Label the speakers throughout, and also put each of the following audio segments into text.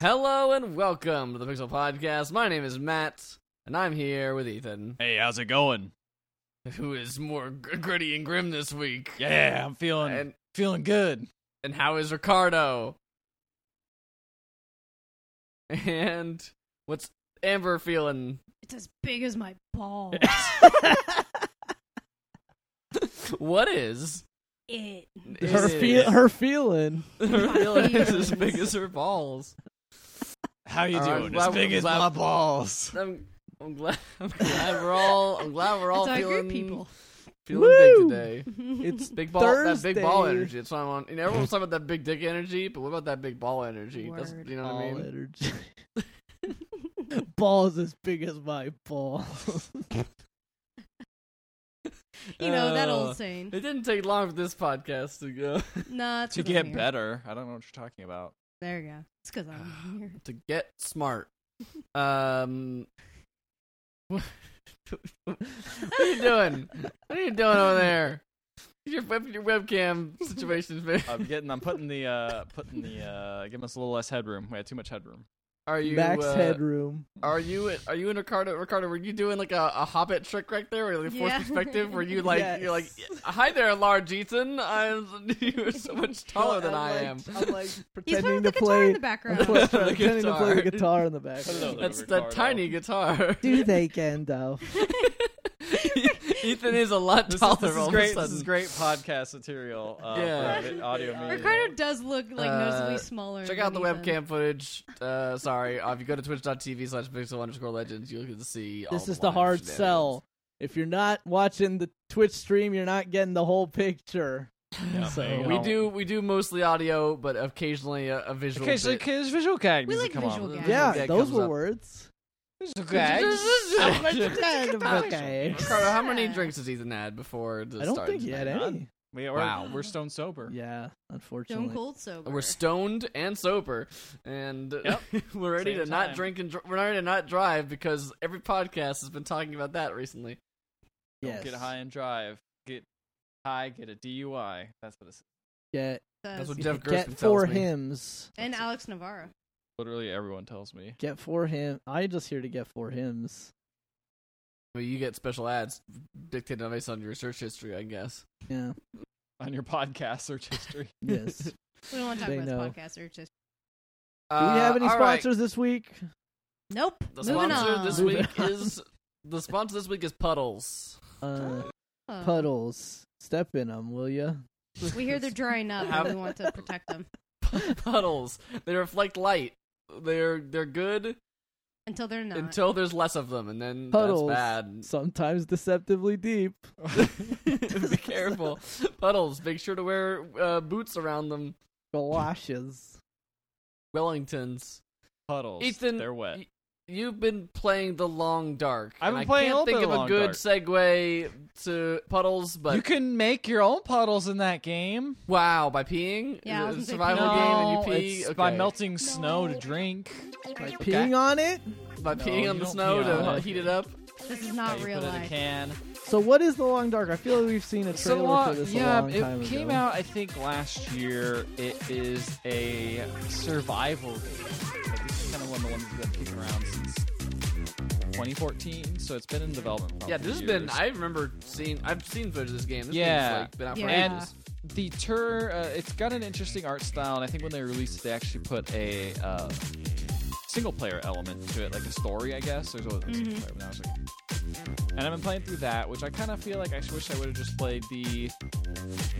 Speaker 1: Hello and welcome to the Pixel Podcast. My name is Matt, and I'm here with Ethan,
Speaker 2: Hey, how's it going?
Speaker 1: who is more gr- gritty and grim this week.
Speaker 2: Yeah, I'm feeling
Speaker 1: And
Speaker 2: feeling good.
Speaker 1: and how is Ricardo? And what's Amber feeling?
Speaker 3: It's as big as my ball.
Speaker 1: What is
Speaker 3: it.
Speaker 4: her
Speaker 1: is-
Speaker 4: feel her feeling.
Speaker 1: her feeling is as big as her balls.
Speaker 2: How you
Speaker 1: All right,
Speaker 2: doing?
Speaker 1: glad-
Speaker 2: as big as
Speaker 1: glad-
Speaker 2: my balls.
Speaker 1: I'm, I'm glad. I'm glad we're all. I'm glad we're all
Speaker 3: It's our
Speaker 1: feeling
Speaker 3: group people.
Speaker 1: feeling big
Speaker 4: Woo!
Speaker 1: today.
Speaker 4: It's
Speaker 1: Big ball, that big ball
Speaker 4: Thursday.
Speaker 1: energy. That's what I want. You know, everyone's talking about that big dick energy, but what about that big ball energy? That's,
Speaker 3: Word.
Speaker 1: you know what
Speaker 4: Ball
Speaker 1: I mean?
Speaker 4: energy. Balls as big as my balls.
Speaker 3: you know that
Speaker 1: Uh,
Speaker 3: old saying.
Speaker 1: It didn't take long for this podcast to go
Speaker 3: Nah, it's
Speaker 2: To
Speaker 3: 'cause I'm
Speaker 2: get
Speaker 3: here.
Speaker 2: better, I don't know what you're talking about.
Speaker 3: There you go. It's because I'm here.
Speaker 1: to get smart. Um, what are you doing? What are you doing over there? Your web, your webcam situation is very.
Speaker 2: I'm getting. I'm putting the. uh Putting the. uh Giving us a little less headroom. We had too much headroom.
Speaker 1: Are you
Speaker 4: Max
Speaker 1: uh,
Speaker 4: headroom.
Speaker 1: Are you are you in Ricardo? Ricardo, were you doing like a, a Hobbit trick right there, or like a forced
Speaker 3: Yeah.
Speaker 1: perspective? Were you like you're like,
Speaker 4: Yes.
Speaker 1: hi there, large Ethan. I'm you are so much taller than I am.
Speaker 4: like, I'm like
Speaker 3: He's
Speaker 4: pretending
Speaker 3: playing
Speaker 4: to
Speaker 3: with the guitar in the
Speaker 4: play. I'm
Speaker 3: background.
Speaker 4: pl-
Speaker 1: The
Speaker 4: pretending to play the
Speaker 1: guitar.
Speaker 4: guitar in the background.
Speaker 2: Hello.
Speaker 1: That's the
Speaker 2: Ricardo.
Speaker 1: tiny guitar. E-,
Speaker 4: Do they, Gandalf?
Speaker 1: Ethan is a lot
Speaker 2: This
Speaker 1: taller.
Speaker 2: is,
Speaker 1: all of
Speaker 2: Oh, this is
Speaker 1: a
Speaker 2: great. This
Speaker 1: sudden.
Speaker 2: is great podcast material. Uh,
Speaker 1: Yeah.
Speaker 2: for audio media.
Speaker 3: Ricardo does look like
Speaker 1: Uh,
Speaker 3: noticeably smaller.
Speaker 1: Check out the
Speaker 3: than Ethan.
Speaker 1: webcam footage. Uh, sorry, uh, if you go to twitch.tv slash pixel underscore legends, you'll get to see. all
Speaker 4: This is the
Speaker 1: live
Speaker 4: hard
Speaker 1: shenanigans.
Speaker 4: sell. If you're not watching the Twitch stream, you're not getting the whole picture.
Speaker 2: Yeah,
Speaker 4: So-
Speaker 2: there you
Speaker 1: We
Speaker 2: go.
Speaker 1: do we do mostly audio, but occasionally a, a visual.
Speaker 2: Occasionally,
Speaker 1: bit.
Speaker 2: occasionally visual gag.
Speaker 3: We
Speaker 2: music,
Speaker 3: like
Speaker 2: come
Speaker 3: visual
Speaker 2: on.
Speaker 3: gags.
Speaker 4: Yeah,
Speaker 1: that
Speaker 4: those
Speaker 1: comes
Speaker 4: were
Speaker 1: up.
Speaker 4: words.
Speaker 2: Visual
Speaker 4: Kind of gags.
Speaker 1: Ricardo, how many
Speaker 3: Yeah.
Speaker 1: drinks has Ethan had before? The
Speaker 4: I don't
Speaker 1: start
Speaker 4: think you had
Speaker 1: tonight?
Speaker 4: any.
Speaker 2: we are,
Speaker 1: Wow.
Speaker 2: We're stone sober.
Speaker 4: Yeah,
Speaker 3: Stone
Speaker 4: unfortunately.
Speaker 3: cold sober.
Speaker 1: We're stoned and sober, and
Speaker 2: Yep.
Speaker 1: we're ready
Speaker 2: Same
Speaker 1: to not
Speaker 2: time.
Speaker 1: drink and dr- we're ready to not drive because every podcast has been talking about that recently.
Speaker 2: Don't
Speaker 4: Yes.
Speaker 2: get high and drive. Get high. Get a DUI. That's what it's
Speaker 4: Get,
Speaker 1: That's what
Speaker 3: Does.
Speaker 1: Jeff Gerstmann
Speaker 4: get
Speaker 1: tells
Speaker 4: four
Speaker 1: me.
Speaker 4: hymns.
Speaker 3: and Alex Navarro.
Speaker 2: literally everyone tells me.
Speaker 4: Get four hymns. I just here to get four hymns.
Speaker 1: I mean, you get special ads dictated based on your search history, I guess.
Speaker 4: Yeah.
Speaker 2: on your podcast search history.
Speaker 4: Yes. Do
Speaker 3: We don't want to talk
Speaker 4: They
Speaker 3: about
Speaker 4: know.
Speaker 3: this podcast. Or just
Speaker 4: we have any
Speaker 1: Uh, all right.
Speaker 4: sponsors this week?
Speaker 3: nope.
Speaker 1: The
Speaker 3: Moving
Speaker 1: sponsor
Speaker 3: on.
Speaker 1: this
Speaker 4: Moving
Speaker 1: week
Speaker 4: on.
Speaker 1: is the sponsor this week is puddles.
Speaker 4: Uh,
Speaker 3: Oh.
Speaker 4: puddles. Step in them, will you?
Speaker 3: We hear they're drying up.
Speaker 1: How-
Speaker 3: and We want to protect them
Speaker 1: puddles. They reflect light. They're they're good
Speaker 3: until they're not.
Speaker 1: until there's less of them, and then
Speaker 4: Puddles.
Speaker 1: that's
Speaker 4: Sometimes deceptively deep.
Speaker 1: bad. Be careful, puddles. Make sure to wear uh, boots around them.
Speaker 4: Galoshes.
Speaker 1: Wellingtons.
Speaker 2: Puddles.
Speaker 1: Ethan,
Speaker 2: they're wet.
Speaker 1: y- You've been playing the long dark.
Speaker 2: I've
Speaker 1: and
Speaker 2: been
Speaker 1: I
Speaker 2: playing a
Speaker 1: can't
Speaker 2: little
Speaker 1: think
Speaker 2: bit
Speaker 1: of a
Speaker 2: Long
Speaker 1: good
Speaker 2: Dark.
Speaker 1: segue to puddles, but
Speaker 2: you can make your own puddles in that game.
Speaker 1: wow, by peeing,
Speaker 3: Yeah, I
Speaker 1: Is
Speaker 3: was
Speaker 1: it a
Speaker 3: gonna say
Speaker 1: survival
Speaker 2: No,
Speaker 1: game, and you pee
Speaker 2: it's by
Speaker 1: Okay.
Speaker 2: melting snow to drink.
Speaker 4: Like peeing on it?
Speaker 1: by
Speaker 2: No,
Speaker 1: peeing on
Speaker 2: you
Speaker 1: the
Speaker 2: don't
Speaker 1: snow
Speaker 2: pee
Speaker 1: to
Speaker 2: on
Speaker 1: uh,
Speaker 2: it.
Speaker 1: heat it up.
Speaker 3: This is
Speaker 2: Yeah,
Speaker 3: not
Speaker 2: you
Speaker 3: real
Speaker 2: put it in a
Speaker 3: life.
Speaker 2: can.
Speaker 4: So what is the long dark? I feel like we've seen a
Speaker 2: So
Speaker 4: trailer
Speaker 2: long,
Speaker 4: for this
Speaker 2: yeah,
Speaker 4: a long
Speaker 2: it
Speaker 4: time
Speaker 2: came
Speaker 4: ago.
Speaker 2: out I think last year. It is a survival game. Like, this is kind of one of the ones that's been kicking around since 2014. So it's been in development. for a
Speaker 1: Yeah,
Speaker 2: couple
Speaker 1: this has been.
Speaker 2: years.
Speaker 1: I remember seeing. I've seen footage of this game. This
Speaker 2: Yeah.
Speaker 1: game's like been out for
Speaker 3: Yeah.
Speaker 1: ages.
Speaker 2: the tur uh, it's got an interesting art style and i think when they released it they actually put a uh, single player element to it like a story i guess there's always been single player, but now it's like and i've been playing through that which i kind of feel like i wish i would have just played the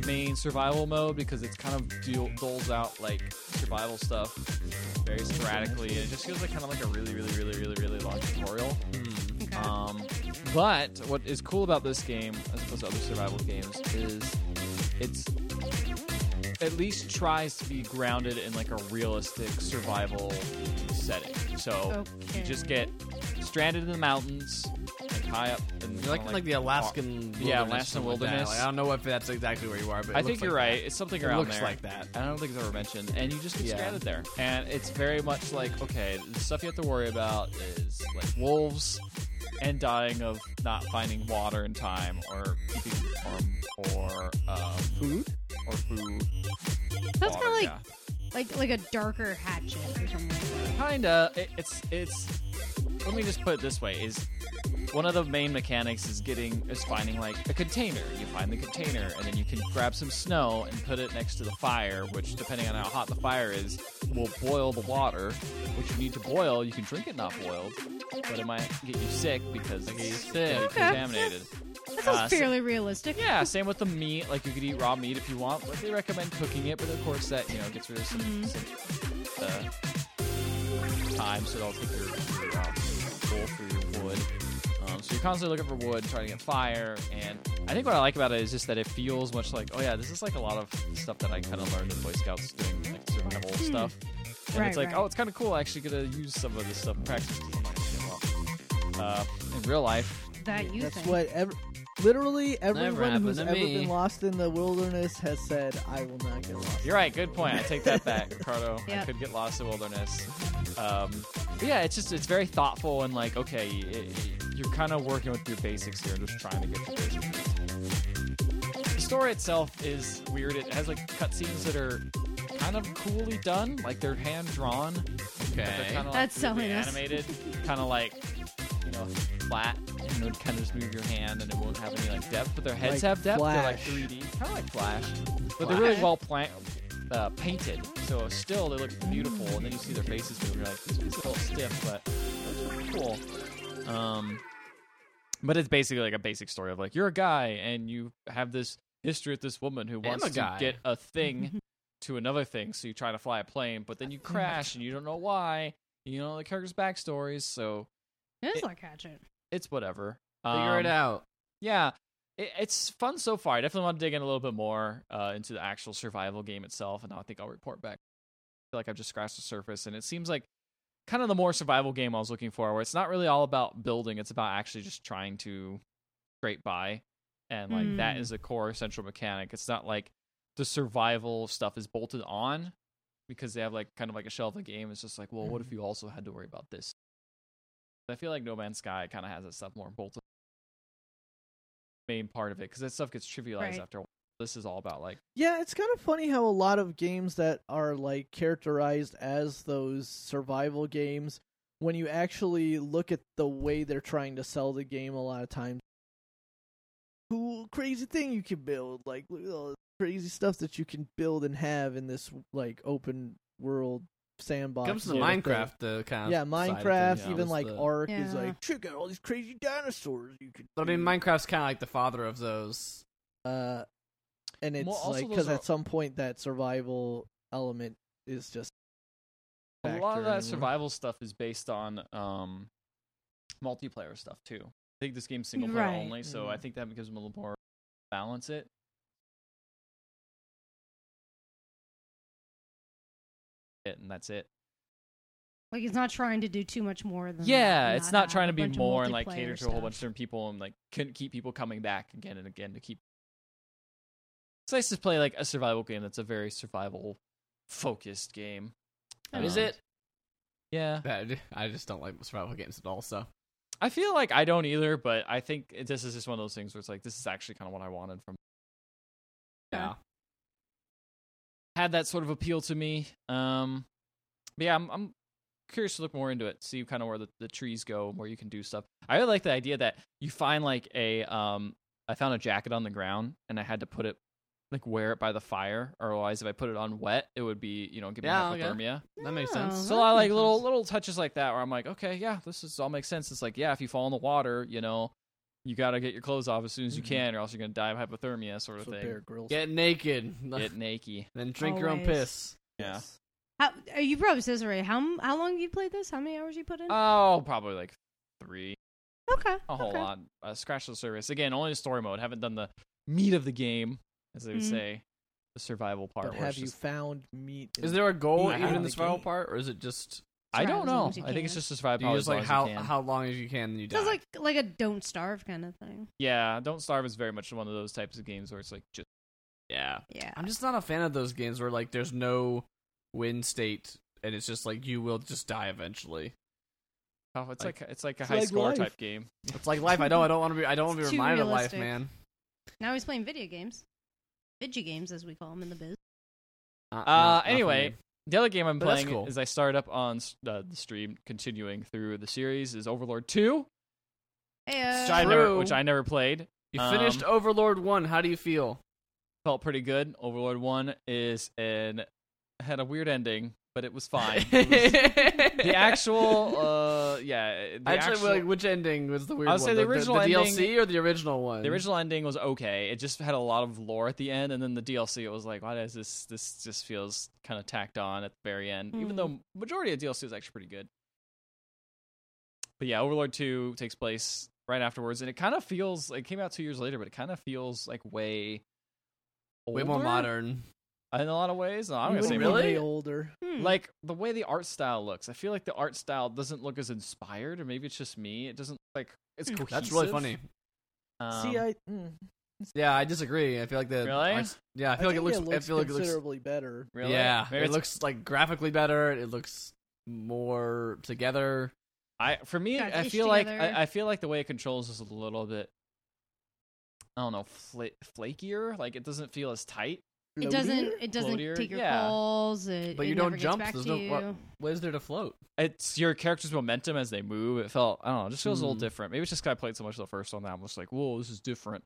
Speaker 2: main survival mode because it's kind of deal- doles out like survival stuff very sporadically and it just feels like kind of like a really really really really really long tutorial
Speaker 1: Mm. Hmm.
Speaker 3: Okay.
Speaker 2: um, but what is cool about this game, as opposed to other survival games, is it's at least tries to be grounded in like a realistic survival setting. So
Speaker 3: Okay.
Speaker 2: you just get stranded in the mountains, like high up, and
Speaker 1: You're like, like, the Alaskan,
Speaker 2: Yeah,
Speaker 1: wilderness,
Speaker 2: Alaskan
Speaker 1: something like that.
Speaker 2: wilderness.
Speaker 1: Like, I don't know if that's exactly where you are, but it
Speaker 2: I
Speaker 1: looks
Speaker 2: think
Speaker 1: like
Speaker 2: you're right. It's something
Speaker 1: That. It
Speaker 2: around
Speaker 1: looks
Speaker 2: there.
Speaker 1: like that.
Speaker 2: I don't think it's ever mentioned. And you just get
Speaker 1: Yeah.
Speaker 2: stranded there. And it's very much like, okay, the stuff you have to worry about is like wolves and dying of not finding water in time or keeping warm or um,
Speaker 4: Food?
Speaker 2: or food.
Speaker 3: Sounds kind
Speaker 2: water,
Speaker 3: of like
Speaker 2: yeah.
Speaker 3: like like a darker hatchet or something.
Speaker 2: Kinda. It, it's it's. Let me just put it this way: is one of the main mechanics is getting is finding like a container. You find the container, and then you can grab some snow and put it next to the fire, which depending on how hot the fire is, will boil the water. Which you need to boil. You can drink it not boiled, but it might get you sick because it's
Speaker 1: sick.
Speaker 2: gonna be
Speaker 3: Okay.
Speaker 2: contaminated.
Speaker 3: That
Speaker 2: Uh,
Speaker 3: sounds
Speaker 2: so-
Speaker 3: fairly realistic.
Speaker 2: Yeah, same with the meat. Like you could eat raw meat if you want, but they recommend cooking it. But of course, that you know gets rid of some,
Speaker 3: Mm-hmm.
Speaker 2: some uh, time, so they'll take your, your uh, wolf or your wood. Um, so you're constantly looking for wood, trying to get fire. And I think what I like about it is just that it feels much like, oh yeah, this is like a lot of stuff that I kind of learned in Boy Scouts doing like survival stuff. And
Speaker 3: Right,
Speaker 2: it's like,
Speaker 3: right.
Speaker 2: oh, it's kind of cool. I actually gonna use some of this stuff in practice. I'm like, "Yeah, well, uh, in real life,
Speaker 3: That you
Speaker 4: That's
Speaker 3: think.
Speaker 4: what ev- literally everyone
Speaker 1: happened
Speaker 4: who's
Speaker 1: to
Speaker 4: ever
Speaker 1: me.
Speaker 4: been lost in the wilderness has said, "I will not get lost."
Speaker 2: You're right. Good point. I take that back, Ricardo. I
Speaker 3: Yep.
Speaker 2: could get lost in wilderness. Um, but yeah, it's just it's very thoughtful and like okay, it, you're kind of working with your basics here, just trying to get the basics. The story itself is weird. It has like cutscenes that are kind of coolly done, like they're hand drawn.
Speaker 1: Okay.
Speaker 2: Kind of
Speaker 3: That's
Speaker 2: like
Speaker 3: selling us.
Speaker 2: animated, kind of like you know flat, and it would kind of just move your hand, and it won't have any like depth. But their heads
Speaker 4: Like
Speaker 2: have depth.
Speaker 4: Flash.
Speaker 2: They're like 3D, kind of like Flash, but they're really
Speaker 3: Okay.
Speaker 2: well pla- uh, painted. So still they look beautiful, and then you see their faces move. You're like, this is a little stiff, but it's cool. Um, but it's basically like a basic story of like you're a guy and you have this history with this woman who wants
Speaker 1: a
Speaker 2: to
Speaker 1: guy.
Speaker 2: get a thing to another thing. So you try to fly a plane, but then you crash and you don't know why. You don't know the character's backstories, so
Speaker 3: It is
Speaker 2: it-
Speaker 3: like hatchet.
Speaker 2: it's whatever.
Speaker 1: Figure it
Speaker 2: Um,
Speaker 1: out.
Speaker 2: yeah it, it's fun so far i definitely want to dig in a little bit more uh, into the actual survival game itself and i think i'll report back I feel like i've just scratched the surface and it seems like kind of the more survival game i was looking for where it's not really all about building it's about actually just trying to scrape by and like that
Speaker 3: Mm.
Speaker 2: is a core essential mechanic it's not like the survival stuff is bolted on because they have like kind of like a shell of the game it's just like well what if you also had to worry about this i feel like no man's sky kind of has that stuff more bolted main part of it because that stuff gets trivialized
Speaker 3: Right.
Speaker 2: after a while this is all about like
Speaker 4: Yeah, it's kind of funny how a lot of games that are like characterized as those survival games, when you actually look at the way they're trying to sell the game, a lot of times, cool, crazy thing you can build, like look at all the crazy stuff that you can build and have in this like open world sandbox.
Speaker 1: Comes to the
Speaker 4: sort of thing.
Speaker 1: Minecraft, the kind of
Speaker 4: Yeah,
Speaker 1: side of
Speaker 4: Minecraft,
Speaker 1: things,
Speaker 4: even
Speaker 1: is
Speaker 4: like
Speaker 1: the-
Speaker 4: Ark is
Speaker 3: Yeah.
Speaker 4: like check out all these crazy dinosaurs you can.
Speaker 1: I mean, Minecraft's kind of like the father of those.
Speaker 4: uh, and it's
Speaker 2: Well, also
Speaker 4: like
Speaker 2: those
Speaker 4: because
Speaker 2: are-
Speaker 4: at some point that survival element is just
Speaker 2: a lot
Speaker 4: factor
Speaker 2: of that
Speaker 4: anymore.
Speaker 2: survival stuff is based on um multiplayer stuff too i think this game's single player
Speaker 3: Right.
Speaker 2: only so i
Speaker 4: Mm.
Speaker 2: think that gives them a little more balance it it and that's it
Speaker 3: Like it's not trying to do too much more than.
Speaker 2: yeah
Speaker 3: that,
Speaker 2: it's not
Speaker 3: have
Speaker 2: trying to
Speaker 3: a
Speaker 2: be
Speaker 3: bunch of
Speaker 2: more and like
Speaker 3: multiplayer
Speaker 2: cater to a whole
Speaker 3: stuff.
Speaker 2: bunch of different people and like couldn't keep people coming back again and again to keep it's nice to play like a survival game that's a very survival focused game
Speaker 3: Oh.
Speaker 1: Is it?
Speaker 2: yeah
Speaker 1: That, I just don't like survival games at all. So
Speaker 2: I feel like I don't either, but I think it- this is just one of those things where it's like this is actually kind of what I wanted from.
Speaker 1: yeah,
Speaker 2: Had that sort of appeal to me. Um, but yeah, I'm, I'm curious to look more into it, see kind of where the, the trees go, and where you can do stuff. I really like the idea that you find like a um, I found a jacket on the ground and I had to put it like wear it by the fire, or otherwise if I put it on wet, it would be you know give me
Speaker 1: Yeah, okay.
Speaker 2: hypothermia.
Speaker 1: that makes
Speaker 3: Oh,
Speaker 1: sense.
Speaker 2: So a
Speaker 3: that
Speaker 2: lot of like
Speaker 3: makes
Speaker 2: little
Speaker 3: sense.
Speaker 2: little touches like that where I'm like, okay, yeah, this is all makes sense. It's like, yeah, if you fall in the water, you know, you gotta get your clothes off as soon as you
Speaker 4: Mhm.
Speaker 2: can, or else you're gonna die of hypothermia, sort of
Speaker 4: That's what Bear
Speaker 2: thing.
Speaker 4: Grylls
Speaker 1: Get naked,
Speaker 2: Get naked.
Speaker 1: then drink your own
Speaker 3: Always.
Speaker 1: piss.
Speaker 2: Yeah.
Speaker 4: is.
Speaker 3: How, uh, you probably said this already. How m- how long you played this? How many hours you put in?
Speaker 2: Oh, probably like three,
Speaker 3: okay,
Speaker 2: a whole
Speaker 3: okay.
Speaker 2: lot. Uh, scratch the surface again. Only story mode. Haven't done the meat of the game, as they would
Speaker 3: Mhm.
Speaker 2: say, the survival part.
Speaker 4: But
Speaker 2: where
Speaker 4: have
Speaker 2: it's
Speaker 4: you
Speaker 2: just-
Speaker 4: found meat? in-
Speaker 1: Is there a goal
Speaker 4: Yeah,
Speaker 1: even in
Speaker 4: the
Speaker 1: the survival
Speaker 4: game.
Speaker 1: part, or is it just
Speaker 2: I
Speaker 3: Survive
Speaker 2: don't
Speaker 3: as long
Speaker 2: know.
Speaker 3: as you
Speaker 2: I think it's
Speaker 3: can.
Speaker 2: just to survive
Speaker 1: do you
Speaker 2: probably
Speaker 1: just
Speaker 2: as
Speaker 1: like
Speaker 2: long
Speaker 1: how
Speaker 2: as you can.
Speaker 1: how long as you can, and you die?
Speaker 3: Sounds like like a don't starve kind of thing.
Speaker 2: Yeah, don't starve is very much one of those types of games where it's like just
Speaker 1: yeah,
Speaker 3: Yeah.
Speaker 1: I'm just not a fan of those games where like there's no win state, and it's just like you will just die eventually.
Speaker 2: oh, it's like,
Speaker 1: Like-
Speaker 2: it's like a
Speaker 4: It's
Speaker 2: high
Speaker 4: like
Speaker 2: score
Speaker 4: life.
Speaker 2: type game.
Speaker 1: It's like life. I know. I don't want to be. I don't want to
Speaker 3: It's
Speaker 1: be
Speaker 3: too
Speaker 1: reminded of life,
Speaker 3: realistic.
Speaker 1: man.
Speaker 3: Now he's playing video games, video games as we call them in the biz.
Speaker 1: Uh,
Speaker 2: Uh, anyway, The other game I'm
Speaker 1: But that's
Speaker 2: playing
Speaker 1: cool.
Speaker 2: is I start up on s- uh, the stream, continuing through the series is Overlord Two,
Speaker 3: Ayo. uh,
Speaker 2: which I never,
Speaker 1: True.
Speaker 2: which I never played.
Speaker 1: You
Speaker 2: Um,
Speaker 1: finished Overlord one. How do you feel?
Speaker 2: Felt pretty good. Overlord One is an had a weird ending, but it was fine. It was- the actual, uh, yeah, the
Speaker 1: Actually,
Speaker 2: actual,
Speaker 1: like, which ending was the weird
Speaker 2: I would say
Speaker 1: one?
Speaker 2: the
Speaker 1: The- the-
Speaker 2: original
Speaker 1: the,
Speaker 2: ending-
Speaker 1: DLC or the original one?
Speaker 2: the original ending was okay. It just had a lot of lore at the end, and then the DLC. It was like, why does this? This just feels kind of tacked on at the very end. Even
Speaker 3: Mm.
Speaker 2: though majority of DLC is actually pretty good. But yeah, Overlord Two takes place right afterwards, and it kind of feels. It came out two years later, but it kind of feels like way,
Speaker 1: way more
Speaker 2: older
Speaker 1: modern.
Speaker 2: in a lot of ways. No, I'm
Speaker 4: You
Speaker 2: gonna say
Speaker 4: wouldn't
Speaker 1: really?
Speaker 4: be way older.
Speaker 3: Hmm.
Speaker 2: like the way the art style looks. I feel like the art style doesn't look as inspired, or maybe it's just me. It doesn't like it's
Speaker 3: Hmm.
Speaker 2: cohesive.
Speaker 1: That's really funny.
Speaker 2: Um,
Speaker 4: See, I mm,
Speaker 1: Yeah, I disagree. I feel like the
Speaker 2: Really?
Speaker 1: arts- yeah, I
Speaker 4: I
Speaker 1: feel like it
Speaker 4: think
Speaker 1: looks.
Speaker 4: it looks
Speaker 1: I feel like it looks.
Speaker 4: considerably better.
Speaker 2: really?
Speaker 1: Yeah,
Speaker 2: Maybe
Speaker 1: it
Speaker 2: it's-
Speaker 1: looks like graphically better. It looks more together.
Speaker 2: I for me,
Speaker 3: Got
Speaker 2: I
Speaker 3: dish
Speaker 2: feel like
Speaker 3: together.
Speaker 2: I, I feel like the way it controls is a little bit, I don't know, fla- flakier. Like it doesn't feel as tight.
Speaker 3: it doesn't.
Speaker 4: Floatier?
Speaker 3: It doesn't
Speaker 2: Floatier?
Speaker 3: take your
Speaker 2: Yeah.
Speaker 3: calls. It,
Speaker 1: But
Speaker 3: it
Speaker 1: you don't
Speaker 3: never gets
Speaker 1: jump,
Speaker 3: Back
Speaker 1: there's
Speaker 3: to
Speaker 1: no-
Speaker 3: you.
Speaker 1: what- What is there to float?
Speaker 2: It's your character's momentum as they move. It felt I don't know, it just feels a little
Speaker 1: Hmm.
Speaker 2: different. Maybe it's just 'cause I played so much of the first one that I'm just like, whoa, this is different.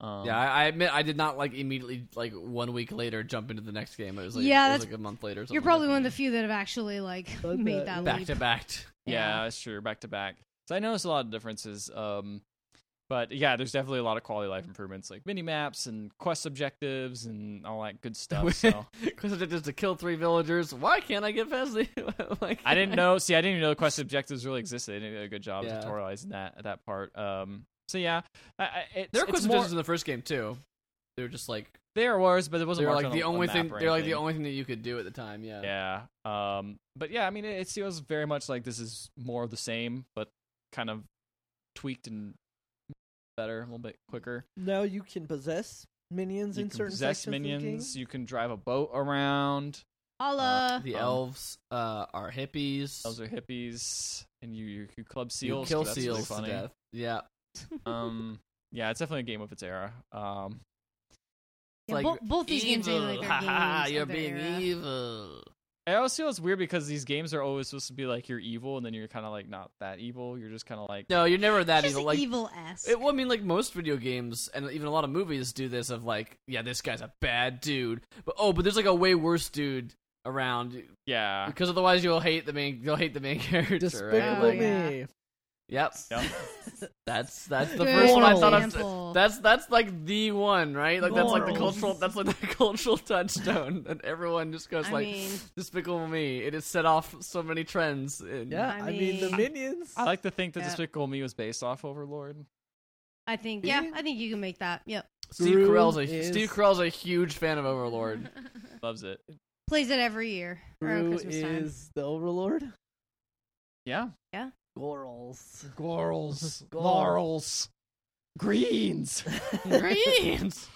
Speaker 2: Um,
Speaker 1: yeah, I, I admit I did not like immediately like one week later jump into the next game. It was like
Speaker 3: Yeah,
Speaker 1: it was,
Speaker 3: that's-
Speaker 1: like a month later. Or something
Speaker 3: You're probably
Speaker 1: like
Speaker 3: one of
Speaker 1: that.
Speaker 3: the few that have actually like
Speaker 4: Done
Speaker 3: made
Speaker 4: that.
Speaker 3: that
Speaker 1: back
Speaker 3: leap.
Speaker 1: to back.
Speaker 2: Yeah, that's true. Back to back. So I noticed a lot of differences. Um, but yeah, there's definitely a lot of quality of life improvements, like mini maps and quest objectives and all that good stuff. So
Speaker 1: Because it is to kill three villagers. Why can't I get past the? like,
Speaker 2: I didn't know. See, I didn't even know the quest objectives really existed. They didn't do a good job
Speaker 1: Yeah.
Speaker 2: tutorializing that that part. Um, so yeah, I, I, it's,
Speaker 1: There were
Speaker 2: it's
Speaker 1: quest
Speaker 2: more,
Speaker 1: objectives in the first game too. They were just like
Speaker 2: there was, but it
Speaker 1: they
Speaker 2: wasn't
Speaker 1: were
Speaker 2: marked
Speaker 1: like
Speaker 2: on
Speaker 1: the
Speaker 2: a- a
Speaker 1: only
Speaker 2: map
Speaker 1: thing.
Speaker 2: or
Speaker 1: They're like the
Speaker 2: anything.
Speaker 1: only thing that you could do at the time. Yeah.
Speaker 2: Yeah. Um, but yeah, I mean, it, it feels very much like this is more of the same, but kind of tweaked and better, a little bit quicker.
Speaker 4: Now you can possess minions
Speaker 2: you
Speaker 4: in
Speaker 2: can
Speaker 4: certain
Speaker 2: possess
Speaker 4: sections of the game.
Speaker 2: minions. You can drive a boat around.
Speaker 3: Holla.
Speaker 1: The
Speaker 2: Um,
Speaker 1: elves uh, are hippies.
Speaker 2: Those are hippies, and you you, you club
Speaker 1: You
Speaker 2: seals.
Speaker 1: kill
Speaker 2: so that's really
Speaker 1: seals
Speaker 2: funny.
Speaker 1: to death. Yeah.
Speaker 2: Um, yeah, it's definitely a game of its era. Um,
Speaker 3: yeah,
Speaker 1: like,
Speaker 3: bo- both these games are like
Speaker 1: Ha
Speaker 3: their
Speaker 1: ha,
Speaker 3: games uh,
Speaker 1: You're
Speaker 3: of their
Speaker 1: being
Speaker 3: era.
Speaker 1: evil.
Speaker 2: I always feel it's weird because these games are always supposed to be like you're evil, and then you're kind of like not that evil. You're just kind of like
Speaker 1: No, you're never that
Speaker 3: Just
Speaker 1: evil. Like
Speaker 3: evil esque.
Speaker 1: It, well, I mean, like most video games and even a lot of movies do this of like, yeah, this guy's a bad dude, but oh, but there's like a way worse dude around
Speaker 2: yeah.
Speaker 1: because otherwise you'll hate the main, you'll hate the main character. Right?
Speaker 4: Despicable
Speaker 1: Like,
Speaker 3: yeah.
Speaker 4: Me.
Speaker 1: Yep,
Speaker 2: Yeah.
Speaker 1: that's that's the
Speaker 3: Good
Speaker 1: first one I
Speaker 4: Moral
Speaker 1: thought of.
Speaker 3: example.
Speaker 1: That's that's like the one, right? Like that's like the
Speaker 4: Morals.
Speaker 1: cultural, that's like the cultural touchstone, and everyone just goes
Speaker 3: I
Speaker 1: like,
Speaker 3: mean-
Speaker 1: "Despicable Me." It has set off so many trends. In,
Speaker 4: Yeah,
Speaker 3: I
Speaker 4: I mean, the
Speaker 3: mean-
Speaker 4: minions.
Speaker 2: I like to think that
Speaker 3: Yeah.
Speaker 2: Despicable Me was based off Overlord.
Speaker 3: I think.
Speaker 4: Yeah.
Speaker 3: Yeah, I think you can make that. Yep.
Speaker 1: Steve
Speaker 4: Screw
Speaker 1: Carell's a
Speaker 4: is-
Speaker 1: Steve Carell's a huge fan of Overlord.
Speaker 2: Loves it.
Speaker 3: Plays it every year around
Speaker 4: Gru
Speaker 3: Christmas time.
Speaker 4: is the Overlord.
Speaker 2: Yeah.
Speaker 4: Gorals.
Speaker 2: Gorals,
Speaker 4: Gorals.
Speaker 2: laurels, greens.
Speaker 1: Greens,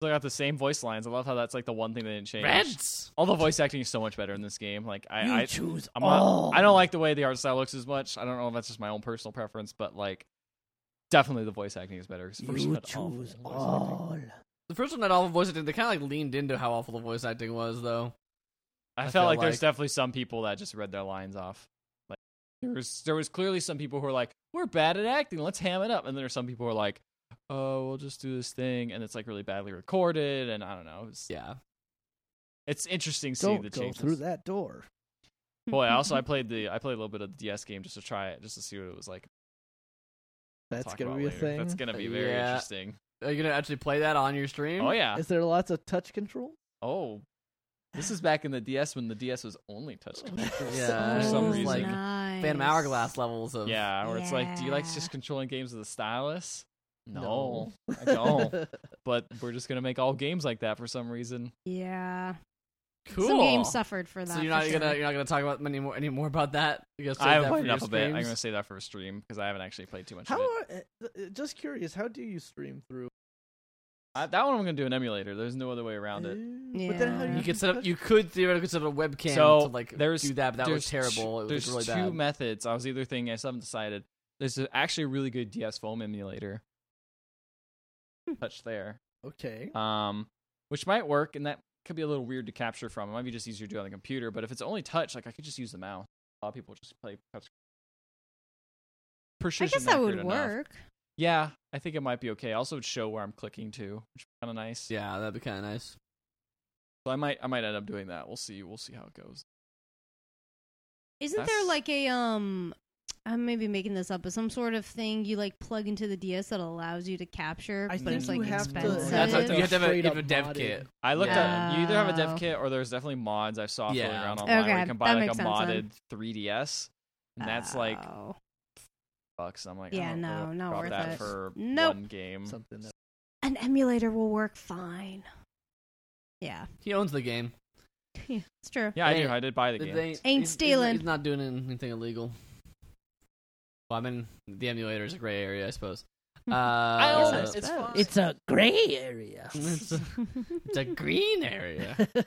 Speaker 2: Still got the same voice lines. I love how that's like the one thing they didn't change.
Speaker 1: reds.
Speaker 2: All the voice acting is so much better in this game. Like I, I
Speaker 4: choose
Speaker 2: I'm not,
Speaker 4: Oh.
Speaker 2: I don't like the way the art style looks as much. I don't know if that's just my own personal preference, but like definitely the voice acting is better. 'cause the first one had awful voice acting.
Speaker 4: oh.
Speaker 1: The first one had awful voice acting. They kind of like leaned into how awful the voice acting was, though.
Speaker 2: I,
Speaker 1: I
Speaker 2: felt
Speaker 1: feel
Speaker 2: like, there's
Speaker 1: like-
Speaker 2: definitely some people that just read their lines off. Like there was there was clearly some people who are like, We're bad at acting, let's ham it up and then there's some people who are like, Oh, we'll just do this thing and it's like really badly recorded and I don't know. It's,
Speaker 1: Yeah,
Speaker 2: it's interesting seeing
Speaker 4: Don't
Speaker 2: the
Speaker 4: go
Speaker 2: changes.
Speaker 4: through that door.
Speaker 2: Boy, I also I played the I played a little bit of the DS game just to try it, just to see what it was like.
Speaker 4: That's
Speaker 2: Talk
Speaker 4: gonna
Speaker 2: about
Speaker 4: be a
Speaker 2: later.
Speaker 4: thing.
Speaker 2: That's gonna be very
Speaker 1: Yeah.
Speaker 2: interesting.
Speaker 1: are you gonna actually play that on your stream?
Speaker 2: Oh yeah.
Speaker 4: Is there lots of touch control?
Speaker 2: Oh, this is back in the DS when the DS was only touch
Speaker 1: Oh,
Speaker 2: control.
Speaker 1: Yeah,
Speaker 2: for some
Speaker 3: Oh,
Speaker 2: reason.
Speaker 1: like,
Speaker 3: nice.
Speaker 1: Phantom Hourglass levels of
Speaker 2: Yeah, where it's like, do you like just
Speaker 3: Yeah.
Speaker 2: controlling games with a stylus? No, I don't. but we're just gonna make all games like that for some reason.
Speaker 3: Yeah.
Speaker 1: cool.
Speaker 3: Some games suffered for that.
Speaker 1: So you're not
Speaker 3: for
Speaker 1: gonna
Speaker 3: sure.
Speaker 1: you're not gonna talk about any more any more about that. You guys
Speaker 2: I haven't played
Speaker 1: that
Speaker 2: enough
Speaker 1: for
Speaker 2: of
Speaker 1: your
Speaker 2: it. I'm
Speaker 1: streams?
Speaker 2: gonna say that for a stream because I haven't actually played too much.
Speaker 4: How
Speaker 2: of it.
Speaker 4: are, uh, uh, just curious, how do you stream through?
Speaker 2: I, that one I'm gonna do an emulator. There's no other way around it.
Speaker 4: Ooh, Uh, But then how do
Speaker 3: Yeah.
Speaker 4: you,
Speaker 1: You could
Speaker 4: do
Speaker 1: set up.
Speaker 4: touch-
Speaker 1: You could theoretically set up a webcam
Speaker 2: So,
Speaker 1: to like
Speaker 2: there's-
Speaker 1: do that, but that was
Speaker 2: There's
Speaker 1: terrible.
Speaker 2: Two,
Speaker 1: it
Speaker 2: there's
Speaker 1: was really
Speaker 2: two
Speaker 1: bad.
Speaker 2: methods. I was either thinking I still haven't decided. There's a- actually a really good DS foam emulator. Touch there.
Speaker 1: Hmm.
Speaker 4: Okay.
Speaker 2: um, which might work, and that could be a little weird to capture from. It might be just easier to do on the computer, but if it's only touch, like I could just use the mouse. A lot of people just play touch.
Speaker 3: I
Speaker 2: Precision
Speaker 3: guess that would
Speaker 2: accurate enough.
Speaker 3: work.
Speaker 2: Yeah, I think it might be okay. Also, it'd show where I'm clicking to, which is kind of nice.
Speaker 1: Yeah, that'd be kind of nice.
Speaker 2: So I might I might end up doing that. We'll see. We'll see how it goes.
Speaker 3: Isn't there
Speaker 2: That's-
Speaker 3: like a um? I'm maybe making this up, but some sort of thing you like plug into the DS that allows you to capture,
Speaker 4: I
Speaker 3: but
Speaker 4: think
Speaker 3: it's like
Speaker 4: you have to.
Speaker 3: expensive.
Speaker 2: That's
Speaker 1: a-
Speaker 2: what
Speaker 1: you have to have a,
Speaker 4: Straight
Speaker 1: you have
Speaker 4: up
Speaker 1: a dev
Speaker 4: modded.
Speaker 1: kit.
Speaker 2: I looked at you either have a
Speaker 3: Yeah.
Speaker 2: dev kit or there's definitely mods I saw floating
Speaker 1: Yeah.
Speaker 2: around online where
Speaker 3: Okay,
Speaker 2: you can buy
Speaker 3: that
Speaker 2: like
Speaker 3: makes
Speaker 2: a
Speaker 3: sense then.
Speaker 2: modded 3DS, and that's like
Speaker 3: Oh.
Speaker 2: bucks. I'm like, I
Speaker 3: Yeah,
Speaker 2: don't
Speaker 3: no,
Speaker 2: know,
Speaker 3: not
Speaker 2: drop
Speaker 3: worth
Speaker 2: that
Speaker 3: it.
Speaker 2: for
Speaker 3: Nope.
Speaker 2: one game.
Speaker 4: something that
Speaker 3: an emulator will work fine. Yeah,
Speaker 1: He owns the game.
Speaker 3: Yeah, it's true.
Speaker 2: Yeah, I
Speaker 1: Hey,
Speaker 2: do. I did buy the
Speaker 1: They-
Speaker 2: game.
Speaker 1: they- he's- he's-
Speaker 3: stealing.
Speaker 1: He's, not doing anything illegal. Well, I mean, the emulator is a gray area, I suppose. Uh,
Speaker 2: I own
Speaker 1: so-
Speaker 2: it. It's fine.
Speaker 4: It's a gray area.
Speaker 1: It's a, it's a green area.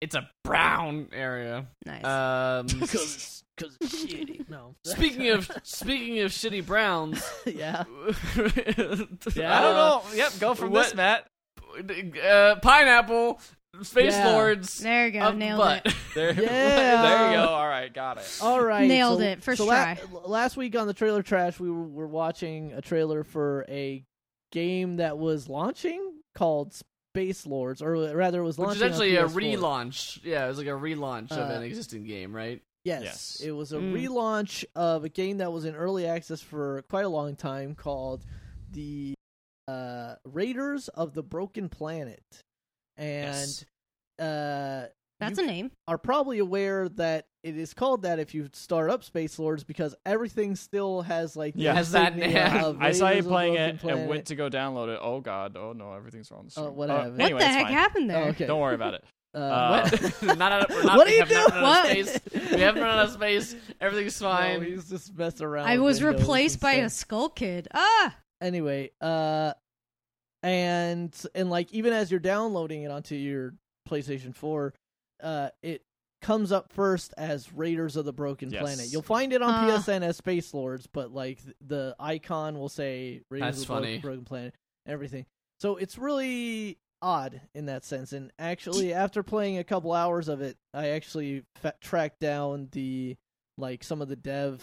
Speaker 1: It's a brown area.
Speaker 3: nice.
Speaker 2: uh,
Speaker 1: Um,
Speaker 4: Because it's shitty. No.
Speaker 1: speaking of speaking of shitty browns,
Speaker 4: yeah.
Speaker 2: I don't know. Yep, go from
Speaker 1: what-
Speaker 2: this, Matt.
Speaker 1: know. Uh, pineapple, space
Speaker 4: Yeah.
Speaker 1: lords,
Speaker 3: there you go.
Speaker 1: up
Speaker 3: Nailed
Speaker 1: butt.
Speaker 3: it.
Speaker 2: There, there
Speaker 4: Yeah.
Speaker 2: you go. All right, got it.
Speaker 4: All right.
Speaker 3: Nailed
Speaker 4: so-
Speaker 3: it. First
Speaker 4: so la-
Speaker 3: try.
Speaker 4: last week on the trailer trash, we were, were watching a trailer for a game that was launching called Space Lords, or rather, it was
Speaker 1: Which
Speaker 4: launching.
Speaker 1: is actually
Speaker 4: on
Speaker 1: a
Speaker 4: PS4.
Speaker 1: relaunch. Yeah, it was like a relaunch of an
Speaker 4: Uh,
Speaker 1: existing game, right?
Speaker 4: Yes,
Speaker 2: Yes.
Speaker 4: it was a
Speaker 3: Mm.
Speaker 4: relaunch of a game that was in early access for quite a long time called the uh, Raiders of the Broken Planet, and
Speaker 2: Yes.
Speaker 4: uh,
Speaker 3: That's
Speaker 4: you
Speaker 3: a name.
Speaker 4: are probably aware that it is called that if you start up Space Lords because everything still has like the
Speaker 2: Yeah.
Speaker 1: Has that
Speaker 4: insignia
Speaker 1: name.
Speaker 4: of
Speaker 2: I saw you
Speaker 4: Raiders of the
Speaker 2: playing
Speaker 4: Broken
Speaker 2: it and
Speaker 4: Planet.
Speaker 2: went to go download it. Oh god. Oh no, everything's wrong.
Speaker 4: Oh,
Speaker 2: Uh,
Speaker 4: what happened?
Speaker 3: What
Speaker 2: anyway,
Speaker 3: the
Speaker 2: it's
Speaker 3: heck
Speaker 2: fine.
Speaker 3: happened
Speaker 4: Oh,
Speaker 3: there?
Speaker 4: okay.
Speaker 2: Don't worry about it.
Speaker 4: Uh,
Speaker 2: Uh,
Speaker 1: What? not out of, we're not,
Speaker 4: What are
Speaker 1: we
Speaker 4: you
Speaker 1: have not
Speaker 4: doing?
Speaker 1: run out of
Speaker 3: What?
Speaker 1: space. We haven't run out of space. Everything's
Speaker 4: No,
Speaker 1: fine.
Speaker 4: he's just messing around.
Speaker 3: I
Speaker 4: with
Speaker 3: was
Speaker 4: windows
Speaker 3: replaced
Speaker 4: and
Speaker 3: by a
Speaker 4: stuff.
Speaker 3: skull kid. Ah,
Speaker 4: Anyway, uh, and and like even as you're downloading it onto your PlayStation 4, uh, it comes up first as Raiders of the Broken
Speaker 2: Yes.
Speaker 4: Planet. You'll find it on
Speaker 3: Uh.
Speaker 4: PSN as Space Lords, but like th- the icon will say Raiders
Speaker 1: That's
Speaker 4: of the Bro-
Speaker 1: funny.
Speaker 4: Broken Planet, everything. So it's really odd in that sense. And actually, after playing a couple hours of it, I actually fa- tracked down the like some of the dev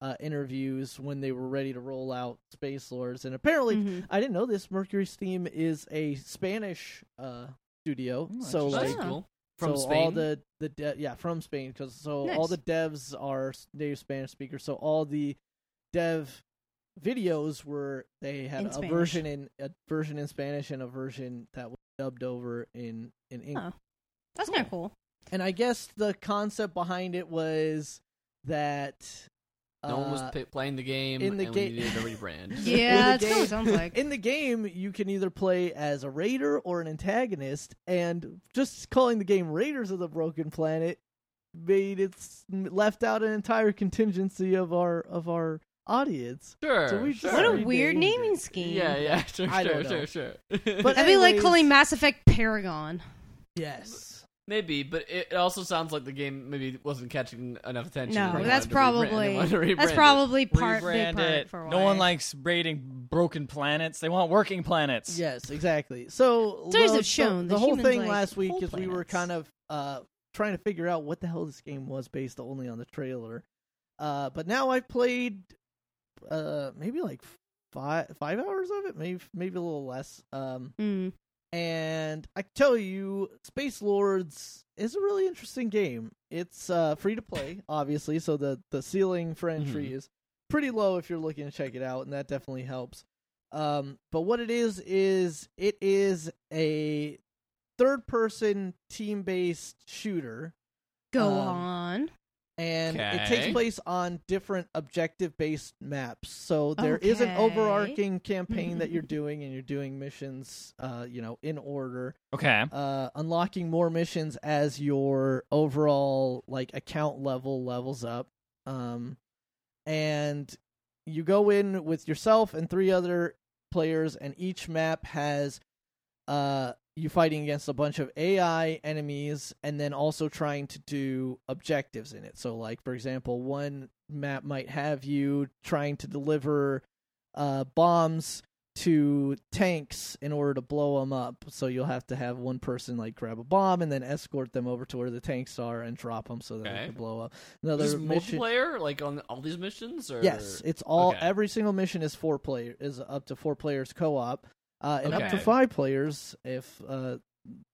Speaker 4: uh, interviews when they were ready to roll out Space Lords, and apparently
Speaker 3: Mhm.
Speaker 4: I didn't know this. Mercury Steam is a Spanish uh, studio,
Speaker 2: Mm,
Speaker 4: so
Speaker 2: interesting.
Speaker 4: like
Speaker 1: That's cool. From
Speaker 4: so
Speaker 1: Spain.
Speaker 4: all the the de- yeah from Spain because so
Speaker 3: Nice.
Speaker 4: all the devs are s- native Spanish speakers. So all the dev videos were they had
Speaker 3: In
Speaker 4: a
Speaker 3: Spanish.
Speaker 4: version in a version in Spanish and a version that was dubbed over in in English.
Speaker 3: Oh. that's kind of cool.
Speaker 4: And I guess the concept behind it was that
Speaker 1: no one was
Speaker 4: uh,
Speaker 1: p- playing the game,
Speaker 4: in the
Speaker 1: and
Speaker 4: ga-
Speaker 1: we needed a rebrand.
Speaker 3: Yeah,
Speaker 4: In the
Speaker 3: that's kind of
Speaker 4: game-
Speaker 3: sounds like.
Speaker 4: in the game, you can either play as a raider or an antagonist, and just calling the game Raiders of the Broken Planet made it left out an entire contingency of our of our audience.
Speaker 1: Sure.
Speaker 4: So we
Speaker 1: sure.
Speaker 4: just-
Speaker 3: what a
Speaker 4: Sorry.
Speaker 3: weird
Speaker 4: Renamed
Speaker 3: naming
Speaker 4: it.
Speaker 3: scheme.
Speaker 1: Yeah, yeah, sure,
Speaker 4: I
Speaker 1: sure,
Speaker 4: don't
Speaker 1: sure,
Speaker 4: know.
Speaker 1: sure.
Speaker 4: But
Speaker 3: That'd be like
Speaker 4: anyways-
Speaker 3: calling Mass Effect Paragon.
Speaker 4: Yes.
Speaker 1: maybe, but it it also sounds like the game maybe wasn't catching enough attention.
Speaker 3: No,
Speaker 1: They wanted
Speaker 3: that's
Speaker 1: to rebrand- they
Speaker 3: probably-
Speaker 1: wanted to rebrand
Speaker 3: That's
Speaker 1: it.
Speaker 3: probably part big part
Speaker 2: it.
Speaker 3: for why.
Speaker 2: No one likes rating broken planets. They want working planets.
Speaker 4: Yes, exactly. So
Speaker 3: Studies
Speaker 4: well,
Speaker 3: have shown
Speaker 4: the
Speaker 3: that
Speaker 4: whole
Speaker 3: humans
Speaker 4: thing
Speaker 3: like
Speaker 4: last week
Speaker 3: whole
Speaker 4: is we were
Speaker 3: planets.
Speaker 4: kind of uh trying to figure out what the hell this game was based only on the trailer. Uh but now I've played uh maybe like five five hours of it, maybe maybe a little less. Um
Speaker 3: Mm.
Speaker 4: and I tell you, Space Lords is a really interesting game. It's uh, free to play, obviously, so the the ceiling for entry is pretty low if you're looking to check it out, and that definitely helps. Um, but what it is is it is a third person team based shooter,
Speaker 3: Go
Speaker 4: um,
Speaker 3: on.
Speaker 4: and it
Speaker 1: Okay.
Speaker 4: takes place on different objective based maps. So there is an
Speaker 3: Okay.
Speaker 4: overarching campaign that you're doing, and you're doing missions, uh, you know, in order
Speaker 2: Okay.
Speaker 4: uh, unlocking more missions as your overall like account level levels up. Um, and you go in with yourself and three other players, and each map has uh, you fighting against a bunch of AI enemies, and then also trying to do objectives in it. So, like for example, one map might have you trying to deliver uh, bombs to tanks in order to blow them up. So you'll have to have one person like grab a bomb and then escort them over to where the tanks are and drop them so that
Speaker 1: Okay.
Speaker 4: they can blow up.
Speaker 1: Just
Speaker 4: Another mission.
Speaker 1: multiplayer, like on all these missions, or
Speaker 4: Yes, it's all
Speaker 1: Okay.
Speaker 4: every single mission is four player is up to four players co-op, uh, and up to
Speaker 1: Okay.
Speaker 4: five players if uh,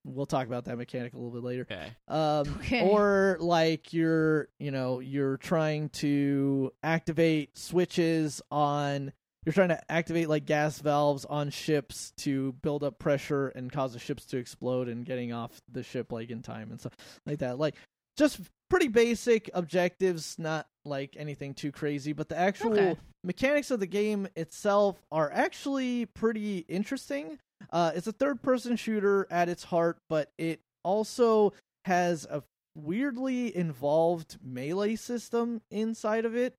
Speaker 4: we'll talk about that mechanic a little bit later.
Speaker 1: okay.
Speaker 4: Um,
Speaker 3: Okay.
Speaker 4: Or like you're you know you're trying to activate switches on you're trying to activate like gas valves on ships to build up pressure and cause the ships to explode and getting off the ship like in time and stuff like that. Like just pretty basic objectives, not like anything too crazy, but the actual
Speaker 3: Okay.
Speaker 4: mechanics of the game itself are actually pretty interesting. Uh, it's a third person shooter at its heart, but it also has a weirdly involved melee system inside of it.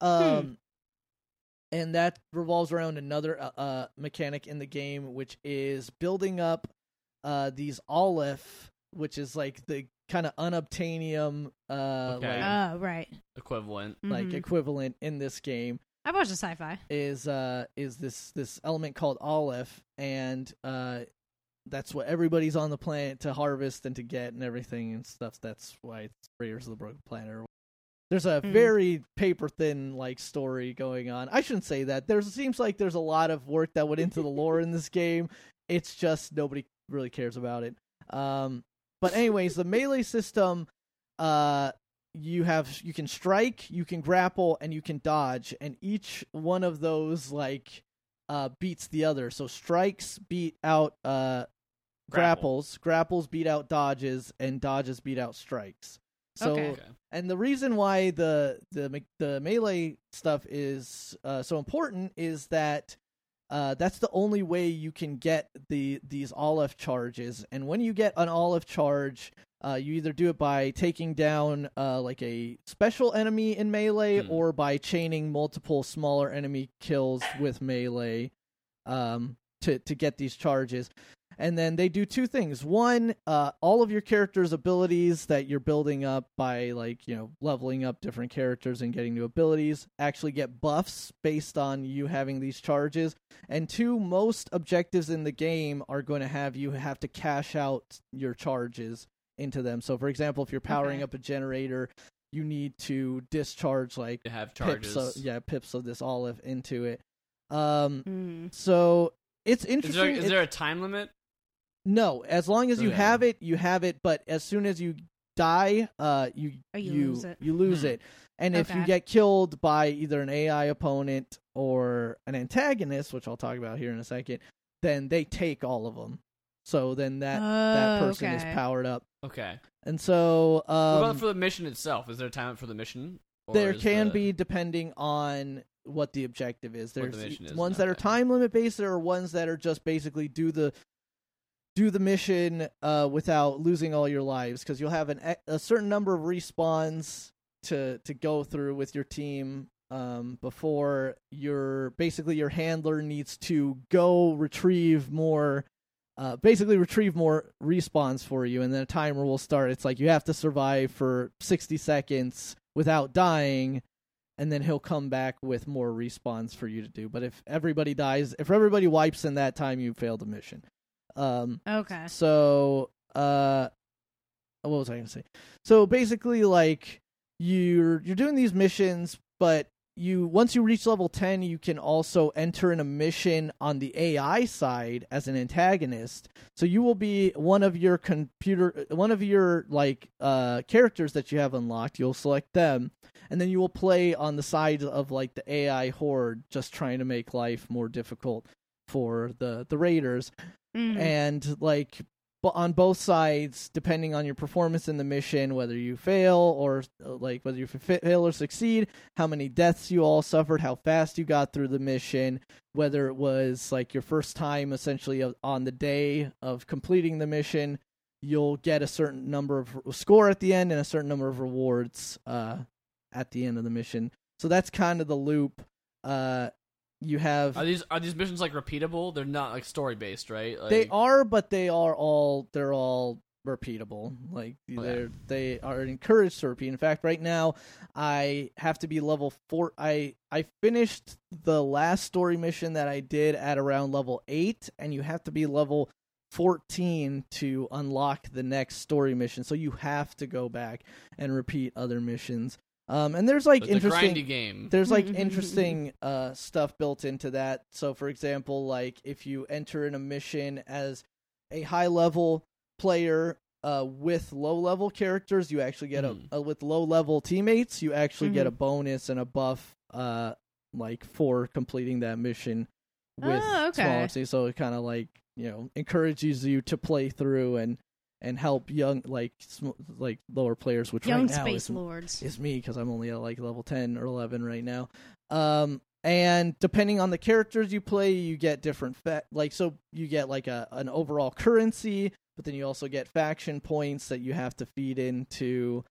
Speaker 4: Um, And that revolves around another uh, uh, mechanic in the game, which is building up uh, these Aleph, which is like the kind of unobtainium uh,
Speaker 1: Okay.
Speaker 4: like,
Speaker 3: Oh, right.
Speaker 1: Equivalent.
Speaker 4: like
Speaker 3: Mhm.
Speaker 4: equivalent in this game
Speaker 3: I watched a sci-fi.
Speaker 4: is uh is this this element called Aleph, and uh that's what everybody's on the planet to harvest and to get and everything and stuff. That's why it's Raiders of the Broken Planet. or- There's a
Speaker 3: Mm.
Speaker 4: very paper thin like story going on. I shouldn't say that. There's it seems like there's a lot of work that went into the lore in this game. It's just nobody really cares about it. Um, but anyways, the melee system, uh, you have you can strike, you can grapple, and you can dodge, and each one of those like uh beats the other. So strikes beat out uh
Speaker 1: Grapple.
Speaker 4: grapples, grapples beat out dodges, and dodges beat out strikes. So
Speaker 3: Okay.
Speaker 1: Okay.
Speaker 4: and the reason why the the me- the melee stuff is uh, so important is that uh, that's the only way you can get the these olive charges. And when you get an olive charge, uh, you either do it by taking down uh, like a special enemy in melee,
Speaker 1: Hmm.
Speaker 4: or by chaining multiple smaller enemy kills with melee um, to to get these charges. And then they do two things. One, uh, all of your characters' abilities that you're building up by like you know leveling up different characters and getting new abilities actually get buffs based on you having these charges. And two, most objectives in the game are going to have you have to cash out your charges into them. So, for example, if you're powering
Speaker 3: Okay.
Speaker 4: up a generator, you need to discharge like
Speaker 1: To have charges.
Speaker 4: pips of, yeah pips of this olive into it. Um,
Speaker 3: Mm.
Speaker 4: so it's
Speaker 1: Is there
Speaker 4: interesting.
Speaker 1: is
Speaker 4: It-
Speaker 1: there a time limit?
Speaker 4: no, as long as you
Speaker 1: Okay.
Speaker 4: have it, you have it. But as soon as you die, uh, you
Speaker 3: Oh, you lose it.
Speaker 4: you lose
Speaker 1: Hmm.
Speaker 4: it. And if you
Speaker 3: Okay.
Speaker 4: get killed by either an AI opponent or an antagonist, which I'll talk about here in a second, then they take all of them. So then that that
Speaker 3: Oh,
Speaker 4: person is
Speaker 3: okay.
Speaker 4: powered up.
Speaker 1: Okay.
Speaker 4: And so um,
Speaker 1: what about for the mission itself? Is there a time limit for the mission? Or
Speaker 4: there
Speaker 1: is
Speaker 4: can
Speaker 1: the-
Speaker 4: be depending on what the objective is
Speaker 1: What the
Speaker 4: there's
Speaker 1: mission is,
Speaker 4: ones that are
Speaker 1: okay.
Speaker 4: time limit based there are ones that are just basically do the do the mission uh, without losing all your lives because you'll have an e- a certain number of respawns to to go through with your team um, before your basically your handler needs to go retrieve more uh, basically retrieve more respawns for you and then a timer will start it's like you have to survive for 60 seconds without dying and then he'll come back with more respawns for you to do but if everybody dies if everybody wipes in that time you failed the mission um,
Speaker 3: Okay.
Speaker 4: so, uh, what was I going to say? So basically, like you're you're doing these missions, but you once you reach level ten, you can also enter in a mission on the AI side as an antagonist. So you will be one of your computer, one of your like uh characters that you have unlocked. You'll select them, and then you will play on the side of like the AI horde, just trying to make life more difficult for the the raiders
Speaker 3: Mm.
Speaker 4: and like b- on both sides depending on your performance in the mission whether you fail or uh, like whether you fa- fail or succeed how many deaths you all suffered how fast you got through the mission whether it was like your first time essentially o- on the day of completing the mission you'll get a certain number of score at the end and a certain number of rewards uh at the end of the mission so that's kind of the loop uh you have
Speaker 1: Are these are these missions like repeatable? They're not like story based, right? Like,
Speaker 4: they are, but they are all they're all repeatable. Like
Speaker 2: Oh, yeah.
Speaker 4: they're they are encouraged to repeat. In fact, right now I have to be level four. I I finished the last story mission that I did at around level eight, and you have to be level fourteen to unlock the next story mission. So you have to go back and repeat other missions. Um, and there's like
Speaker 1: It's
Speaker 4: interesting
Speaker 1: a grindy game.
Speaker 4: there's like
Speaker 3: Mm-hmm.
Speaker 4: interesting uh stuff built into that so for example like if you enter in a mission as a high level player uh with low level characters you actually get
Speaker 3: Hmm.
Speaker 1: Mhm.
Speaker 4: a, uh with low level teammates you actually get a
Speaker 3: Mm-hmm.
Speaker 4: bonus and a buff uh like for completing that mission with
Speaker 3: Oh, okay.
Speaker 4: small MC. so it kind of like you know encourages you to play through and and help young like sm- like lower players which
Speaker 3: Young
Speaker 4: right now
Speaker 3: space
Speaker 4: is
Speaker 3: lords.
Speaker 4: is me because I'm only at like level 10 or 11 right now. Um, and depending on the characters you play, you get different fa- like so you get like a an overall currency, but then you also get faction points that you have to feed into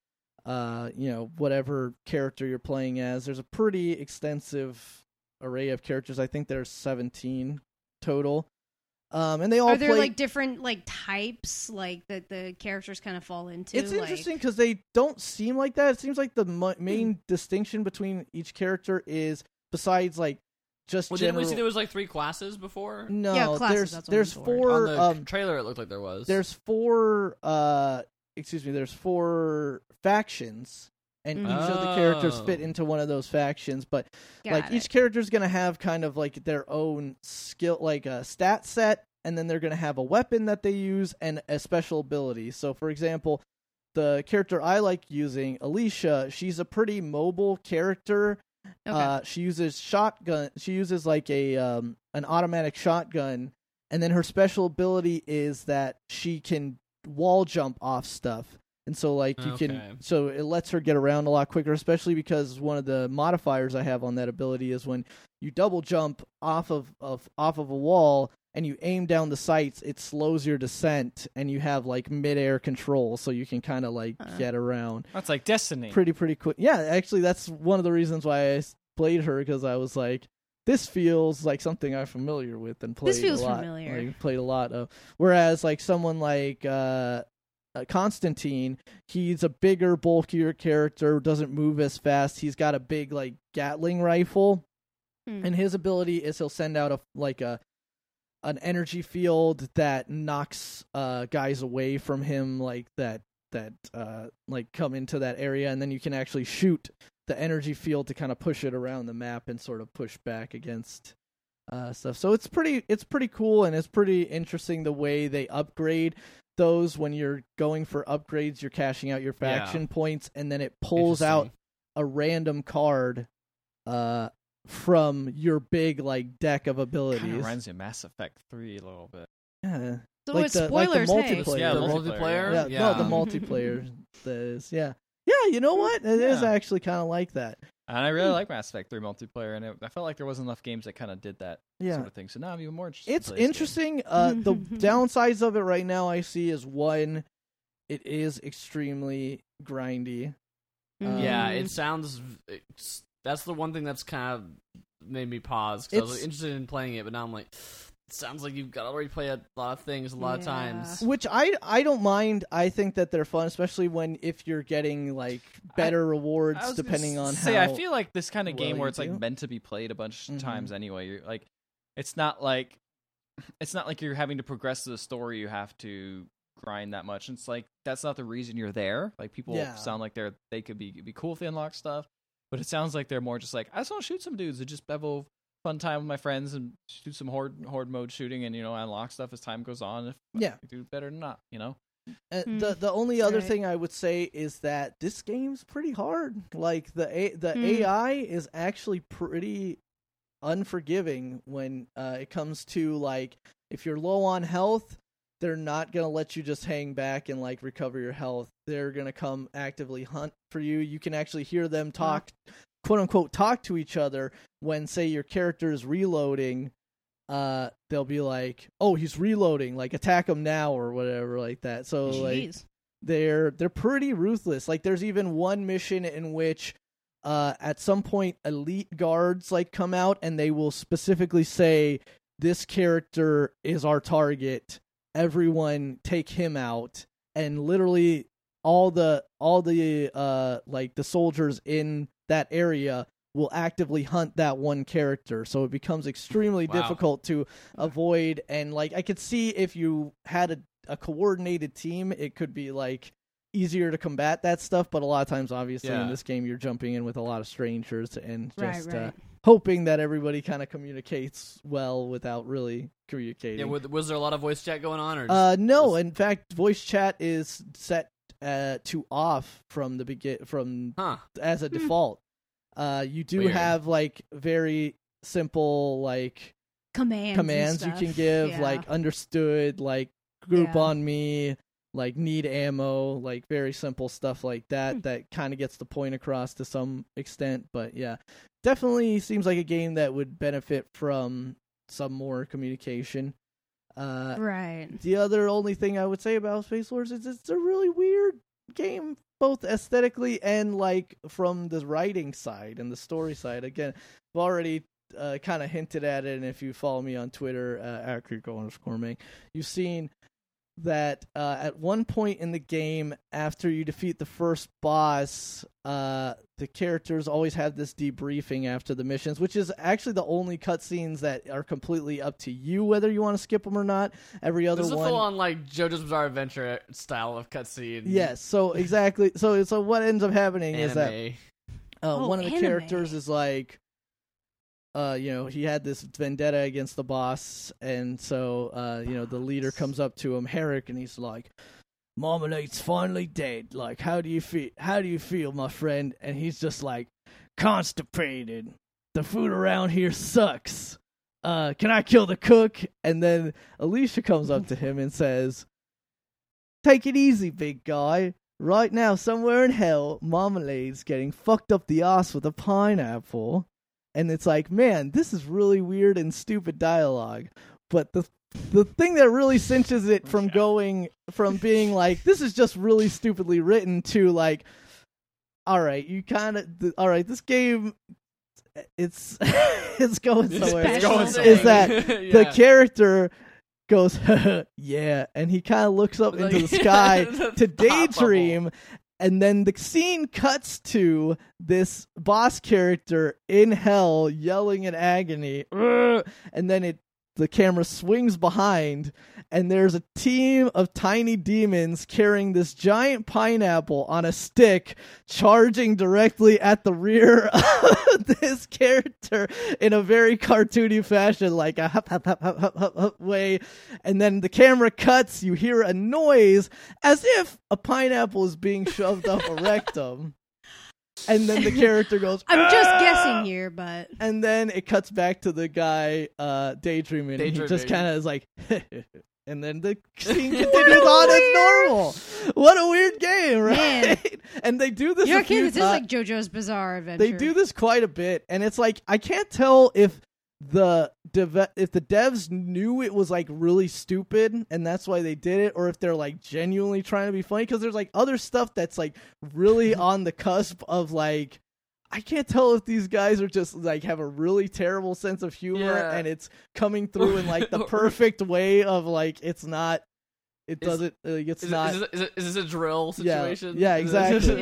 Speaker 4: uh, you know, whatever character you're playing as. There's a pretty extensive array of characters. I think there's 17 total. Um, and they all
Speaker 3: Are there
Speaker 4: play
Speaker 3: like different like types like that the characters kind of fall into?
Speaker 4: It's
Speaker 3: like, Hmm.
Speaker 4: interesting because they don't seem like that. It seems like the mu- main distinction between each character is besides like just
Speaker 1: Well, didn't
Speaker 4: general.
Speaker 1: we see there was like three classes before?
Speaker 4: no,
Speaker 3: Yeah, classes,
Speaker 4: there's
Speaker 3: that's what
Speaker 4: there's
Speaker 3: I'm looking
Speaker 1: On
Speaker 4: four.
Speaker 1: the
Speaker 4: Um,
Speaker 1: trailer, it looked like there was.
Speaker 4: there's four. Uh, excuse me. There's four factions, and
Speaker 3: Mhm.
Speaker 4: each of the characters
Speaker 1: Oh.
Speaker 4: fit into one of those factions. But
Speaker 3: Got
Speaker 4: like
Speaker 3: it.
Speaker 4: each character's gonna have kind of like their own skill like a stat set and then they're gonna have a weapon that they use and a special ability so for example the character i like using alicia she's a pretty mobile character
Speaker 3: Okay.
Speaker 4: uh, she uses shotgun she uses like a um, an automatic shotgun and then her special ability is that she can wall jump off stuff and so like you
Speaker 1: Okay.
Speaker 4: can so it lets her get around a lot quicker especially because one of the modifiers i have on that ability is when you double jump off of, of off of a wall and you aim down the sights it slows your descent and you have like midair control so you can kind of like
Speaker 3: Uh.
Speaker 4: get around
Speaker 2: That's like Destiny.
Speaker 4: pretty pretty quick yeah actually that's one of the reasons why i s- played her because i was like this feels like something i'm familiar with and played
Speaker 3: This feels
Speaker 4: a lot
Speaker 3: familiar.
Speaker 4: like, played a lot of whereas like someone like uh uh, Constantine, he's a bigger, bulkier character, doesn't move as fast. He's got a big like Gatling rifle,
Speaker 3: Hmm.
Speaker 4: and his ability is he'll send out a like a an energy field that knocks uh guys away from him like that that uh like come into that area and then you can actually shoot the energy field to kind of push it around the map and sort of push back against uh stuff. So it's pretty it's pretty cool and it's pretty interesting the way they upgrade those when you're going for upgrades you're cashing out your
Speaker 1: Yeah.
Speaker 4: faction points and then it pulls out a random card uh from your big like deck of
Speaker 2: Kind of
Speaker 4: abilities.
Speaker 2: reminds me of Mass Effect Three a little bit.
Speaker 4: yeah.
Speaker 3: so
Speaker 4: like
Speaker 3: it's
Speaker 4: the- like the
Speaker 3: spoilers. hey.
Speaker 4: multiplayer.
Speaker 2: Yeah,
Speaker 1: the
Speaker 2: multiplayer,
Speaker 1: multiplayer.
Speaker 4: yeah, no, the
Speaker 3: Yeah.
Speaker 4: multiplayer this, yeah, yeah. You know what? It is
Speaker 2: Yeah.
Speaker 4: actually kind of like that.
Speaker 2: And I
Speaker 4: Hmm.
Speaker 2: really like Mass Effect Three multiplayer, and it, I felt like there wasn't enough games that kind of did that
Speaker 4: Yeah,
Speaker 2: sort of thing. So now I'm even more interested. to
Speaker 4: it's
Speaker 2: play this game.
Speaker 4: interesting. Uh, the downsides of it right now I see is one, it is extremely grindy.
Speaker 3: Mhm.
Speaker 1: Yeah,
Speaker 4: Um,
Speaker 1: it sounds. It's, that's the one thing that's kind of made me pause because I was
Speaker 4: It's-
Speaker 1: like, interested in playing it, but now I'm like, it sounds like you've got to already play a lot of things a lot of
Speaker 3: Yeah.
Speaker 1: times.
Speaker 4: Which I I don't mind. I
Speaker 2: Mm-hmm.
Speaker 4: think that they're fun, especially when if you're getting like better rewards
Speaker 2: I was gonna
Speaker 4: depending on
Speaker 2: say,
Speaker 4: how.
Speaker 2: I feel like this kind of game
Speaker 4: well
Speaker 2: where
Speaker 4: you
Speaker 2: it's like
Speaker 4: do.
Speaker 2: meant to be played a bunch of
Speaker 4: Mhm.
Speaker 2: times anyway. You're like, it's not like, it's not like you're having to progress the story. You have to grind that much. It's like that's not the reason you're there. Like people
Speaker 4: Yeah.
Speaker 2: sound like they're they could be it'd be cool if they unlock stuff, but it sounds like they're more just like I just want to shoot some dudes and just have a fun time with my friends and do some horde horde mode shooting and you know unlock stuff as time goes on. If
Speaker 4: Yeah.
Speaker 2: I do better than not, you know.
Speaker 4: Uh,
Speaker 3: Mm.
Speaker 4: the the only other
Speaker 3: Right.
Speaker 4: thing I would say is that this game's pretty hard. Like the a- the
Speaker 3: Mm.
Speaker 4: AI is actually pretty unforgiving when uh, it comes to like if you're low on health, they're not gonna let you just hang back and like recover your health. They're gonna come actively hunt for you. You can actually hear them talk, quote unquote, talk to each other when say your character is reloading. Uh, they'll be like, "Oh, he's reloading! Like attack him now or whatever, like that." So like,
Speaker 3: Jeez.
Speaker 4: they're they're pretty ruthless. Like there's even one mission in which uh at some point elite guards like come out and they will specifically say this character is our target. Everyone take him out and literally all the all the uh like the soldiers in that area will actively hunt that one character so it becomes extremely
Speaker 1: Wow.
Speaker 4: difficult to avoid and like i could see if you had a, a coordinated team it could be like easier to combat that stuff but a lot of times obviously
Speaker 2: Yeah.
Speaker 4: in this game you're jumping in with a lot of strangers and
Speaker 3: Right,
Speaker 4: just
Speaker 3: right.
Speaker 4: Uh, hoping that everybody kind of communicates well without really communicating
Speaker 1: Yeah, was, was there a lot of voice chat going on, or just,
Speaker 4: uh, no.
Speaker 1: just-
Speaker 4: In fact, voice chat is set uh, to off from the begin from
Speaker 1: huh?
Speaker 4: as a
Speaker 3: Hmm.
Speaker 4: default. Uh, you do
Speaker 1: Weird.
Speaker 4: have like very simple like
Speaker 3: commands and
Speaker 4: commands you
Speaker 3: stuff.
Speaker 4: can give,
Speaker 3: Yeah.
Speaker 4: like understood, like group
Speaker 3: Yeah.
Speaker 4: on me, like need ammo, like very simple stuff like that.
Speaker 3: Hmm.
Speaker 4: That kind of gets the point across to some extent, but yeah, definitely seems like a game that would benefit from some more communication. Uh,
Speaker 3: right.
Speaker 4: the other only thing I would say about Space Wars is it's a really weird game, both aesthetically and like from the writing side and the story side. Again, I've already uh, kind of hinted at it, and if you follow me on Twitter, uh, at Kirko underscore Ming, you've seen that uh, at one point in the game, after you defeat the first boss, uh, the characters always have this debriefing after the missions, which is actually the only cutscenes that are completely up to you whether you want to skip them or not. Every other
Speaker 1: This is a
Speaker 4: one,
Speaker 1: full-on like JoJo's Bizarre Adventure style of cutscene.
Speaker 4: yes. So exactly. So so what ends up happening
Speaker 1: anime.
Speaker 4: is that uh,
Speaker 3: Oh,
Speaker 4: one of the
Speaker 3: anime.
Speaker 4: characters is like uh you know he had this vendetta against the boss and so uh you know the leader
Speaker 1: Boss.
Speaker 4: comes up to him herrick and he's like marmalade's finally dead like how do you feel how do you feel my friend and he's just like constipated the food around here sucks uh can i kill the cook and then alicia comes up to him and says take it easy big guy Right now, somewhere in hell, Marmalade's getting fucked up the ass with a pineapple. And it's like, man, this is really weird and stupid dialogue. But the the thing that really cinches it from
Speaker 2: Yeah.
Speaker 4: going from being like, this is just really stupidly written to like, all right, you kind of, th- all right, this game, it's it's going
Speaker 2: It's
Speaker 4: somewhere
Speaker 3: It's going
Speaker 1: Is
Speaker 3: somewhere.
Speaker 4: that
Speaker 1: Yeah.
Speaker 4: the character goes yeah and he kind of looks up
Speaker 1: Like-
Speaker 4: into the sky
Speaker 1: The
Speaker 4: to
Speaker 1: thought bubble.
Speaker 4: daydream and then the scene cuts to this boss character in hell yelling in agony "Ugh," and then it the camera swings behind and there's a team of tiny demons carrying this giant pineapple on a stick charging directly at the rear of this character in a very cartoony fashion, like a hop, hop, hop, hop, hop, hop, hop way. And then the camera cuts, you hear a noise as if a pineapple is being shoved up a rectum. And then the character goes,
Speaker 3: I'm just
Speaker 4: "Ah!"
Speaker 3: guessing here, but
Speaker 4: And then it cuts back to the guy uh, daydreaming. and he just
Speaker 1: Daydreaming.
Speaker 4: kind of is like, and then the scene continues on as normal. What a weird game, right?
Speaker 3: Man.
Speaker 4: And they do this.
Speaker 3: you're
Speaker 4: a
Speaker 3: a kid.
Speaker 4: few
Speaker 3: This is
Speaker 4: ti-
Speaker 3: like JoJo's Bizarre Adventure.
Speaker 4: they do this quite a bit and it's like i can't tell if the deve- if the devs knew it was like really stupid and that's why they did it or if they're like genuinely trying to be funny because there's like other stuff that's like really on the cusp of like I can't tell if these guys are just like have a really terrible sense of humor
Speaker 1: Yeah.
Speaker 4: and it's coming through in like the perfect way of like it's not it
Speaker 1: Is-
Speaker 4: doesn't like it's
Speaker 1: Is, it-
Speaker 4: not
Speaker 1: is, it- is, it- is this a drill
Speaker 4: Yeah,
Speaker 1: situation?
Speaker 4: yeah,
Speaker 1: Is
Speaker 4: exactly.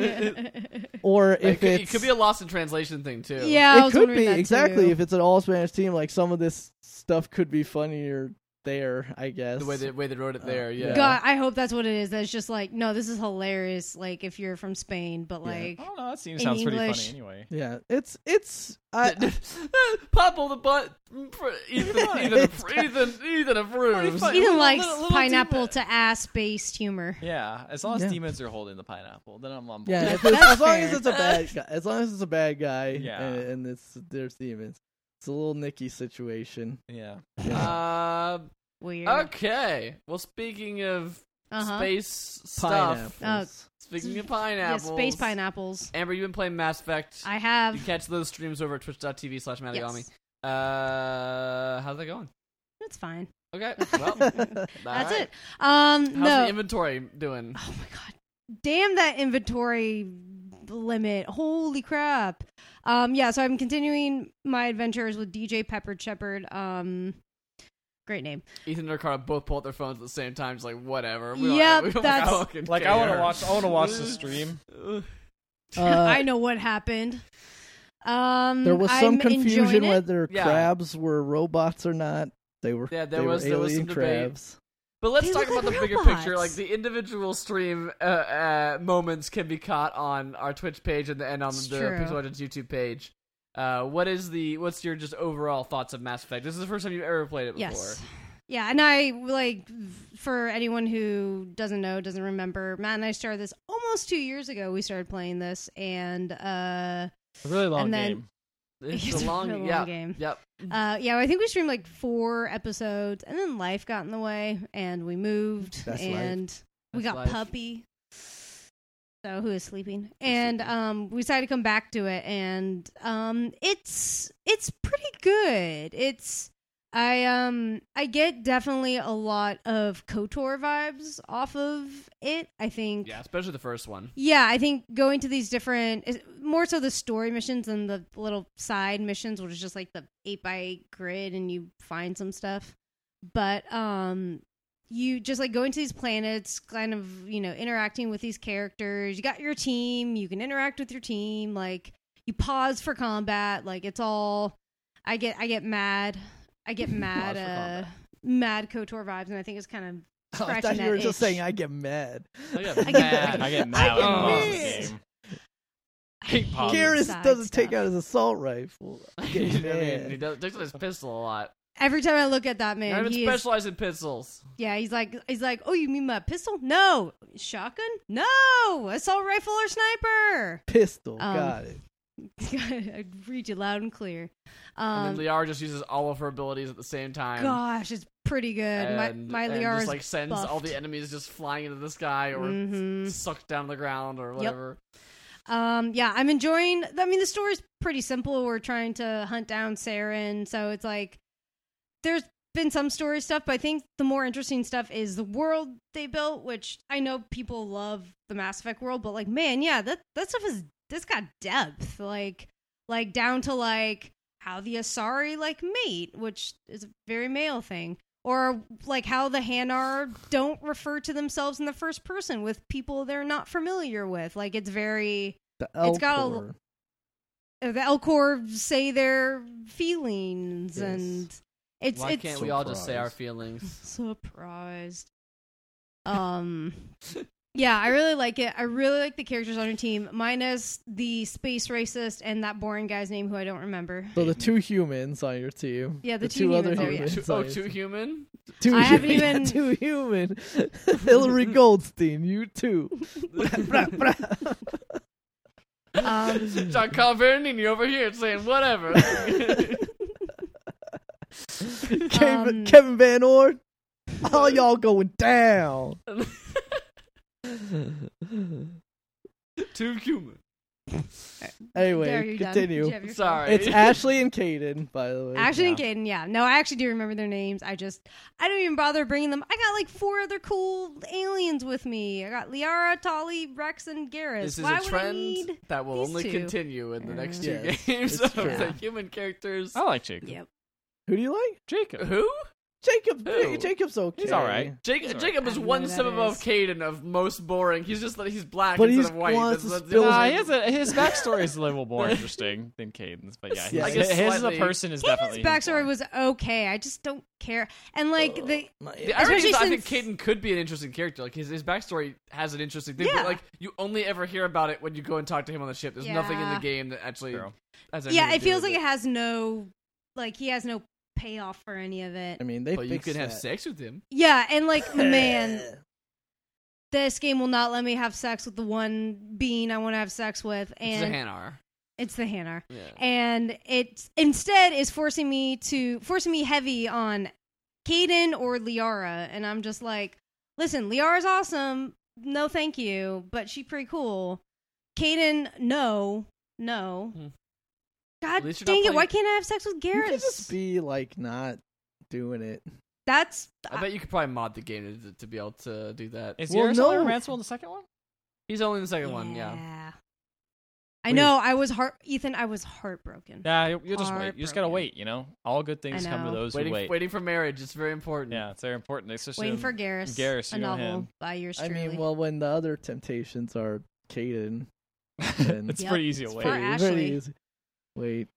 Speaker 1: it-
Speaker 4: or
Speaker 1: it,
Speaker 4: if
Speaker 1: could,
Speaker 4: it's
Speaker 1: it could be a lost in translation thing too.
Speaker 3: yeah, I
Speaker 4: it
Speaker 3: was
Speaker 4: could
Speaker 3: wondering
Speaker 4: be
Speaker 3: that
Speaker 4: exactly
Speaker 3: too.
Speaker 4: if it's an all Spanish team. Like some of this stuff could be funnier there, I guess.
Speaker 1: the way they way they wrote it there. Yeah,
Speaker 3: God, I hope that's what it is. That's just like, no, this is hilarious. Like if you're from Spain, but
Speaker 4: Yeah. Oh,
Speaker 3: like,
Speaker 2: I don't know. That seems
Speaker 3: In
Speaker 2: sounds
Speaker 3: English.
Speaker 2: pretty funny anyway.
Speaker 4: yeah, it's it's I,
Speaker 1: Pablo the butt. Ethan, Ethan,
Speaker 4: It's
Speaker 1: Ethan, Ethan approves.
Speaker 2: funny.
Speaker 3: Ethan
Speaker 2: Little-
Speaker 3: likes
Speaker 2: little- little
Speaker 3: pineapple
Speaker 2: demon.
Speaker 3: to ass based humor.
Speaker 2: Yeah, as long as
Speaker 4: Yeah.
Speaker 2: demons are holding the pineapple, then I'm on board.
Speaker 4: yeah. If
Speaker 3: That's
Speaker 4: it's, as long as
Speaker 3: fair.
Speaker 4: it's a bad guy, as long as it's a bad guy,
Speaker 2: Yeah.
Speaker 4: and, and it's there's demons. It's a little Nicky situation.
Speaker 2: yeah.
Speaker 1: Uh,
Speaker 3: Weird.
Speaker 1: okay. Well, speaking of
Speaker 3: Uh-huh.
Speaker 1: space
Speaker 4: Pineapples.
Speaker 1: stuff, speaking of pineapples,
Speaker 3: Yeah, space pineapples.
Speaker 1: Amber, you've been playing Mass Effect.
Speaker 3: I
Speaker 1: you
Speaker 3: have.
Speaker 1: catch those streams over at twitch.tv slash Matagami.
Speaker 3: Yes.
Speaker 1: Uh, how's that going?
Speaker 3: It's fine.
Speaker 1: Okay.
Speaker 3: Oh.
Speaker 1: Well, that's
Speaker 3: That's it. Um,
Speaker 1: How's
Speaker 3: no.
Speaker 1: the inventory doing?
Speaker 3: oh my god damn that inventory limit holy crap um yeah so i'm continuing my adventures with dj pepper shepherd um Great name.
Speaker 1: Ethan and Ricardo both pull out their phones at the same time. Just like whatever. We don't-
Speaker 3: Yep,
Speaker 1: we don't
Speaker 3: that's-
Speaker 1: fucking
Speaker 2: Like I want to
Speaker 1: care.
Speaker 2: watch. I want to watch the stream.
Speaker 1: Ugh.
Speaker 3: I know what happened. Um,
Speaker 4: Uh, there was some
Speaker 3: I'm enjoying
Speaker 4: confusion
Speaker 3: it.
Speaker 4: whether
Speaker 1: Yeah.
Speaker 4: crabs were robots or not. They were.
Speaker 1: Yeah, there
Speaker 4: they
Speaker 1: was-
Speaker 4: were
Speaker 1: there was
Speaker 4: alien
Speaker 1: some debate.
Speaker 4: crabs.
Speaker 1: But let's
Speaker 3: They
Speaker 1: talk
Speaker 3: look
Speaker 1: about the
Speaker 3: like
Speaker 1: bigger
Speaker 3: robots.
Speaker 1: picture. Like the individual stream uh, uh, moments can be caught on our Twitch page and, the, and on
Speaker 3: It's
Speaker 1: the
Speaker 3: true.
Speaker 1: Pixel Legends YouTube page. Uh, what is the what's your just overall thoughts of Mass Effect? This is the first time you've ever played it before.
Speaker 3: Yes. Yeah, and I like for anyone who doesn't know, doesn't remember, Matt and I started this almost two years ago. We started playing this, and uh,
Speaker 2: A really long
Speaker 3: And then-
Speaker 2: game.
Speaker 1: It's,
Speaker 3: It's
Speaker 1: a
Speaker 3: a
Speaker 1: long,
Speaker 3: long
Speaker 1: yeah,
Speaker 3: game.
Speaker 1: Yep.
Speaker 3: uh, yeah, I think we streamed like four episodes, and then life got in the way, and we moved,
Speaker 4: That's life.
Speaker 3: and we
Speaker 1: That's
Speaker 3: got
Speaker 1: life.
Speaker 3: puppy. So who is sleeping? And um, we decided to come back to it, and um, it's it's pretty good. It's I um I get definitely a lot of Kotor vibes off of it. I think
Speaker 1: Yeah, especially the first one.
Speaker 3: yeah, I think going to these different, is- more so the story missions and the little side missions, which is just like the eight by eight grid, and you find some stuff. But um, you just like going to these planets, kind of you know interacting with these characters. You got your team, you can interact with your team. Like you pause for combat. Like it's all. I get I get mad. I get mad.
Speaker 1: for
Speaker 3: uh,
Speaker 1: combat.
Speaker 3: mad Kotor vibes, and I think it's kind of
Speaker 4: I
Speaker 3: Scratching
Speaker 4: thought you
Speaker 3: that
Speaker 4: were just
Speaker 3: itch.
Speaker 4: saying I get mad.
Speaker 1: I got
Speaker 3: get-
Speaker 1: mad.
Speaker 2: I get
Speaker 4: I
Speaker 2: mad.
Speaker 3: get
Speaker 2: when I watch the
Speaker 4: mad.
Speaker 2: game.
Speaker 3: I
Speaker 2: Hate pause.
Speaker 4: Garrus
Speaker 3: side
Speaker 4: doesn't take
Speaker 3: stuff.
Speaker 4: out his assault rifle. I
Speaker 1: I
Speaker 4: get
Speaker 1: mean, he
Speaker 4: mad.
Speaker 1: does, takes out his pistol a lot.
Speaker 3: Every time I look at that
Speaker 1: Not
Speaker 3: man,
Speaker 1: even
Speaker 3: he is
Speaker 1: specialized in pistols.
Speaker 3: Yeah, he's like, he's like, oh, you mean my pistol? No, shotgun? No, assault rifle or sniper?
Speaker 4: Pistol.
Speaker 3: Um,
Speaker 4: Got it.
Speaker 3: I read you loud and clear.
Speaker 1: and
Speaker 3: Um,
Speaker 1: then Liara just uses all of her abilities at the same time.
Speaker 3: gosh, it's pretty good.
Speaker 1: and,
Speaker 3: my my
Speaker 1: and
Speaker 3: Liara
Speaker 1: just like sends all
Speaker 3: buffed.
Speaker 1: the enemies just flying into the sky or
Speaker 3: Mhm.
Speaker 1: s- sucked down the ground or whatever.
Speaker 3: Um, yeah, I'm enjoying. I mean, the story's pretty simple. We're trying to hunt down Saren, so it's like there's been some story stuff, but I think the more interesting stuff is the world they built, which I know people love the Mass Effect world, but like, man, yeah, that that stuff is that's got depth, like like down to like how the Asari like mate, which is a very male thing. Or like how the Hanar don't refer to themselves in the first person with people they're not familiar with. Like it's very
Speaker 4: The
Speaker 3: it's got a-
Speaker 4: Elcor.
Speaker 3: uh, the Elcor say their feelings,
Speaker 4: Yes.
Speaker 3: and it's
Speaker 1: Why
Speaker 3: it's
Speaker 1: can't we all just say our
Speaker 4: Surprise.
Speaker 1: feelings?
Speaker 3: surprised. Um, yeah, I really like it. I really like the characters on your team, minus the space racist and that boring guy's name who I don't remember.
Speaker 4: So the two humans on your team.
Speaker 3: Yeah, the two
Speaker 4: two other
Speaker 3: humans
Speaker 1: Too- oh,
Speaker 3: are- yeah.
Speaker 4: humans. on your
Speaker 1: too
Speaker 4: team.
Speaker 1: human?
Speaker 4: Two
Speaker 3: I haven't
Speaker 4: human-
Speaker 3: even-
Speaker 4: two human. Hillary Goldstein, you too. Brah, brah.
Speaker 3: Um,
Speaker 1: John Calvernini over here saying whatever.
Speaker 4: Kevin,
Speaker 3: Um,
Speaker 4: Kevin Van Ord, all y'all going down.
Speaker 1: too human.
Speaker 3: Um, there,
Speaker 4: anyway,
Speaker 3: you're done. Did you
Speaker 4: continue.
Speaker 3: have your fill?
Speaker 1: Sorry.
Speaker 4: It's Ashley and Caden, by the way.
Speaker 3: Ashley and Caden, yeah. No, I actually do remember their names. I just, I don't even bother bringing them. I got like four other cool aliens with me. I got Liara, Tolly, Rex, and Garrus.
Speaker 1: this is
Speaker 3: Why
Speaker 1: a trend
Speaker 3: would I need?
Speaker 1: that will
Speaker 3: these
Speaker 1: only
Speaker 3: two?
Speaker 1: continue in the next two
Speaker 4: Uh, Yes,
Speaker 1: games
Speaker 4: it's
Speaker 1: of
Speaker 4: true.
Speaker 1: the human characters.
Speaker 3: Oh.
Speaker 2: I like Jacob.
Speaker 3: Yep.
Speaker 4: Who do you like?
Speaker 2: Jacob.
Speaker 1: Who?
Speaker 4: Jacob.
Speaker 1: Who?
Speaker 4: Jacob's okay.
Speaker 2: He's all right.
Speaker 1: Jake,
Speaker 2: Sorry.
Speaker 1: Jacob
Speaker 3: I
Speaker 1: is
Speaker 3: don't know
Speaker 1: one
Speaker 3: who that
Speaker 1: step above
Speaker 3: is.
Speaker 1: Caden of most boring. He's just he's black
Speaker 4: But
Speaker 1: instead
Speaker 4: he's
Speaker 1: of white.
Speaker 4: wants
Speaker 1: That's-
Speaker 4: to
Speaker 1: that's the
Speaker 4: spill
Speaker 2: Nah,
Speaker 1: only-
Speaker 2: he has a, his backstory is a little more interesting than Caden's, but yeah,
Speaker 4: Yeah.
Speaker 2: his,
Speaker 4: I guess
Speaker 2: his as a
Speaker 1: slightly.
Speaker 2: person is
Speaker 3: Caden's
Speaker 2: definitely
Speaker 3: backstory was okay. I just don't care. And like the
Speaker 1: The irony is
Speaker 3: Especially
Speaker 1: that I think
Speaker 3: since-
Speaker 1: Caden could be an interesting character. Like his, his backstory has an interesting thing,
Speaker 3: Yeah.
Speaker 1: but like you only ever hear about it when you go and talk to him on the ship. There's nothing in the
Speaker 3: Yeah.
Speaker 1: game that actually
Speaker 2: True.
Speaker 1: has anything
Speaker 3: yeah,
Speaker 1: to
Speaker 3: it
Speaker 1: do
Speaker 3: feels
Speaker 1: with
Speaker 3: like it has no like he has no payoff for any of it.
Speaker 4: I mean, they
Speaker 1: But you can have sex with him.
Speaker 3: Yeah, and like Oh, man, this game will not let me have sex with the one being I want to have sex with,
Speaker 1: It's a
Speaker 3: and
Speaker 1: Hanar.
Speaker 3: it's the Hanar.
Speaker 1: Yeah.
Speaker 3: and it's instead is forcing me to forcing me heavy on Caden or Liara, and I'm just like, listen, Liara's awesome, no thank you, but she pretty cool. Caden, no, no.
Speaker 1: Hmm.
Speaker 3: God
Speaker 1: At least
Speaker 3: dang it!
Speaker 1: you're not playing-
Speaker 3: Why can't I have sex with
Speaker 4: You can just
Speaker 3: Garrus?
Speaker 4: be like not doing it.
Speaker 3: That's
Speaker 1: I bet you could probably mod the game to, to be able to do that.
Speaker 2: Is
Speaker 4: Well,
Speaker 2: Garrus
Speaker 4: no.
Speaker 2: only romanceable in the second one?
Speaker 1: He's only in the second one, yeah.
Speaker 3: uh, I know. I was heart. Ethan, I was heartbroken.
Speaker 2: Nah, you, you just wait. You just gotta
Speaker 3: Heartbroken.
Speaker 2: wait. You know, all good things
Speaker 3: I
Speaker 2: come to
Speaker 3: know.
Speaker 2: those
Speaker 1: waiting,
Speaker 2: who wait.
Speaker 1: waiting for marriage. It's very important.
Speaker 2: Yeah, it's very important. Especially
Speaker 3: Waiting
Speaker 2: in-
Speaker 3: for Garrus,
Speaker 2: Garrus,
Speaker 3: a
Speaker 2: you know
Speaker 3: novel
Speaker 2: him.
Speaker 3: by yours
Speaker 4: I
Speaker 3: truly.
Speaker 4: mean, well, when the other temptations are Caden, then
Speaker 2: it's
Speaker 3: Yep.
Speaker 2: pretty easy to
Speaker 3: It's
Speaker 2: wait.
Speaker 3: Or
Speaker 4: pretty- pretty
Speaker 3: Ashley.
Speaker 4: easy. Wait,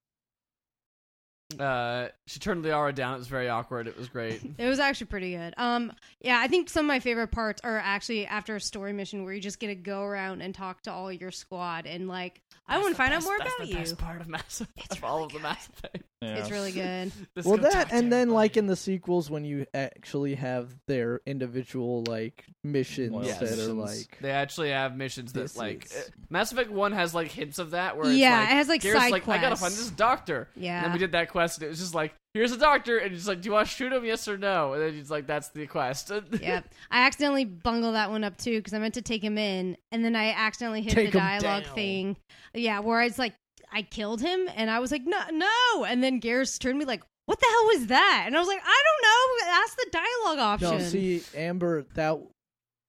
Speaker 1: Uh, she turned Liara down. It was very awkward. It was great.
Speaker 3: It was actually pretty good. Um, yeah, I think some of my favorite parts are actually after a story mission where you just get to go around and talk to all your squad and like, I want to find out more
Speaker 1: that's
Speaker 3: about
Speaker 1: the
Speaker 3: you.
Speaker 1: Best part of Mass Effect.
Speaker 3: It's
Speaker 1: of all
Speaker 3: really
Speaker 1: of the
Speaker 3: good.
Speaker 1: Mass Effect.
Speaker 2: Yeah.
Speaker 3: It's really good.
Speaker 1: Let's
Speaker 4: well
Speaker 1: go talk
Speaker 4: that,
Speaker 1: to
Speaker 4: and then like
Speaker 1: everybody.
Speaker 4: in the sequels when you actually have their individual like missions
Speaker 2: Loyal
Speaker 4: that are
Speaker 2: missions.
Speaker 4: like
Speaker 1: They actually have missions that
Speaker 4: This
Speaker 1: like
Speaker 4: is-
Speaker 1: uh, Mass Effect One has like hints of that where it's
Speaker 3: Yeah,
Speaker 1: like,
Speaker 3: it has, like,
Speaker 1: Garrett's
Speaker 3: side
Speaker 1: like I gotta
Speaker 3: quests.
Speaker 1: find this doctor. And then
Speaker 3: Yeah.
Speaker 1: we did that quest and it was just like here's a doctor and it's like do you want to shoot him yes or no and then it's like that's the quest.
Speaker 3: Yep. I accidentally bungled that one up too because I meant to take him in and then I accidentally hit
Speaker 4: Take
Speaker 3: the
Speaker 4: 'em
Speaker 3: dialogue
Speaker 4: down.
Speaker 3: thing. Yeah, where I was like, I killed him and I was like, no, no. And then Garrus turned me like, what the hell was that? And I was like, I don't know. That's the dialogue option.
Speaker 4: no see Amber that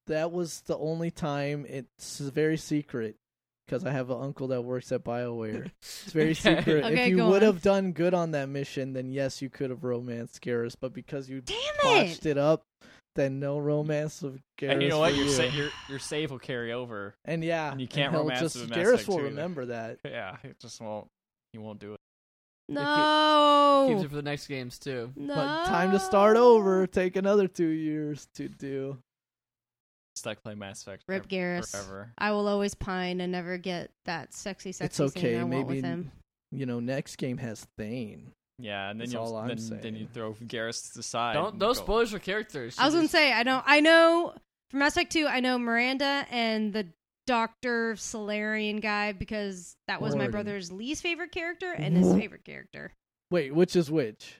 Speaker 4: that was the only time it's very secret because I have an uncle that works at Bioware. It's very
Speaker 1: Okay.
Speaker 4: secret.
Speaker 3: Okay,
Speaker 4: if you
Speaker 3: go
Speaker 4: would
Speaker 3: on.
Speaker 4: have done good on that mission, then yes, you could have romanced Garrus, but because you
Speaker 3: Damn it.
Speaker 4: botched it up, then no romance of Garrus.
Speaker 2: And you know
Speaker 4: for
Speaker 2: what? Your
Speaker 4: you.
Speaker 2: sa- your your save will carry over.
Speaker 4: And yeah,
Speaker 2: And you can't
Speaker 4: hell,
Speaker 2: romance
Speaker 4: just
Speaker 2: with Mass
Speaker 4: Garrus
Speaker 2: Effect
Speaker 4: will
Speaker 2: two either.
Speaker 4: remember that.
Speaker 2: Yeah, he just won't. He won't do it.
Speaker 1: Keeps
Speaker 3: No.
Speaker 1: it for the next games too.
Speaker 3: No.
Speaker 4: But time to start over. Take another two years to do.
Speaker 2: Stuck playing Mass Effect.
Speaker 3: Rip
Speaker 2: forever-
Speaker 3: Garrus.
Speaker 2: Forever.
Speaker 3: I will always pine and never get that sexy, sexy
Speaker 4: okay,
Speaker 3: scene I want
Speaker 4: maybe-
Speaker 3: with him.
Speaker 4: You know, next game has Thane.
Speaker 2: Yeah, and then
Speaker 4: That's
Speaker 2: you'll
Speaker 4: all I'm
Speaker 2: then, then you
Speaker 4: saying.
Speaker 2: throw Garrus to the side.
Speaker 1: Don't
Speaker 2: and
Speaker 1: those
Speaker 2: go-
Speaker 1: spoilers for characters.
Speaker 3: I was gonna
Speaker 1: Just-
Speaker 3: say I don't. I know from Mass Effect Two. I know Miranda and the Doctor Solarian guy because that was my
Speaker 4: Warden.
Speaker 3: brother's least favorite character and
Speaker 4: Mm-hmm.
Speaker 3: his favorite character.
Speaker 4: Wait, which is which?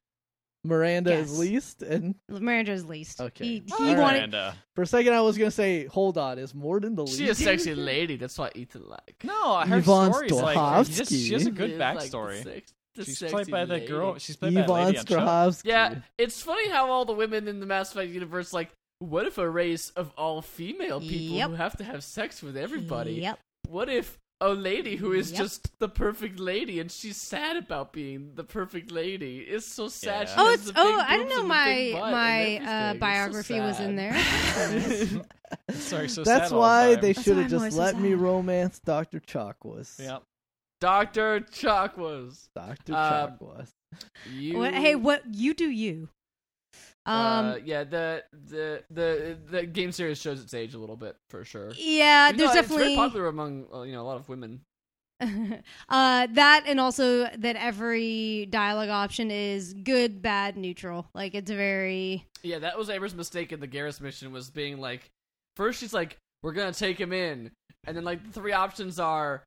Speaker 4: Miranda is
Speaker 3: Yes.
Speaker 4: least, and
Speaker 3: Miranda's least.
Speaker 4: Okay.
Speaker 3: He, he
Speaker 4: All right.
Speaker 3: wanted.
Speaker 2: Miranda.
Speaker 4: for a second I was gonna say, hold on, is Morden the least?
Speaker 1: She a sexy lady. That's why Ethan like.
Speaker 2: No, her
Speaker 4: Yvonne
Speaker 2: story's like she just- she has a
Speaker 4: Strahovski.
Speaker 2: good
Speaker 1: Live, like, the
Speaker 2: backstory.
Speaker 1: sex- the
Speaker 2: she's
Speaker 1: sexy
Speaker 2: played by the
Speaker 1: lady.
Speaker 2: girl. She's played by a
Speaker 4: Yvonne
Speaker 2: lady on Chuck.
Speaker 4: Strahovski.
Speaker 1: Yeah, it's funny how all the women in the Mass Effect universe like. What if a race of all female people
Speaker 3: Yep.
Speaker 1: who have to have sex with everybody?
Speaker 3: Yep.
Speaker 1: What if a lady who is
Speaker 3: Yep.
Speaker 1: just the perfect lady and she's sad about being the perfect lady is so sad?
Speaker 2: Yeah.
Speaker 1: She
Speaker 3: Oh,
Speaker 1: has
Speaker 3: it's
Speaker 1: the big
Speaker 3: oh! I didn't
Speaker 1: boobs and
Speaker 3: know
Speaker 1: the big
Speaker 3: my
Speaker 1: butt and
Speaker 3: my uh,
Speaker 1: everything. It's so
Speaker 3: biography was in
Speaker 1: sad.
Speaker 3: there.
Speaker 2: Sorry, so
Speaker 4: That's
Speaker 2: sad all
Speaker 4: why
Speaker 2: the time.
Speaker 4: they
Speaker 3: That's
Speaker 4: should
Speaker 3: why
Speaker 4: have
Speaker 3: I'm
Speaker 4: just
Speaker 3: always so
Speaker 4: let me
Speaker 3: sad.
Speaker 4: romance Doctor Chakwas.
Speaker 2: Yep.
Speaker 1: Doctor Chakwas,
Speaker 4: Doctor
Speaker 2: Um,
Speaker 1: Uh,
Speaker 4: Chakwas.
Speaker 1: you.
Speaker 3: What- hey, what you do you? Um.
Speaker 1: uh, yeah, the the the the game series shows its age a little bit for sure.
Speaker 3: yeah,
Speaker 1: Even though
Speaker 3: there's definitely
Speaker 1: it's very popular among uh, you know a lot of women.
Speaker 3: uh, that and also that every dialogue option is good, bad, neutral. Like it's very
Speaker 1: Yeah, that was Amber's mistake in the Garrus mission was being like, first she's like, we're gonna take him in, and then like the three options are,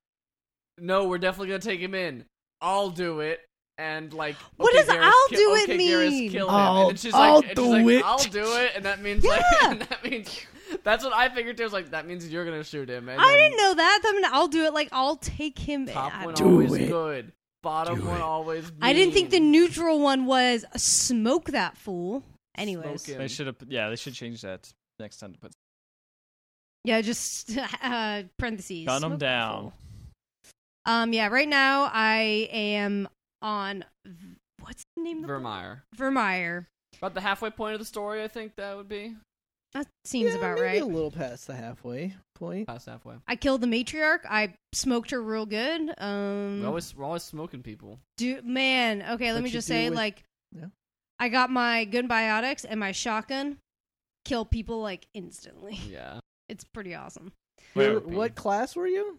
Speaker 1: no, we're definitely gonna take him in. I'll do it, and like,
Speaker 3: What
Speaker 1: okay,
Speaker 3: does
Speaker 1: Garrus,
Speaker 3: "I'll
Speaker 1: ki-
Speaker 3: do
Speaker 1: okay,
Speaker 3: it"
Speaker 1: Garrus,
Speaker 3: mean?
Speaker 1: kill him.
Speaker 4: I'll-
Speaker 1: and then she's
Speaker 4: I'll
Speaker 1: like, and she's
Speaker 4: do
Speaker 1: like,
Speaker 4: it.
Speaker 1: I'll do it, and that means like,
Speaker 3: Yeah.
Speaker 1: and that means that's what I figured too. I was like, that means you're gonna shoot him. And
Speaker 3: I
Speaker 1: then
Speaker 3: didn't know that. I'm gonna, I'll do it. Like I'll take him.
Speaker 1: Top
Speaker 3: I,
Speaker 1: one
Speaker 3: don't-
Speaker 1: always
Speaker 4: it.
Speaker 1: good, bottom
Speaker 4: Do
Speaker 1: one
Speaker 4: it.
Speaker 1: always. Mean.
Speaker 3: I didn't think the neutral one was smoke that fool. Anyways,
Speaker 1: Smoke him.
Speaker 2: They should have. Yeah, they should change that next time to put
Speaker 3: yeah, just uh, parentheses.
Speaker 2: gun them
Speaker 3: smoke that
Speaker 2: down.
Speaker 3: fool. Um, yeah. Right now, I am on v- what's the name? of the book?
Speaker 1: Vermeer.
Speaker 3: Vermeer.
Speaker 1: About the halfway point of the story, I think that would be
Speaker 3: That seems
Speaker 4: Yeah,
Speaker 3: about
Speaker 4: maybe
Speaker 3: right.
Speaker 4: A little past the halfway point.
Speaker 1: past halfway.
Speaker 3: I killed the matriarch. I smoked her real good. Um,
Speaker 1: We're always we're always smoking people.
Speaker 3: do man. Okay, let
Speaker 4: What
Speaker 3: me
Speaker 4: you
Speaker 3: just
Speaker 4: do
Speaker 3: say,
Speaker 4: with-
Speaker 3: like,
Speaker 4: Yeah.
Speaker 3: I got my good biotics and my shotgun. Kill people like instantly.
Speaker 1: Yeah.
Speaker 3: It's pretty awesome.
Speaker 2: Where
Speaker 4: You're-
Speaker 2: would be-
Speaker 4: what class were you?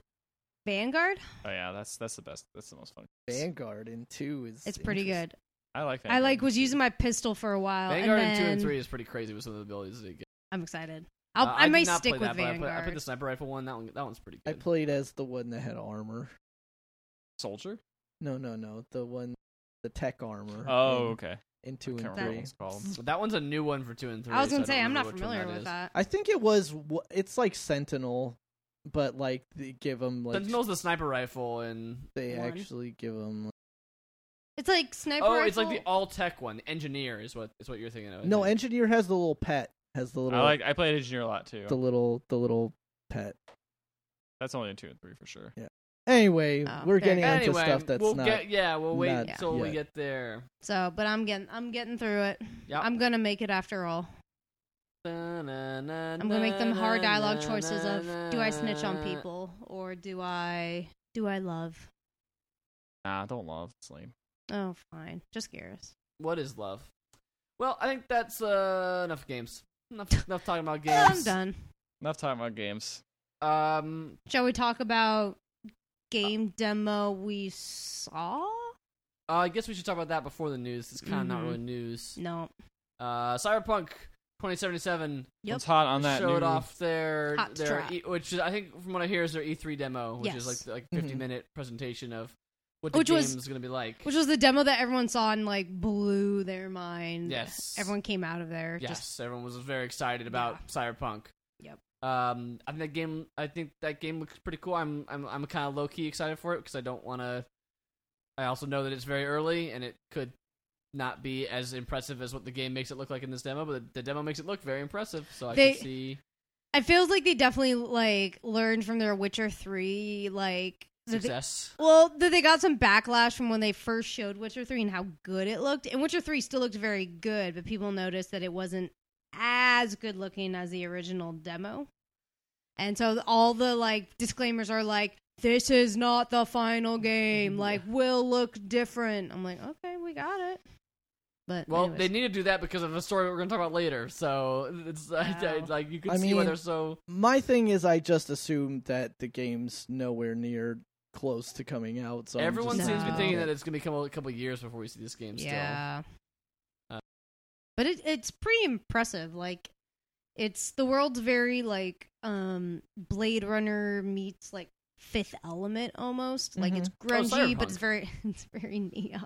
Speaker 3: Vanguard.
Speaker 2: Oh yeah, that's that's the best. That's the most fun.
Speaker 4: Vanguard in two is.
Speaker 3: It's pretty
Speaker 4: interesting.
Speaker 3: good.
Speaker 2: I like.
Speaker 3: I like
Speaker 2: Vanguard.
Speaker 3: was using my pistol for a while.
Speaker 1: Vanguard
Speaker 3: and
Speaker 1: in
Speaker 3: then,
Speaker 1: two and three is pretty crazy with some of the abilities that you get.
Speaker 3: I'm excited. I'll,
Speaker 1: Uh,
Speaker 3: I,
Speaker 1: did
Speaker 3: may
Speaker 1: not play
Speaker 3: stick with
Speaker 1: that, but I put-
Speaker 3: Vanguard.
Speaker 1: I put the sniper rifle one. That one that one's pretty
Speaker 4: I
Speaker 1: good.
Speaker 4: played as the one that had armor.
Speaker 2: soldier.
Speaker 4: No, no, no. The one, the tech armor.
Speaker 2: Oh
Speaker 4: in-
Speaker 2: okay.
Speaker 4: in two
Speaker 2: Can't
Speaker 4: and
Speaker 2: remember what
Speaker 4: three.
Speaker 2: it's called.
Speaker 1: But that one's a new one for two and three.
Speaker 3: I was gonna
Speaker 1: so
Speaker 3: say I'm
Speaker 1: don't
Speaker 3: not
Speaker 1: remember which one
Speaker 3: familiar with
Speaker 1: is.
Speaker 3: that.
Speaker 4: I think it was. wh- It's like Sentinel, but like they give them like
Speaker 1: Sentinel's the sniper rifle and
Speaker 4: they
Speaker 3: one.
Speaker 4: actually give them.
Speaker 3: It's like sniper.
Speaker 1: oh, it's like the
Speaker 3: rifle.
Speaker 1: all tech one. Engineer is what is what you're thinking of. I
Speaker 4: No,
Speaker 1: think.
Speaker 4: engineer has the little pet. Has the little
Speaker 2: I like. I played engineer a lot too.
Speaker 4: the little the little pet.
Speaker 2: That's only in two and three for sure.
Speaker 4: Anyway,
Speaker 3: Oh,
Speaker 4: we're
Speaker 3: fair
Speaker 4: getting
Speaker 3: enough.
Speaker 4: into
Speaker 1: anyway,
Speaker 4: stuff that's
Speaker 1: we'll
Speaker 4: not.
Speaker 1: get yeah, we'll wait
Speaker 4: not
Speaker 1: until we
Speaker 4: yet.
Speaker 1: get there.
Speaker 3: So, but I'm getting I'm getting through it.
Speaker 1: Yep.
Speaker 3: I'm gonna make it after all.
Speaker 1: I'm
Speaker 3: I'm gonna make them hard dialogue choices of do I snitch on people or do I do I love?
Speaker 2: Nah, don't love. It's lame.
Speaker 3: Oh, fine, just Garrus.
Speaker 1: What is love? Well, I think that's uh, enough games. Enough, enough talking about
Speaker 3: I'm
Speaker 1: games.
Speaker 3: done.
Speaker 2: Enough talking about games.
Speaker 1: Um,
Speaker 3: Shall we talk about game demo we saw?
Speaker 1: uh, I guess we should talk about that before the news. It's kind of not
Speaker 3: Mhm.
Speaker 1: really news.
Speaker 3: No,
Speaker 1: Uh, Cyberpunk 2077
Speaker 3: Yep.
Speaker 2: It's hot on that
Speaker 1: showed
Speaker 2: new-
Speaker 1: off their
Speaker 3: Hot
Speaker 1: their
Speaker 3: track.
Speaker 1: e, which is, I think from what I hear is their E3 demo, which is
Speaker 3: Yes. Mm-hmm.
Speaker 1: like the- like 50
Speaker 4: Mhm.
Speaker 1: minute presentation of what the
Speaker 3: Which
Speaker 1: game
Speaker 3: was-
Speaker 1: is going to be like.
Speaker 3: which was the demo that everyone saw and like blew their mind.
Speaker 1: yes,
Speaker 3: everyone came out of there.
Speaker 1: Yes,
Speaker 3: Just
Speaker 1: everyone was very excited about Cyberpunk.
Speaker 3: Yep.
Speaker 1: Um, I think that game. I think that game looks pretty cool. I'm I'm I'm kind of low key excited for it because I don't want to. I also know that it's very early and it could not be as impressive as what the game makes it look like in this demo, but the, the demo makes it look very impressive. So I
Speaker 3: They-
Speaker 1: can see.
Speaker 3: it feels like they definitely like learned from their Witcher three. Like that they-
Speaker 1: Success.
Speaker 3: Well, th- they got some backlash from when they first showed Witcher 3 and how good it looked. And Witcher 3 still looked very good, but people noticed that it wasn't as good looking as the original demo. And so all the like disclaimers are like this is not the final game. Like will look different. I'm like, "Okay, we got it." But
Speaker 1: Well,
Speaker 3: anyways.
Speaker 1: they need to do that because of a story we're going to talk about later. So it's I- I-
Speaker 3: Wow.
Speaker 1: like you can
Speaker 4: I
Speaker 1: see why
Speaker 4: mean-
Speaker 1: they're so.
Speaker 4: My thing is, I just assume that the game's nowhere near close to coming out. So I'm
Speaker 1: Everyone
Speaker 4: just
Speaker 1: seems to be
Speaker 3: No.
Speaker 1: thinking that it's going to be come- a couple years before we see this game. Still.
Speaker 3: Yeah.
Speaker 1: Uh,
Speaker 3: but it, it's pretty impressive. Like, it's the world's very like um Blade Runner meets like Fifth Element almost. Like it's grungy, but it's
Speaker 1: cyberpunk.
Speaker 3: very it's very neon.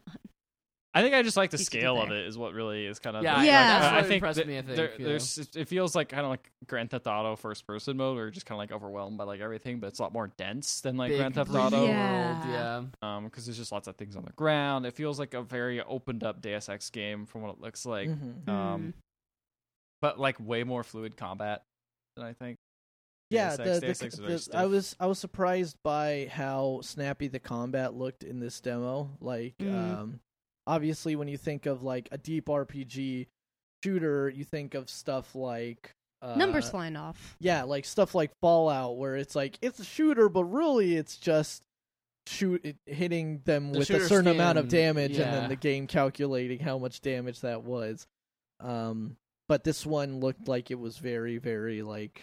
Speaker 2: I think I just like the
Speaker 3: You could do
Speaker 2: scale of
Speaker 3: better.
Speaker 2: it is what really is kind of
Speaker 1: Yeah,
Speaker 2: Like,
Speaker 3: Yeah.
Speaker 2: I-
Speaker 3: that's
Speaker 2: I,
Speaker 1: what
Speaker 2: think
Speaker 1: impressed
Speaker 2: that
Speaker 1: me, I think,
Speaker 2: there-
Speaker 1: you know.
Speaker 2: there's it feels like kind of like Grand Theft Auto first person mode, where you're just kind of like overwhelmed by like everything, but it's a lot more dense than like
Speaker 1: Big
Speaker 2: Grand Theft
Speaker 1: blue
Speaker 2: Auto,
Speaker 1: world,
Speaker 3: Yeah.
Speaker 1: yeah.
Speaker 2: um, because there's just lots of things on the ground. It feels like a very opened up Deus Ex game from what it looks like,
Speaker 3: Mm-hmm.
Speaker 4: Mhm.
Speaker 2: um, but like way more fluid combat than I think.
Speaker 4: Yeah,
Speaker 2: Deus Ex-
Speaker 4: the,
Speaker 2: Deus
Speaker 4: the,
Speaker 2: Ex is very
Speaker 4: the- I
Speaker 2: stiff.
Speaker 4: was I was surprised by how snappy the combat looked in this demo. Like,
Speaker 2: Mm-hmm.
Speaker 3: Mhm.
Speaker 4: um, obviously, when you think of like a deep RPG shooter, you think of stuff like uh,
Speaker 3: Numbers flying off.
Speaker 4: Yeah, like stuff like Fallout, where it's like it's a shooter, but really it's just shoot it, hitting them
Speaker 1: The
Speaker 4: with a
Speaker 1: shooter
Speaker 4: certain amount of
Speaker 1: skin,
Speaker 4: damage, and
Speaker 1: yeah.
Speaker 4: then the game calculating how much damage that was. Um, but this one looked like it was very, very like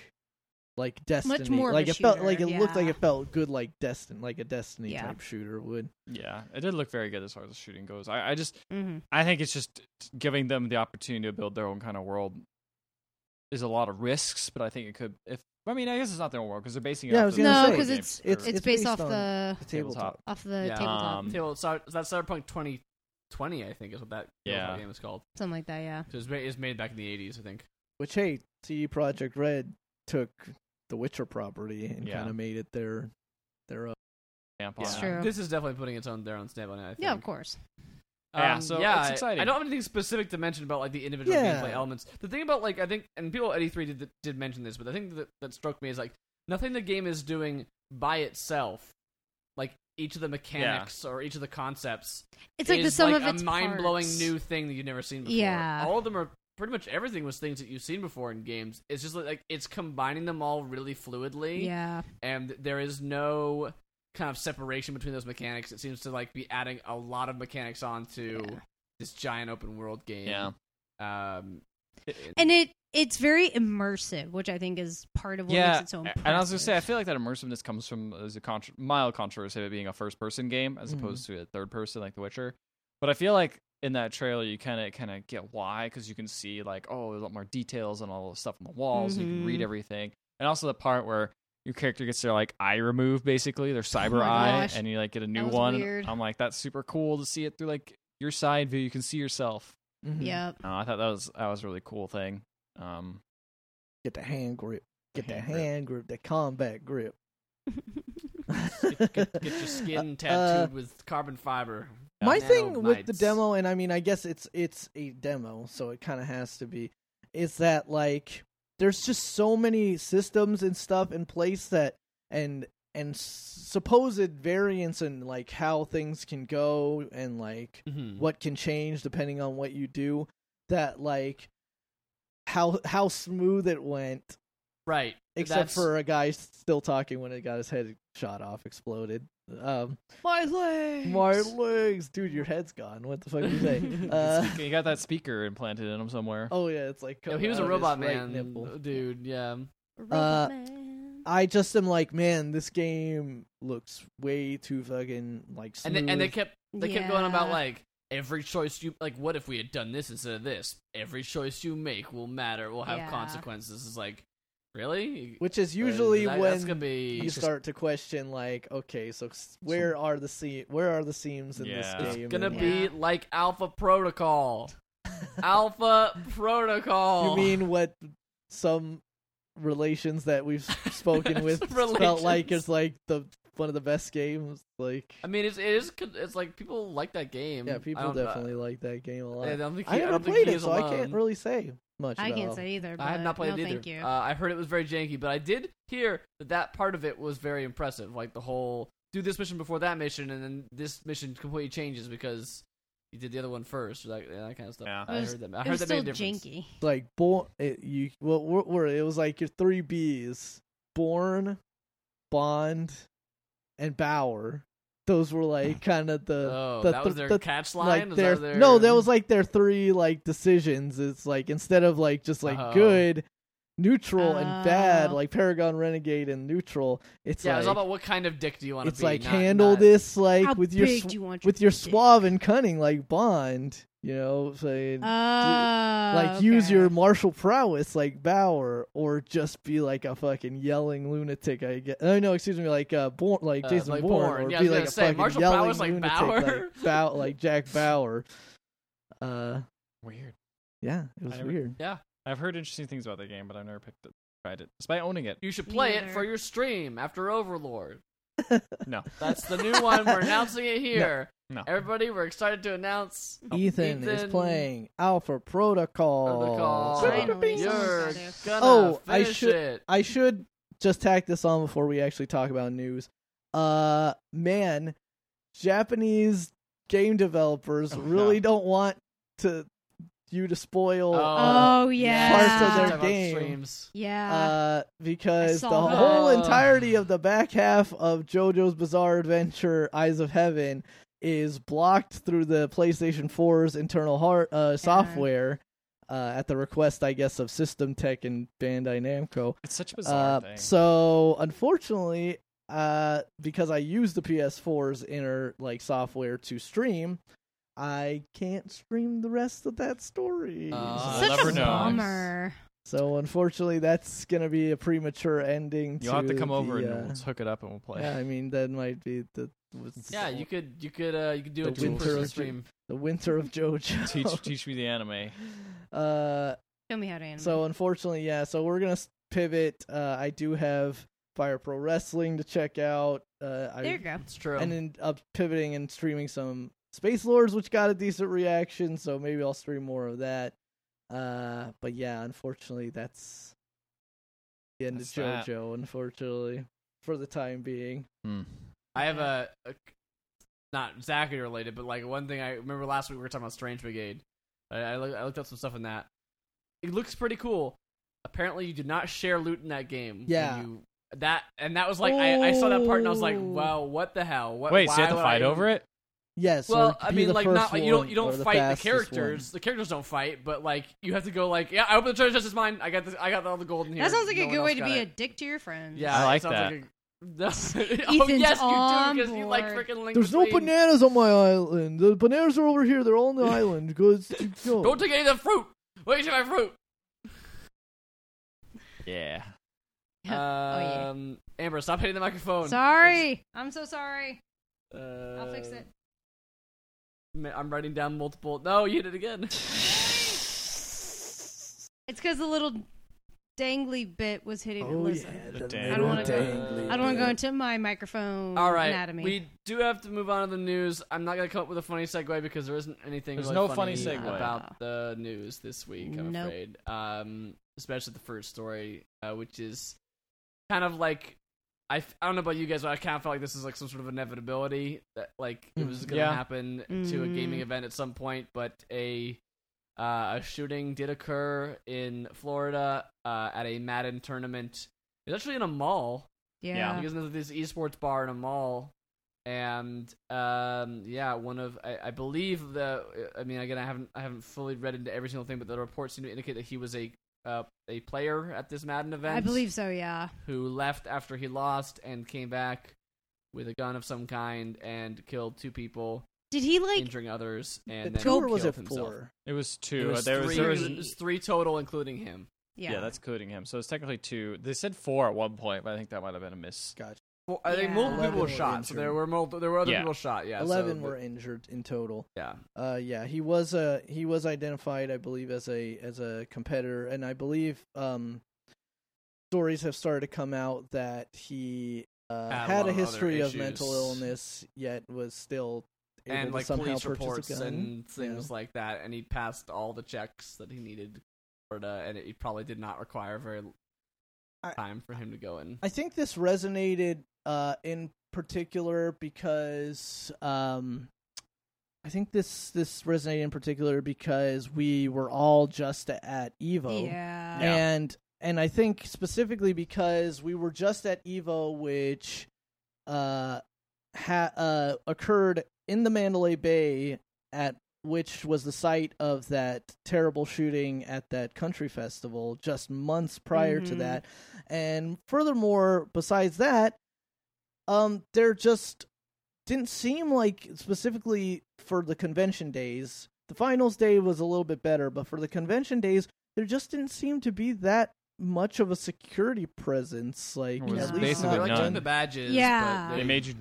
Speaker 4: like Destiny.
Speaker 3: more of
Speaker 4: like
Speaker 3: a
Speaker 4: it felt
Speaker 3: shooter,
Speaker 4: like it looked like
Speaker 3: yeah.
Speaker 4: it felt good, like Destiny, like a Destiny
Speaker 3: Yeah.
Speaker 4: type shooter would.
Speaker 2: Yeah, it did look very good as far as the shooting goes. I, I just
Speaker 3: Mm-hmm.
Speaker 2: I think it's just giving them the opportunity to build their own kind of world is a lot of risks, but I think it could. If I mean, I guess it's not their own world because they're basing it.
Speaker 4: Yeah, I
Speaker 2: off
Speaker 4: was
Speaker 2: the
Speaker 4: gonna
Speaker 2: Zelda
Speaker 4: say. No, 'cause
Speaker 2: games,
Speaker 3: it's-
Speaker 2: or-
Speaker 4: It's
Speaker 3: It's, based, off
Speaker 4: on
Speaker 3: the
Speaker 4: the
Speaker 2: Tabletop.
Speaker 4: tabletop.
Speaker 3: off the
Speaker 1: Yeah.
Speaker 3: tabletop,
Speaker 2: Um,
Speaker 1: Table, so that's Cyberpunk 2020, I think, is what that
Speaker 2: Yeah.
Speaker 1: game is called.
Speaker 3: something like that. Yeah.
Speaker 1: So it's made, it's made back in the 80s, I think.
Speaker 4: Which hey, CD Project Red took the Witcher property and
Speaker 2: Yeah.
Speaker 4: kind of made it their their own.
Speaker 2: stamp on
Speaker 3: It's
Speaker 2: it.
Speaker 3: true.
Speaker 1: Uh, This is definitely putting its own their own stamp on it. I think.
Speaker 3: Yeah, of course.
Speaker 2: Yeah,
Speaker 1: Um,
Speaker 2: so
Speaker 1: yeah,
Speaker 2: it's
Speaker 1: I-
Speaker 2: exciting.
Speaker 1: I, don't have anything specific to mention about like the individual
Speaker 4: Yeah.
Speaker 1: gameplay elements. The thing about like I think, and people at E3 did did mention this, but the thing that, that struck me is like nothing the game is doing by itself. Like each of the mechanics or each of the concepts
Speaker 3: It's like the
Speaker 1: is
Speaker 3: sum
Speaker 1: like
Speaker 3: of its
Speaker 1: a mind-blowing
Speaker 3: parts.
Speaker 1: new thing that you've never seen before.
Speaker 3: Yeah.
Speaker 1: all of them are pretty much everything was things that you've seen before in games. It's just like it's combining them all really fluidly,
Speaker 3: Yeah.
Speaker 1: and there is no kind of separation between those mechanics. It seems to like be adding a lot of mechanics onto
Speaker 3: Yeah.
Speaker 1: this giant open world game.
Speaker 2: Yeah.
Speaker 1: Um,
Speaker 3: And it it's very immersive, which I think is part of what makes
Speaker 2: Yeah,
Speaker 3: it so
Speaker 2: a-
Speaker 3: impressive.
Speaker 2: and I was gonna say, I feel like that immersiveness comes from as a contr mild controversy of it being a first-person game as
Speaker 4: Mhm.
Speaker 3: Mm-hmm.
Speaker 2: opposed to a third-person like The Witcher. But I feel like in that trailer, you kind of kind of get why because you can see like, oh, there's a lot more details and all the stuff on the walls. and You can read
Speaker 3: Mhm.
Speaker 2: everything, and also the part where your character gets their like eye removed, basically their cyber
Speaker 3: Oh my
Speaker 2: eye,
Speaker 3: gosh.
Speaker 2: and you like get a new
Speaker 3: was
Speaker 2: one.
Speaker 3: weird.
Speaker 2: I'm like, that's super cool to see it through like your side view. You can see yourself.
Speaker 4: Mm-hmm.
Speaker 3: Yep.
Speaker 2: Uh, I thought that was that was a really cool thing. Um,
Speaker 4: Get the hand grip. Get the
Speaker 2: Hand grip.
Speaker 4: hand grip. The combat grip.
Speaker 1: get, get- get your
Speaker 4: Uh,
Speaker 1: skin tattooed with carbon fiber.
Speaker 4: My
Speaker 1: Nano
Speaker 4: thing with the
Speaker 1: mites.
Speaker 4: demo, and I mean, I guess it's it's a demo, so it kind of has to be, is that like there's just so many systems and stuff in place that, and and s- supposed variance in like how things can go and like
Speaker 1: Mhm.
Speaker 4: what can change depending on what you do that like how how smooth it went
Speaker 1: Right.
Speaker 4: except
Speaker 1: That's-
Speaker 4: for a guy still talking when it got his head shot off exploded um
Speaker 3: My leg.
Speaker 4: my legs dude your head's gone what the fuck did you say uh,
Speaker 2: Speaking- you got that speaker implanted in him somewhere.
Speaker 4: oh yeah it's like
Speaker 1: No, he was a
Speaker 4: coming out
Speaker 1: robot
Speaker 4: of his right
Speaker 1: man,
Speaker 4: nipple.
Speaker 1: dude. Yeah.
Speaker 4: Uh,
Speaker 3: man.
Speaker 4: i just am like man this game looks way too fucking like
Speaker 1: And
Speaker 4: smooth.
Speaker 1: they, and they kept they kept going about
Speaker 3: Yeah.
Speaker 1: like every choice you like. What if we had done this instead of this? Every choice you make will matter. Will have
Speaker 3: Yeah.
Speaker 1: consequences. It's like really.
Speaker 4: which is usually
Speaker 1: That-
Speaker 4: when
Speaker 1: that's gonna be
Speaker 4: you start to question like okay so s- where are the se- where are the seams in
Speaker 2: Yeah.
Speaker 4: this
Speaker 2: It's
Speaker 4: game
Speaker 1: It's gonna
Speaker 4: and-
Speaker 1: be
Speaker 3: Yeah.
Speaker 1: like Alpha Protocol. Alpha Protocol.
Speaker 4: you mean what some relations that we've s- spoken with
Speaker 1: Some
Speaker 4: felt like
Speaker 1: relations.
Speaker 4: is like the one of the best games like
Speaker 1: I mean, it's it is con- it's like people like that game.
Speaker 4: yeah
Speaker 1: I
Speaker 4: people
Speaker 1: don't know.
Speaker 4: definitely like that game a lot
Speaker 1: I don't think he,
Speaker 4: i
Speaker 1: I
Speaker 4: never
Speaker 1: don't think
Speaker 4: played
Speaker 1: he
Speaker 4: it
Speaker 1: is
Speaker 4: so i can't
Speaker 1: alone.
Speaker 4: really say much
Speaker 3: I
Speaker 4: about
Speaker 3: can't
Speaker 4: it.
Speaker 3: say either. But
Speaker 1: I have not played
Speaker 3: no,
Speaker 1: it either.
Speaker 3: Thank you.
Speaker 1: Uh, I heard it was very janky, but I did hear that that part of it was very impressive. Like the whole do this mission before that mission, and then this mission completely changes because you did the other one first, like yeah, that kind of stuff.
Speaker 2: Yeah.
Speaker 1: I
Speaker 3: It was-
Speaker 1: heard that. I
Speaker 3: it
Speaker 1: heard
Speaker 3: was
Speaker 1: that
Speaker 3: still
Speaker 1: made a difference.
Speaker 3: janky.
Speaker 4: like born it, you what were, were it? It was like your three b's born bond and bower those were like kind of the
Speaker 1: Oh,
Speaker 4: Uh, the,
Speaker 1: that
Speaker 4: th-
Speaker 1: was their
Speaker 4: the
Speaker 1: catch line.
Speaker 4: like
Speaker 1: was
Speaker 4: their,
Speaker 1: that their...
Speaker 4: no that was like their three like decisions it's like instead of like just like
Speaker 1: Oh.
Speaker 4: good neutral and bad
Speaker 3: Oh.
Speaker 4: like paragon renegade and neutral it's
Speaker 1: Uh. yeah. it
Speaker 4: like
Speaker 1: was all about what kind of dick do you want to be.
Speaker 4: it's like
Speaker 1: not-
Speaker 4: handle
Speaker 1: not-
Speaker 4: this like
Speaker 3: How
Speaker 4: with
Speaker 3: big
Speaker 4: your
Speaker 3: do
Speaker 4: sw-
Speaker 3: you want your
Speaker 4: with your
Speaker 3: dick?
Speaker 4: suave and cunning like bond you know saying
Speaker 3: Oh,
Speaker 4: like use your
Speaker 3: okay.
Speaker 4: martial prowess like Bauer, or just be like a fucking yelling lunatic. I guess. No, no, excuse me, like uh, born, like
Speaker 1: Uh,
Speaker 4: Jason
Speaker 1: like
Speaker 4: Bourne,
Speaker 1: Bourne.
Speaker 4: or
Speaker 1: Yeah, I
Speaker 4: be
Speaker 1: was
Speaker 4: like
Speaker 1: gonna
Speaker 4: a
Speaker 1: say,
Speaker 4: fucking
Speaker 1: martial
Speaker 4: yelling
Speaker 1: prowess like
Speaker 4: lunatic,
Speaker 1: Bauer.
Speaker 4: like, Bow- like Jack Bauer. Uh,
Speaker 2: Weird.
Speaker 4: yeah, it was
Speaker 2: never-
Speaker 4: weird.
Speaker 1: Yeah,
Speaker 2: I've heard interesting things about that game, but I've never picked it, tried it. Despite owning it,
Speaker 1: you should
Speaker 3: Me
Speaker 1: play it
Speaker 3: neither.
Speaker 1: for your stream after Overlord.
Speaker 2: no.
Speaker 1: That's the new one. We're announcing it here.
Speaker 2: No.
Speaker 1: Everybody, we're excited to announce
Speaker 4: Ethan,
Speaker 1: Oh, Ethan-
Speaker 4: is playing Alpha Protocol.
Speaker 1: Oh. Protocol.
Speaker 3: Finally,
Speaker 1: You're
Speaker 3: someone's got
Speaker 1: gonna
Speaker 3: it.
Speaker 4: Oh, I
Speaker 1: finish
Speaker 4: should-
Speaker 1: it.
Speaker 4: I should just tack this on before we actually talk about news. Uh, man, Japanese game developers
Speaker 2: Oh, no.
Speaker 4: really don't want to you to spoil uh,
Speaker 1: Oh,
Speaker 3: Oh yeah.
Speaker 4: parts of their
Speaker 1: Talk about
Speaker 4: game.
Speaker 1: streams.
Speaker 3: Oh, Yeah.
Speaker 4: uh, because the
Speaker 3: I saw that.
Speaker 4: whole
Speaker 1: Oh.
Speaker 4: entirety of the back half of JoJo's Bizarre Adventure: Eyes of Heaven is blocked through the PlayStation 4's internal hard uh, software. Uh, at the request, I guess, of System Tech and Bandai Namco.
Speaker 2: It's such a bizarre
Speaker 4: Uh,
Speaker 2: thing.
Speaker 4: so unfortunately, uh, because I use the PS4's inner like software to stream, I can't stream the rest of that story.
Speaker 1: Ah,
Speaker 2: Uh, I'll
Speaker 3: Such
Speaker 2: never
Speaker 3: a
Speaker 2: know.
Speaker 3: bummer.
Speaker 4: so unfortunately, that's gonna be a premature ending.
Speaker 2: You'll have to come
Speaker 4: the,
Speaker 2: over
Speaker 4: uh,
Speaker 2: and we'll just hook it up and we'll play.
Speaker 4: yeah, I mean that might be the
Speaker 1: Yeah, you could you could uh you could do
Speaker 4: The
Speaker 1: a two
Speaker 2: winter
Speaker 1: person
Speaker 4: of-
Speaker 1: stream.
Speaker 4: the winter of JoJo.
Speaker 2: teach teach me the anime.
Speaker 4: uh,
Speaker 3: Show me how to animate.
Speaker 1: uh,
Speaker 4: so unfortunately, yeah. So we're gonna s- pivot. Uh, I do have Fire Pro Wrestling to check out. Uh, I
Speaker 3: there you go.
Speaker 1: It's true.
Speaker 4: and then up pivoting and streaming some Space Lords, which got a decent reaction. So maybe I'll stream more of that. Uh, but yeah, unfortunately, that's the end
Speaker 2: That's
Speaker 4: of
Speaker 2: that.
Speaker 4: JoJo. Unfortunately, for the time being.
Speaker 2: Hmm.
Speaker 1: I have a, a not exactly related, but like one thing I remember last week we were talking about Strange Brigade. I I, look, I looked up some stuff in that. It looks pretty cool. Apparently, you did not share loot in that game. when
Speaker 4: Yeah.
Speaker 1: you- that and that was like I, I saw that part and I was like,
Speaker 3: Oh.
Speaker 1: wow, what the hell? What,
Speaker 2: Wait, so you
Speaker 1: why
Speaker 2: have to
Speaker 1: would
Speaker 2: fight
Speaker 1: I
Speaker 2: over it?
Speaker 4: Yes.
Speaker 1: Well, I mean, like not like, you don't you don't fight the characters. The characters don't fight, but like you have to go like yeah, I open the treasure chest. It's mine. I got this. I got all the gold in here.
Speaker 3: That sounds like
Speaker 1: No
Speaker 3: a
Speaker 1: one
Speaker 3: good
Speaker 1: else
Speaker 3: way to
Speaker 1: got
Speaker 3: be a
Speaker 1: it.
Speaker 3: dick to your friends.
Speaker 1: yeah.
Speaker 2: I like
Speaker 1: it sounds like a- oh
Speaker 3: Ethan's
Speaker 1: yes,
Speaker 3: on
Speaker 1: you do because you like
Speaker 3: board.
Speaker 1: freaking Link.
Speaker 4: There's no
Speaker 1: Between.
Speaker 4: bananas on my island. The bananas are over here. They're all on the island. Good. Go.
Speaker 1: Don't take any of the fruit. Wait till my fruit.
Speaker 2: Yeah.
Speaker 3: Oh, yeah.
Speaker 1: Um, Amber, stop hitting the microphone.
Speaker 3: Sorry. I'm so sorry.
Speaker 1: Uh,
Speaker 3: I'll fix it.
Speaker 1: I'm writing down multiple. No, you hit it again.
Speaker 3: It's because the little dangly bit was hitting
Speaker 4: Oh yeah.
Speaker 3: Alyssa.
Speaker 4: the
Speaker 2: dang-
Speaker 3: I don't wanna
Speaker 4: little
Speaker 3: go-
Speaker 4: dangly
Speaker 3: I don't want to
Speaker 4: bit.
Speaker 3: go into my microphone
Speaker 1: All right,
Speaker 3: anatomy.
Speaker 1: we do have to move on to the news. I'm not gonna come up with a funny segue because there isn't anything.
Speaker 2: There's
Speaker 1: really
Speaker 2: no funny
Speaker 3: segue.
Speaker 1: about the news this week. I'm
Speaker 3: Oh. Nope.
Speaker 1: afraid, um, especially the first story, uh, which is kind of like I, f- I don't know about you guys, but I kind of felt like this is like some sort of inevitability that like it was
Speaker 4: Mm.
Speaker 1: going to
Speaker 2: Yeah.
Speaker 1: happen to a
Speaker 3: Mm.
Speaker 1: gaming event at some point. But a uh, a shooting did occur in Florida uh, at a Madden tournament. It was actually in a mall.
Speaker 2: Yeah.
Speaker 3: Yeah.
Speaker 1: Because there's this esports bar in a mall, and um, yeah, one of I, I believe the I mean again I haven't I haven't fully read into every single thing, but the reports seem to indicate that he was a uh, a player at this Madden event.
Speaker 3: I believe so, yeah.
Speaker 1: who left after he lost and came back with a gun of some kind and killed two people,
Speaker 3: Did he like
Speaker 1: injuring others, and
Speaker 4: the
Speaker 1: then
Speaker 4: two or was
Speaker 1: killed
Speaker 4: it
Speaker 1: himself.
Speaker 4: four?
Speaker 2: It was
Speaker 1: It
Speaker 2: two. Uh,
Speaker 1: was
Speaker 2: there was
Speaker 1: three,
Speaker 2: there was
Speaker 1: it was three total, including him.
Speaker 3: yeah.
Speaker 2: that's including him. So it's technically two. They said four at one point, but I think that might have been a miss.
Speaker 4: Gotcha.
Speaker 1: Well, I think
Speaker 3: Yeah.
Speaker 1: multiple people
Speaker 4: Eleven
Speaker 1: were
Speaker 4: were
Speaker 1: shot. So
Speaker 4: injured.
Speaker 1: there were multiple, there were other
Speaker 2: Yeah.
Speaker 1: people shot. Yeah, so
Speaker 4: Eleven
Speaker 1: the-
Speaker 4: were injured in total.
Speaker 1: Yeah,
Speaker 4: Uh, yeah, he was uh he was identified, I believe, as a as a competitor, and I believe um stories have started to come out that he
Speaker 1: Had
Speaker 4: uh,
Speaker 1: a
Speaker 4: had
Speaker 1: lot
Speaker 4: a
Speaker 1: of other
Speaker 4: history of mental
Speaker 1: issues.
Speaker 4: illness, yet was still able
Speaker 1: and
Speaker 4: to
Speaker 1: like
Speaker 4: somehow
Speaker 1: police
Speaker 4: purchase
Speaker 1: reports
Speaker 4: a gun.
Speaker 1: and things
Speaker 4: Yeah.
Speaker 1: like that. And he passed all the checks that he needed, for the, and it probably did not require very l-
Speaker 4: I-
Speaker 1: time for him to go in.
Speaker 4: I think this resonated uh, in particular because um, I think this this resonated in particular because we were all just at Evo.
Speaker 3: Yeah.
Speaker 2: Yeah.
Speaker 4: and and I think specifically because we were just at Evo, which uh, ha- uh, occurred in the Mandalay Bay, at which was the site of that terrible shooting at that country festival just months prior to
Speaker 3: Mhm.
Speaker 4: that, and furthermore, besides that, um, there just didn't seem like specifically for the convention days. The finals day was a little bit better, but for the convention days, there just didn't seem to be that much of a security presence. Like
Speaker 2: It was
Speaker 4: at least
Speaker 2: basically
Speaker 1: they
Speaker 4: not
Speaker 1: like took
Speaker 2: none.
Speaker 1: the badges.
Speaker 3: Yeah.
Speaker 1: but
Speaker 2: They made you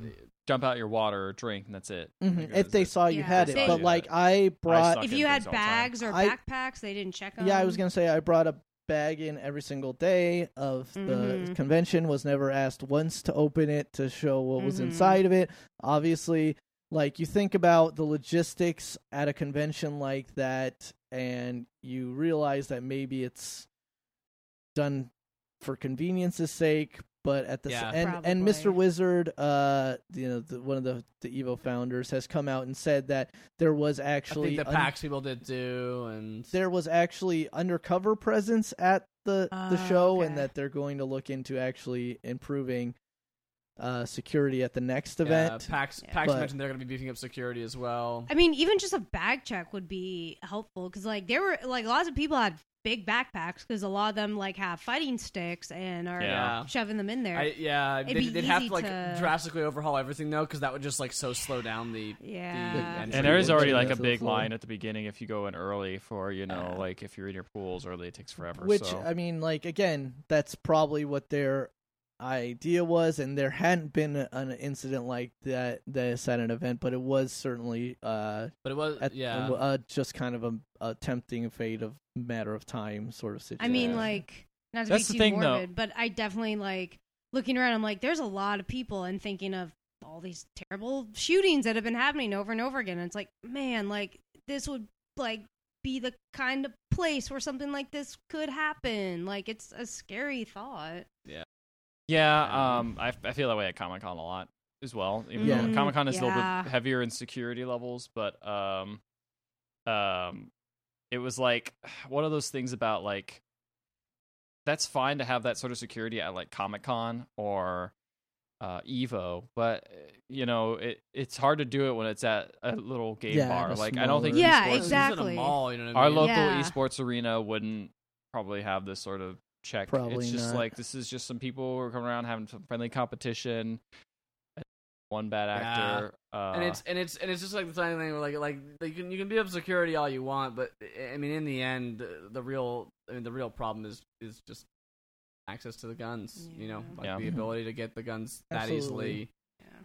Speaker 2: jump out your water or drink, and that's it.
Speaker 4: Mhm,
Speaker 2: I think that
Speaker 4: if
Speaker 2: was
Speaker 4: they
Speaker 2: it.
Speaker 4: saw you
Speaker 3: Yeah.
Speaker 4: had it,
Speaker 3: They-
Speaker 4: but like I
Speaker 2: I
Speaker 4: brought,
Speaker 2: suck
Speaker 3: if
Speaker 2: at
Speaker 3: you
Speaker 2: things
Speaker 3: had
Speaker 2: all the time.
Speaker 3: bags or
Speaker 4: I-
Speaker 3: backpacks, they didn't check them.
Speaker 4: yeah, I was gonna say I brought a bag in every single day of the
Speaker 1: Mm-hmm.
Speaker 3: Mhm.
Speaker 4: convention. Was never asked once to open it to show what was
Speaker 1: Mm-hmm.
Speaker 3: Mhm.
Speaker 4: inside of it. Obviously, like you think about the logistics at a convention like that, and you realize that maybe it's done for convenience's sake. But at the s-
Speaker 1: Yeah.
Speaker 4: and and Mr.
Speaker 3: Probably.
Speaker 4: Wizard, uh, you know, the, one of the the Evo founders has come out and said that there was
Speaker 1: I
Speaker 4: actually
Speaker 1: think the
Speaker 4: un-
Speaker 1: PAX people did too, and
Speaker 4: there was actually undercover presence at the the
Speaker 3: Oh,
Speaker 4: show and
Speaker 3: okay.
Speaker 4: that they're going to look into actually improving uh security at the next event
Speaker 1: Yeah, PAX,
Speaker 3: Yeah.
Speaker 1: PAX
Speaker 4: But-
Speaker 1: mentioned they're going to be beefing up security as well.
Speaker 3: I mean, even just a bag check would be helpful because, like, there were like lots of people had big backpacks because a lot of them like have fighting sticks and are
Speaker 1: Yeah.
Speaker 3: shoving them in there.
Speaker 1: I, yeah,
Speaker 3: It'd
Speaker 1: they,
Speaker 3: be
Speaker 1: would have to
Speaker 3: easy
Speaker 1: like
Speaker 3: to-
Speaker 1: drastically overhaul everything though, because that would just like so slow down the. And
Speaker 3: yeah,
Speaker 2: And
Speaker 1: so
Speaker 2: there
Speaker 1: you
Speaker 2: is
Speaker 1: can
Speaker 2: already
Speaker 4: take
Speaker 2: like
Speaker 4: that
Speaker 2: a
Speaker 4: to the
Speaker 2: big
Speaker 4: floor.
Speaker 2: line at the beginning if you go in early for you know
Speaker 1: Yeah.
Speaker 2: like if you're in your pools early it takes forever.
Speaker 4: which
Speaker 2: so.
Speaker 4: i mean like again that's probably what their idea was and there hadn't been an incident like that this at an event but it was certainly uh
Speaker 1: But it was
Speaker 4: at,
Speaker 1: yeah.
Speaker 4: uh, just kind of a, a tempting fate of matter of time sort of
Speaker 3: I
Speaker 4: situation
Speaker 3: mean,
Speaker 2: Yeah.
Speaker 3: like, not to
Speaker 2: That's the
Speaker 3: be too
Speaker 2: thing, though.
Speaker 3: morbid, but I definitely like looking around. I'm like, there's a lot of people, and thinking of all these terrible shootings that have been happening over and over again. And it's like, man, like this would like be the kind of place where something like this could happen. Like, it's a scary thought.
Speaker 2: Yeah, um, I, I feel that way at Comic Con a lot as well. Even
Speaker 4: Yeah.
Speaker 2: though Comic Con is a little
Speaker 3: Yeah.
Speaker 2: bit heavier in security levels, but um, um, it was like one of those things about like that's fine to have that sort of security at like Comic Con or uh, Evo, but uh, you know it it's hard to do it when it's at a little game
Speaker 4: Yeah, at
Speaker 2: bar.
Speaker 4: a
Speaker 2: Like I don't think
Speaker 4: smaller-
Speaker 3: Yeah,
Speaker 2: esports
Speaker 1: Well,
Speaker 2: is-
Speaker 1: this is at a
Speaker 3: exactly.
Speaker 1: mall, you know what I
Speaker 2: our
Speaker 1: mean?
Speaker 2: local
Speaker 3: Yeah.
Speaker 2: esports arena wouldn't probably have this sort of check.
Speaker 4: Probably
Speaker 2: it's just
Speaker 4: not.
Speaker 2: like this is just some people who are coming around having some friendly competition. One bad actor, uh,
Speaker 1: and it's and it's and it's just like the same thing. where, Like like you can you can beat up security all you want, but I mean in the end, the- the real I mean the real problem is is just access to the guns. You know,
Speaker 3: Yeah.
Speaker 1: like
Speaker 2: Yeah.
Speaker 1: the ability to get the guns that
Speaker 4: Absolutely.
Speaker 1: easily.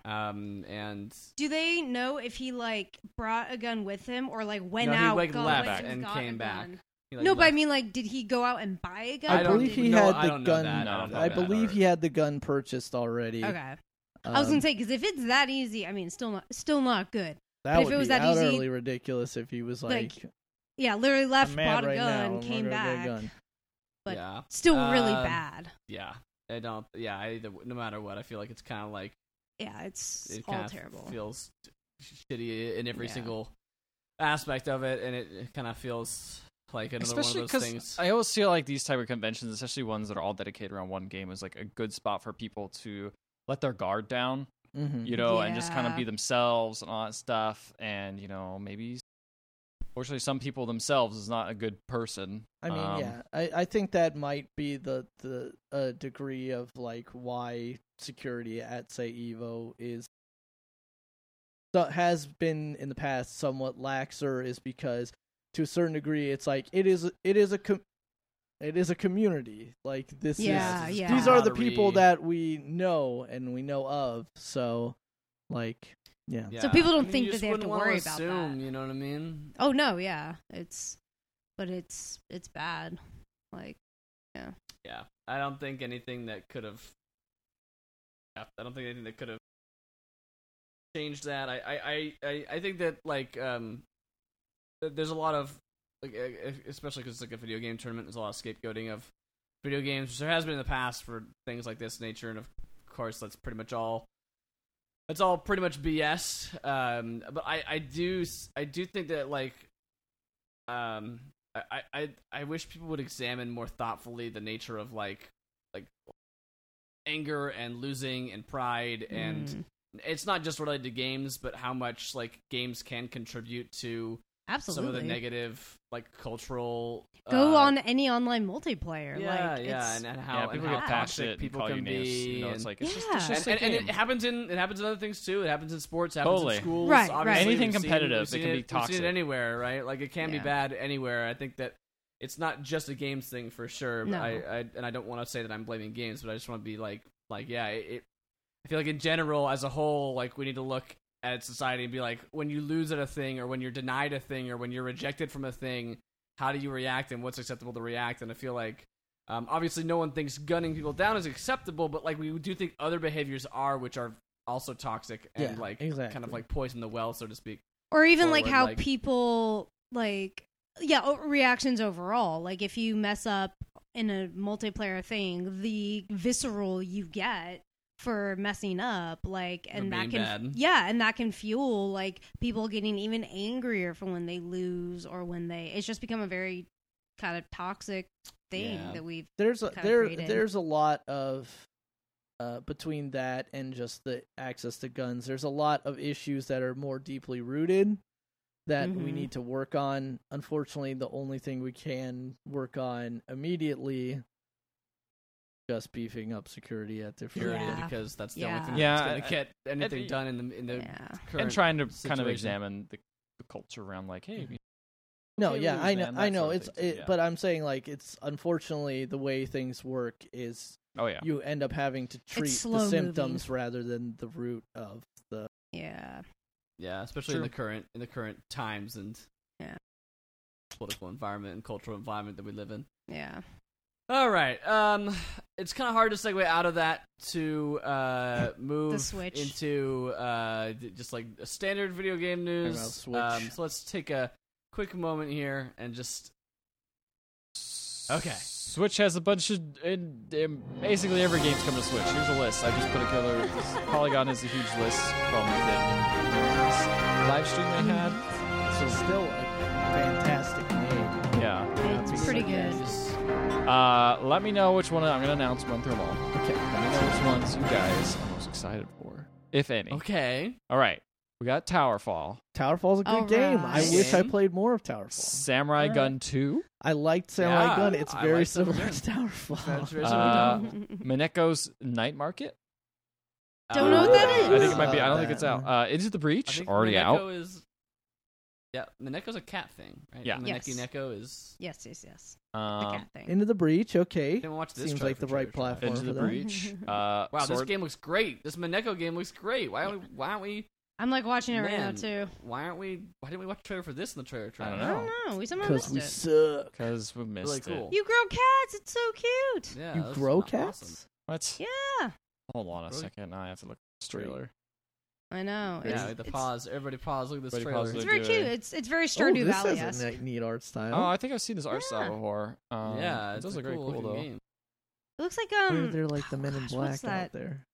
Speaker 1: Um and
Speaker 3: Do they know if he like brought a gun with him or like went
Speaker 1: No, he,
Speaker 3: out,
Speaker 1: like,
Speaker 3: got
Speaker 1: left
Speaker 3: away
Speaker 1: and
Speaker 3: got a
Speaker 1: came back.
Speaker 3: gun?
Speaker 1: he, like,
Speaker 3: no, but I
Speaker 1: left-
Speaker 3: mean, like, did he go out and buy a gun?
Speaker 4: I
Speaker 3: Or
Speaker 4: believe
Speaker 3: did
Speaker 4: he
Speaker 1: no,
Speaker 4: had
Speaker 1: I
Speaker 4: the
Speaker 1: don't know
Speaker 4: gun-
Speaker 1: that. I,
Speaker 2: No,
Speaker 1: don't know
Speaker 4: i
Speaker 1: that.
Speaker 4: believe he had the gun purchased already
Speaker 3: Okay, I was
Speaker 4: Um,
Speaker 3: gonna say because if it's that easy, I mean, it's still not, still not good.
Speaker 4: That
Speaker 3: But if
Speaker 4: would
Speaker 3: it was
Speaker 4: be
Speaker 3: that easy-
Speaker 4: utterly ridiculous if he was like,
Speaker 3: Like, Yeah, literally
Speaker 4: I'm
Speaker 3: left,
Speaker 4: mad
Speaker 3: bought a
Speaker 4: right now,
Speaker 3: gun,
Speaker 4: and we're
Speaker 3: came
Speaker 4: gonna get a
Speaker 3: back,
Speaker 4: gun.
Speaker 3: but
Speaker 1: yeah.
Speaker 3: still really
Speaker 1: Um,
Speaker 3: bad.
Speaker 1: Yeah. I don't. Yeah, I either, no matter what, I feel like it's kind of like
Speaker 3: yeah, it's
Speaker 1: it
Speaker 3: all
Speaker 1: kind
Speaker 3: terrible.
Speaker 1: of feels shitty in every
Speaker 3: Yeah.
Speaker 1: single aspect of it, and it kind of feels like another
Speaker 2: Especially
Speaker 1: one of those things.
Speaker 2: I always feel like these type of conventions, especially ones that are all dedicated around one game, is like a good spot for people to let their guard down,
Speaker 4: Mm-hmm.
Speaker 2: you know, and just kind of
Speaker 3: Yeah.
Speaker 2: be themselves and all that stuff. And you know, maybe fortunately, some people themselves is not a good person.
Speaker 4: I mean,
Speaker 2: Um,
Speaker 4: yeah, I, I think that might be the the uh, degree of like why security at say Evo is so- has been in the past somewhat laxer is because to a certain degree it's like it is it is a com- it is a community like this
Speaker 3: Yeah,
Speaker 4: is
Speaker 1: it's
Speaker 3: yeah.
Speaker 4: these are the people
Speaker 1: camaraderie.
Speaker 4: that we know and we know of so like yeah
Speaker 1: Yeah.
Speaker 3: So people don't
Speaker 1: I mean,
Speaker 3: think
Speaker 1: you
Speaker 3: that
Speaker 1: just
Speaker 3: they have
Speaker 1: wouldn't
Speaker 3: to
Speaker 1: wanna
Speaker 3: worry about
Speaker 1: assume,
Speaker 3: that.
Speaker 1: You know what I mean?
Speaker 3: Oh no, yeah, it's but it's it's bad. Like
Speaker 1: Yeah, I don't think anything that could have. I don't think anything that could have changed that. I, I, I- I, I think that like um, th- there's a lot of like e- e- especially because it's like a video game tournament. There's a lot of scapegoating of video games, which there has been in the past for things like this nature, and of course that's pretty much all. That's all pretty much BS. Um, but I, I do, s- I do think that like, um, I, I, I- I wish people would examine more thoughtfully the nature of like, like anger and losing and pride and
Speaker 3: mm,
Speaker 1: it's not just related to games, but how much like games can contribute to
Speaker 3: absolutely
Speaker 1: some of the negative like cultural.
Speaker 3: go
Speaker 1: uh,
Speaker 3: on any online multiplayer.
Speaker 1: yeah,
Speaker 3: like
Speaker 1: yeah,
Speaker 3: it's,
Speaker 1: and, and
Speaker 2: Yeah,
Speaker 1: how and
Speaker 2: people
Speaker 1: how
Speaker 2: get
Speaker 1: toxic
Speaker 2: passionate
Speaker 1: people
Speaker 2: and call
Speaker 1: can
Speaker 2: you names.
Speaker 1: be.
Speaker 2: You know,
Speaker 1: and-
Speaker 2: it's like it's just,
Speaker 3: Yeah.
Speaker 2: it's just
Speaker 1: and, and,
Speaker 2: a
Speaker 1: and
Speaker 2: game.
Speaker 1: it happens in it happens in other things too. It happens in sports. It happens
Speaker 2: Totally.
Speaker 1: in schools.
Speaker 3: Right, right.
Speaker 1: obviously.
Speaker 2: Anything
Speaker 1: We've seen-
Speaker 2: competitive
Speaker 1: we've
Speaker 2: that
Speaker 1: seen
Speaker 2: can be
Speaker 1: We've
Speaker 2: toxic.
Speaker 1: seen it anywhere, right? Like it can
Speaker 3: Yeah.
Speaker 1: be bad anywhere. I think that it's not just a games thing for sure. But
Speaker 3: No.
Speaker 1: I, I and I don't want to say that I'm blaming games, but I just want to be like like yeah. It, it, I feel like in general, as a whole, like we need to look at society and be like, when you lose at a thing, or when you're denied a thing, or when you're rejected from a thing, how do you react, and what's acceptable to react? And I feel like um, obviously, no one thinks gunning people down is acceptable, but like we do think other behaviors are, which are also toxic and
Speaker 4: Yeah,
Speaker 1: like kind
Speaker 4: exactly.
Speaker 1: of like poison the well, so to speak.
Speaker 3: or even like
Speaker 1: forward,
Speaker 3: how
Speaker 1: like-
Speaker 3: people like yeah o- reactions overall like if you mess up in a multiplayer thing the visceral you get for messing up like and that
Speaker 1: being
Speaker 3: can
Speaker 1: bad.
Speaker 3: yeah and that can fuel like people getting even angrier from when they lose or when they it's just become a very kind of toxic thing
Speaker 1: Yeah.
Speaker 3: that we've
Speaker 4: there's a
Speaker 3: kinda
Speaker 4: there
Speaker 3: created.
Speaker 4: there's a lot of uh between that and just the access to guns there's a lot of issues that are more deeply rooted that we
Speaker 3: Mhm.
Speaker 4: need to work on unfortunately the only thing we can work on immediately just beefing up security at the
Speaker 1: Purity,
Speaker 4: front.
Speaker 3: Yeah.
Speaker 1: because that's the only
Speaker 3: Yeah.
Speaker 1: thing
Speaker 2: Yeah,
Speaker 1: that's going
Speaker 2: I-
Speaker 1: to get anything
Speaker 2: I-
Speaker 1: done in the in the
Speaker 3: yeah
Speaker 1: current.
Speaker 2: and trying to kind of
Speaker 1: situation.
Speaker 2: examine the, the culture around like, hey,
Speaker 1: Mm-hmm.
Speaker 2: we-
Speaker 4: No,
Speaker 2: Okay,
Speaker 4: yeah,
Speaker 2: lose,
Speaker 4: I know,
Speaker 2: man, that
Speaker 4: I know.
Speaker 2: sort of
Speaker 4: It's,
Speaker 2: thing,
Speaker 4: it,
Speaker 2: yeah.
Speaker 4: but I'm saying like it's unfortunately the way things work is
Speaker 2: oh yeah,
Speaker 4: you end up having to treat the
Speaker 3: slow
Speaker 4: symptoms rather than the root of the
Speaker 3: yeah
Speaker 1: yeah, especially in
Speaker 2: True.
Speaker 1: the current in the current times and
Speaker 3: Yeah.
Speaker 1: political environment and cultural environment that we live in.
Speaker 3: yeah
Speaker 1: All right. Um, it's kind of hard to segue out of that to uh move
Speaker 3: Switch.
Speaker 1: into uh d- just like a standard video game news.
Speaker 4: About Switch.
Speaker 1: Um, so let's take a quick moment here and just Okay.
Speaker 2: Switch has a bunch of in, in- basically every game's come to Switch. Here's a list. I just put a killer. Polygon has a huge list from the live stream
Speaker 1: Mm-hmm.
Speaker 2: they had.
Speaker 4: So still a fantastic name.
Speaker 2: Yeah.
Speaker 3: it's pretty good
Speaker 1: uh, just
Speaker 2: Uh, let me know which one I'm gonna announce one through them all. Let me know
Speaker 4: Okay.
Speaker 2: which ones you guys are most excited for, if any.
Speaker 1: okay.
Speaker 2: All right. We got Towerfall,
Speaker 4: Tower Fall's a good
Speaker 3: All
Speaker 4: game. I
Speaker 3: right.
Speaker 4: wish I
Speaker 1: Game.
Speaker 4: played more of Tower Fall.
Speaker 2: Samurai
Speaker 1: Alright.
Speaker 2: Gun 2,
Speaker 4: I liked Samurai
Speaker 1: Yeah,
Speaker 4: Gun. It's
Speaker 1: I
Speaker 4: very
Speaker 1: like Samurai
Speaker 4: similar to Tower
Speaker 1: That's
Speaker 4: Fall.
Speaker 1: very
Speaker 2: Uh,
Speaker 1: similar.
Speaker 2: Mineko's Night Market.
Speaker 3: Don't know what that
Speaker 1: Uh,
Speaker 3: is.
Speaker 2: I think it might be. I don't
Speaker 4: Uh,
Speaker 2: think it's out. Uh, Into the
Speaker 1: I
Speaker 2: Breach
Speaker 1: think
Speaker 2: already
Speaker 1: Mineko
Speaker 2: out.
Speaker 1: Is, yeah, Mineko's a cat thing, right?
Speaker 2: Yeah.
Speaker 1: Mineki
Speaker 3: Yes.
Speaker 1: Neko is.
Speaker 3: yes yes yes the
Speaker 1: uh,
Speaker 2: Um,
Speaker 3: cat thing
Speaker 4: Into the Breach.
Speaker 1: I
Speaker 4: Okay.
Speaker 1: didn't watch this.
Speaker 4: Seems
Speaker 1: trailer
Speaker 4: like
Speaker 1: for
Speaker 4: the right
Speaker 1: trailer,
Speaker 4: platform
Speaker 1: trailer.
Speaker 2: Into the
Speaker 4: for that.
Speaker 2: Breach. Uh,
Speaker 1: Wow, this
Speaker 2: Sword-
Speaker 1: game looks great. This Mineko game looks great. Why aren't we? Why aren't we?
Speaker 3: i'm like watching it right now
Speaker 1: Man.
Speaker 3: too
Speaker 1: Why aren't we? Why didn't we watch the trailer for this in the trailer?
Speaker 2: I
Speaker 1: trailer?
Speaker 2: don't
Speaker 3: I don't
Speaker 2: know.
Speaker 3: know. We somehow
Speaker 4: Because
Speaker 3: missed
Speaker 4: we
Speaker 3: it.
Speaker 4: suck.
Speaker 2: Because we missed
Speaker 1: Really
Speaker 2: it.
Speaker 1: cool.
Speaker 3: You grow cats. It's so cute.
Speaker 1: Yeah,
Speaker 4: You
Speaker 1: that's
Speaker 4: grow
Speaker 1: not
Speaker 4: cats?
Speaker 1: awesome.
Speaker 2: What?
Speaker 3: Yeah.
Speaker 2: Hold on a
Speaker 1: Really?
Speaker 2: second. Now I have to look at this
Speaker 4: Wait.
Speaker 2: trailer.
Speaker 3: I know.
Speaker 2: Yeah,
Speaker 3: It's,
Speaker 1: Yeah, the
Speaker 3: it's-
Speaker 1: pause. Everybody pause. Look at this
Speaker 2: Everybody
Speaker 1: trailer.
Speaker 2: pause,
Speaker 3: It's
Speaker 2: look.
Speaker 3: very
Speaker 2: Do
Speaker 3: cute.
Speaker 2: it.
Speaker 3: It's it's very
Speaker 4: Oh,
Speaker 3: Stardew
Speaker 4: this
Speaker 3: Valley
Speaker 4: has a
Speaker 3: esque.
Speaker 4: ne- neat art
Speaker 2: Oh,
Speaker 4: style.
Speaker 2: I think I've seen this art style
Speaker 3: Yeah.
Speaker 2: before. Um,
Speaker 1: yeah,
Speaker 2: it
Speaker 1: it's
Speaker 2: does
Speaker 1: a
Speaker 2: look very
Speaker 1: cool
Speaker 2: cool
Speaker 1: looking
Speaker 2: though.
Speaker 1: game.
Speaker 3: It looks like
Speaker 4: Where
Speaker 3: um.
Speaker 4: they're like the men in
Speaker 3: gosh,
Speaker 4: black
Speaker 3: what's
Speaker 4: out
Speaker 3: that?
Speaker 4: there.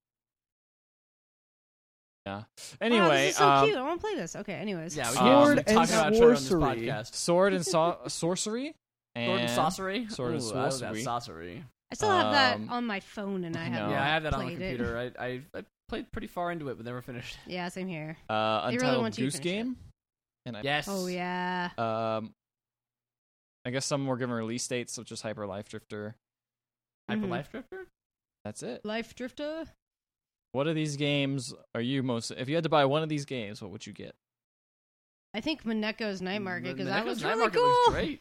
Speaker 2: Yeah.
Speaker 3: Wow,
Speaker 2: Anyway,
Speaker 3: Oh, this is so
Speaker 2: um,
Speaker 3: cute. I want to play this. Okay. Anyways.
Speaker 1: Yeah, we
Speaker 2: Um,
Speaker 1: can't
Speaker 2: Sword
Speaker 1: keep talking
Speaker 4: and
Speaker 1: about Trevor on this
Speaker 4: sorcery.
Speaker 1: podcast.
Speaker 2: sword and so- sorcery. And
Speaker 1: Sword and sorcery.
Speaker 2: Sword and
Speaker 1: Ooh, I love that
Speaker 2: sorcery.
Speaker 1: sorcery.
Speaker 3: I still have that
Speaker 2: Um,
Speaker 3: on my phone, and I
Speaker 2: no.
Speaker 3: have.
Speaker 2: Oh,
Speaker 1: yeah, I have that on the
Speaker 3: played it.
Speaker 1: computer. I, I I played pretty far into it, but never finished.
Speaker 3: Yeah, same here.
Speaker 2: Uh,
Speaker 3: They really
Speaker 2: Untitled
Speaker 3: want you to
Speaker 2: Goose
Speaker 3: finish it.
Speaker 2: Game. And I,
Speaker 1: Yes.
Speaker 3: Oh yeah.
Speaker 2: Um, I guess some were given release dates, such as Hyper Life Drifter.
Speaker 1: Hyper
Speaker 3: Mhm.
Speaker 1: Life Drifter.
Speaker 2: That's it.
Speaker 3: Life Drifter.
Speaker 2: What of these games are you most? If you had to buy one of these games, what would you get?
Speaker 3: I think Mineko's Night Market because that
Speaker 1: Mineko's
Speaker 3: was
Speaker 1: Night
Speaker 3: really
Speaker 1: Market
Speaker 3: cool.
Speaker 1: looks great.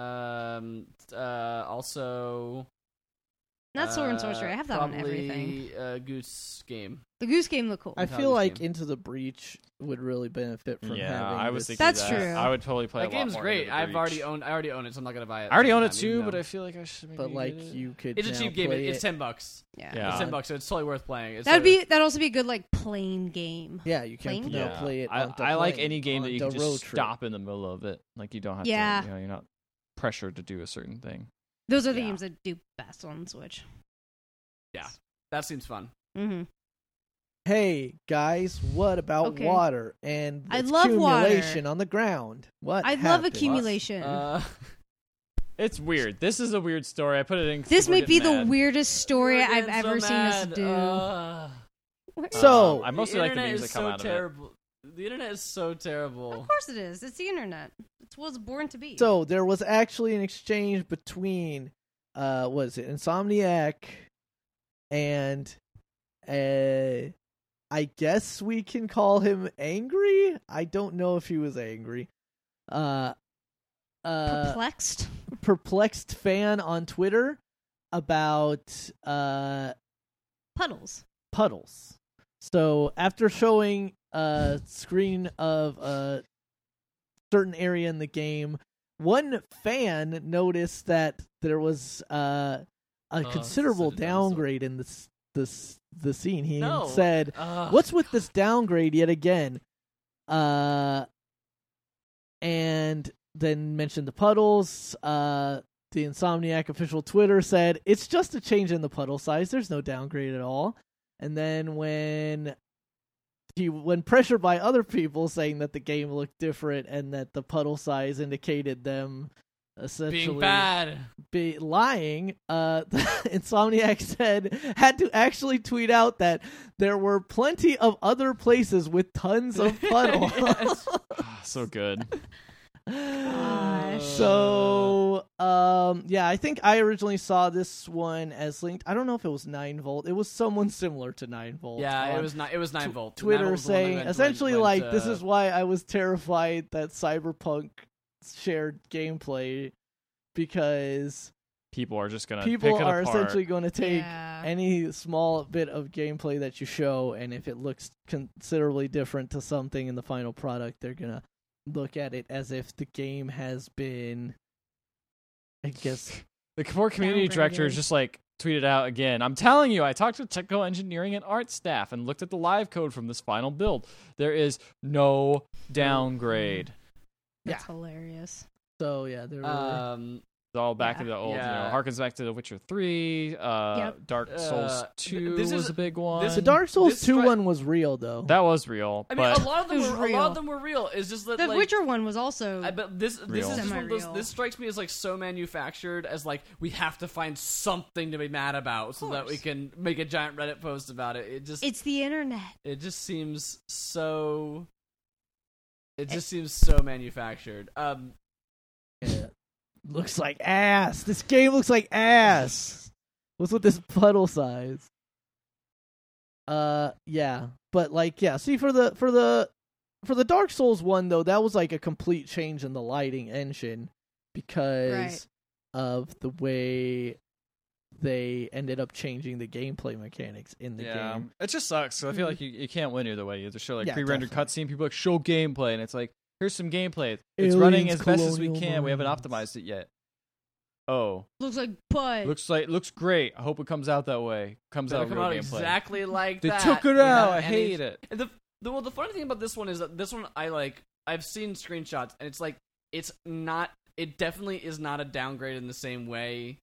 Speaker 1: Um. Uh. Also.
Speaker 3: Not Sword and
Speaker 1: uh,
Speaker 3: Sorcery. I have that on everything.
Speaker 1: probably, Uh, Goose game.
Speaker 3: The Goose Game looked
Speaker 2: Oh,
Speaker 3: cool.
Speaker 4: I
Speaker 1: How
Speaker 4: feel
Speaker 1: this
Speaker 4: like
Speaker 1: game-
Speaker 4: Into the Breach would really benefit from
Speaker 2: yeah,
Speaker 4: having
Speaker 2: I was
Speaker 4: this.
Speaker 2: thinking that.
Speaker 3: That's true.
Speaker 2: I would probably play.
Speaker 1: That
Speaker 2: a lot
Speaker 1: game's
Speaker 2: more
Speaker 1: great.
Speaker 2: Into the
Speaker 1: I've already
Speaker 2: Breach.
Speaker 1: owned. I already own it, so I'm not gonna buy it.
Speaker 2: I already own it
Speaker 1: sometime, even
Speaker 2: too, but
Speaker 1: though-
Speaker 2: I feel like I should. Maybe
Speaker 4: But
Speaker 2: get
Speaker 4: like
Speaker 2: it.
Speaker 4: you could
Speaker 1: it's a
Speaker 4: now
Speaker 1: cheap game. It,
Speaker 4: play
Speaker 1: it's
Speaker 4: it.
Speaker 1: ten bucks.
Speaker 3: yeah.
Speaker 2: Yeah.
Speaker 1: It's ten bucks, so it's totally worth playing. It's
Speaker 3: That'd
Speaker 1: so-
Speaker 3: be that'd also be a good like plain game.
Speaker 4: Yeah, you can
Speaker 3: Plane?
Speaker 4: now
Speaker 2: Yeah.
Speaker 4: play it.
Speaker 2: I,
Speaker 4: on the
Speaker 2: I like
Speaker 4: plane,
Speaker 2: any game
Speaker 4: on
Speaker 2: that you
Speaker 4: the
Speaker 2: can
Speaker 4: road
Speaker 2: just
Speaker 4: trip.
Speaker 2: stop in the middle of it. Like you don't have
Speaker 3: Yeah.
Speaker 2: to. You know, you're not pressured to do a certain thing.
Speaker 3: Those are the
Speaker 2: Yeah.
Speaker 3: games that do best on Switch.
Speaker 1: that seems fun.
Speaker 3: Mm-hmm.
Speaker 4: Hey guys, what about
Speaker 3: Okay.
Speaker 4: water and
Speaker 3: I
Speaker 4: its
Speaker 3: love water.
Speaker 4: accumulation on the ground? What
Speaker 3: I love
Speaker 4: happened?
Speaker 3: accumulation.
Speaker 1: Uh,
Speaker 2: It's weird. This is a weird story. I put it in. 'cause
Speaker 3: this
Speaker 2: we're
Speaker 3: may be
Speaker 2: getting
Speaker 3: the
Speaker 2: mad.
Speaker 3: weirdest story
Speaker 1: we're
Speaker 3: I've
Speaker 1: getting so
Speaker 3: ever seen us
Speaker 1: mad.
Speaker 3: do.
Speaker 1: Uh,
Speaker 4: So-
Speaker 2: Um, I mostly like the
Speaker 1: internet
Speaker 2: memes
Speaker 1: is
Speaker 2: that come
Speaker 1: so
Speaker 2: out of it.
Speaker 1: terrible. The internet is so
Speaker 3: of
Speaker 1: terrible.
Speaker 3: course it is. It's the internet. It was born to be.
Speaker 4: So there was actually an exchange between, uh, was it Insomniac, and, uh, I guess we can call him angry. I don't know if he was angry. Uh, uh,
Speaker 3: perplexed.
Speaker 4: perplexed fan on Twitter about uh
Speaker 3: Puddles.
Speaker 4: puddles. So after showing a screen of a certain area in the game, one fan noticed that there was uh, a
Speaker 1: this
Speaker 4: considerable
Speaker 1: is a dinosaur.
Speaker 4: downgrade in this this the scene. He
Speaker 1: No.
Speaker 4: said,
Speaker 1: Uh,
Speaker 4: "What's with this downgrade yet again?" Uh, and then mentioned the puddles. Uh, the Insomniac official Twitter said, "It's just a change in the puddle size. There's no downgrade at all." And then when he when pressured by other people saying that the game looked different and that the puddle size indicated them essentially
Speaker 1: being bad?
Speaker 4: be lying, uh, Insomniac said had to actually tweet out that there were plenty of other places with tons of puddle.
Speaker 1: Yes.
Speaker 2: Ah, so good.
Speaker 3: Gosh.
Speaker 4: So, um, yeah, I think I originally saw this one as linked. I don't know if it was nine volt. It was someone similar to nine volt.
Speaker 1: Yeah, it
Speaker 4: on
Speaker 1: was nine. It was nine volt. Nine
Speaker 4: Twitter
Speaker 1: volt was the one that
Speaker 4: saying
Speaker 1: went-
Speaker 4: essentially
Speaker 1: went-
Speaker 4: like
Speaker 1: went,
Speaker 4: this
Speaker 1: uh,
Speaker 4: is why I was terrified that Cyberpunk shared gameplay because
Speaker 2: People are just
Speaker 1: Uh,
Speaker 2: gonna
Speaker 4: people
Speaker 2: pick it
Speaker 4: are
Speaker 2: apart.
Speaker 4: essentially going to take
Speaker 3: Yeah.
Speaker 4: any small bit of gameplay that you show, and if it looks considerably different to something in the final product, they're gonna look at it as if the game has been, I guess,
Speaker 2: The core community director
Speaker 3: Downgraded.
Speaker 2: just like tweeted out again. I'm telling you, I talked to technical engineering and art staff and looked at the live code from this final build. There is no downgrade.
Speaker 3: That's hilarious.
Speaker 4: so. Yeah, there were
Speaker 1: Um,
Speaker 2: It's all back
Speaker 3: Yeah.
Speaker 2: to the old, you
Speaker 1: Yeah.
Speaker 2: know, harkens back to The Witcher Three. Uh,
Speaker 3: Yep.
Speaker 2: Dark Souls
Speaker 1: Uh, th-
Speaker 2: Two
Speaker 1: this
Speaker 2: was
Speaker 1: is-
Speaker 2: a big one.
Speaker 1: this-
Speaker 4: the Dark Souls
Speaker 1: this
Speaker 4: two
Speaker 1: stri-
Speaker 4: one was real though.
Speaker 2: that was real,
Speaker 1: I mean,
Speaker 2: but
Speaker 1: a lot of them
Speaker 3: It was
Speaker 1: were a lot
Speaker 3: real.
Speaker 1: of them were real. It's just that
Speaker 3: The
Speaker 1: like,
Speaker 3: Witcher one was also.
Speaker 1: I, but this this
Speaker 2: Real.
Speaker 1: is just one of those,
Speaker 3: Semi-real.
Speaker 1: this strikes me as like so manufactured as like we have to find something to be mad about so that we
Speaker 3: course.
Speaker 1: can make a giant Reddit post about it. It just
Speaker 3: it's the internet.
Speaker 1: it just seems so it just seems so manufactured. Um
Speaker 4: Yeah. Looks like ass. This game looks like ass. What's with this puddle size? Uh yeah. But like yeah, see for the for the for the Dark Souls one though, that was like a complete change in the lighting engine because
Speaker 3: Right.
Speaker 4: of the way they ended up changing the gameplay mechanics in the
Speaker 2: yeah,
Speaker 4: game.
Speaker 2: it just sucks. 'cause I feel
Speaker 3: Mhm.
Speaker 2: like you, you can't win either way. You have to show like
Speaker 4: Yeah,
Speaker 2: pre-rendered
Speaker 4: definitely.
Speaker 2: cutscene. People like show gameplay, and it's like here's some gameplay. It's running as
Speaker 4: Aliens,
Speaker 2: best as we
Speaker 4: colonial
Speaker 2: can. We haven't
Speaker 4: marines.
Speaker 2: optimized it yet. Oh,
Speaker 3: Looks like butt.
Speaker 2: looks like looks great. I hope it comes out that way. Comes
Speaker 1: it'll
Speaker 2: out
Speaker 1: come
Speaker 2: real
Speaker 1: out
Speaker 2: gameplay.
Speaker 1: exactly like
Speaker 2: They
Speaker 1: that.
Speaker 2: took it
Speaker 1: without
Speaker 2: out. I
Speaker 1: any-
Speaker 2: hate it.
Speaker 1: And The, the well, the funny thing about this one is that this one I like. I've seen screenshots, and it's like it's not. It definitely is not a downgrade in the same way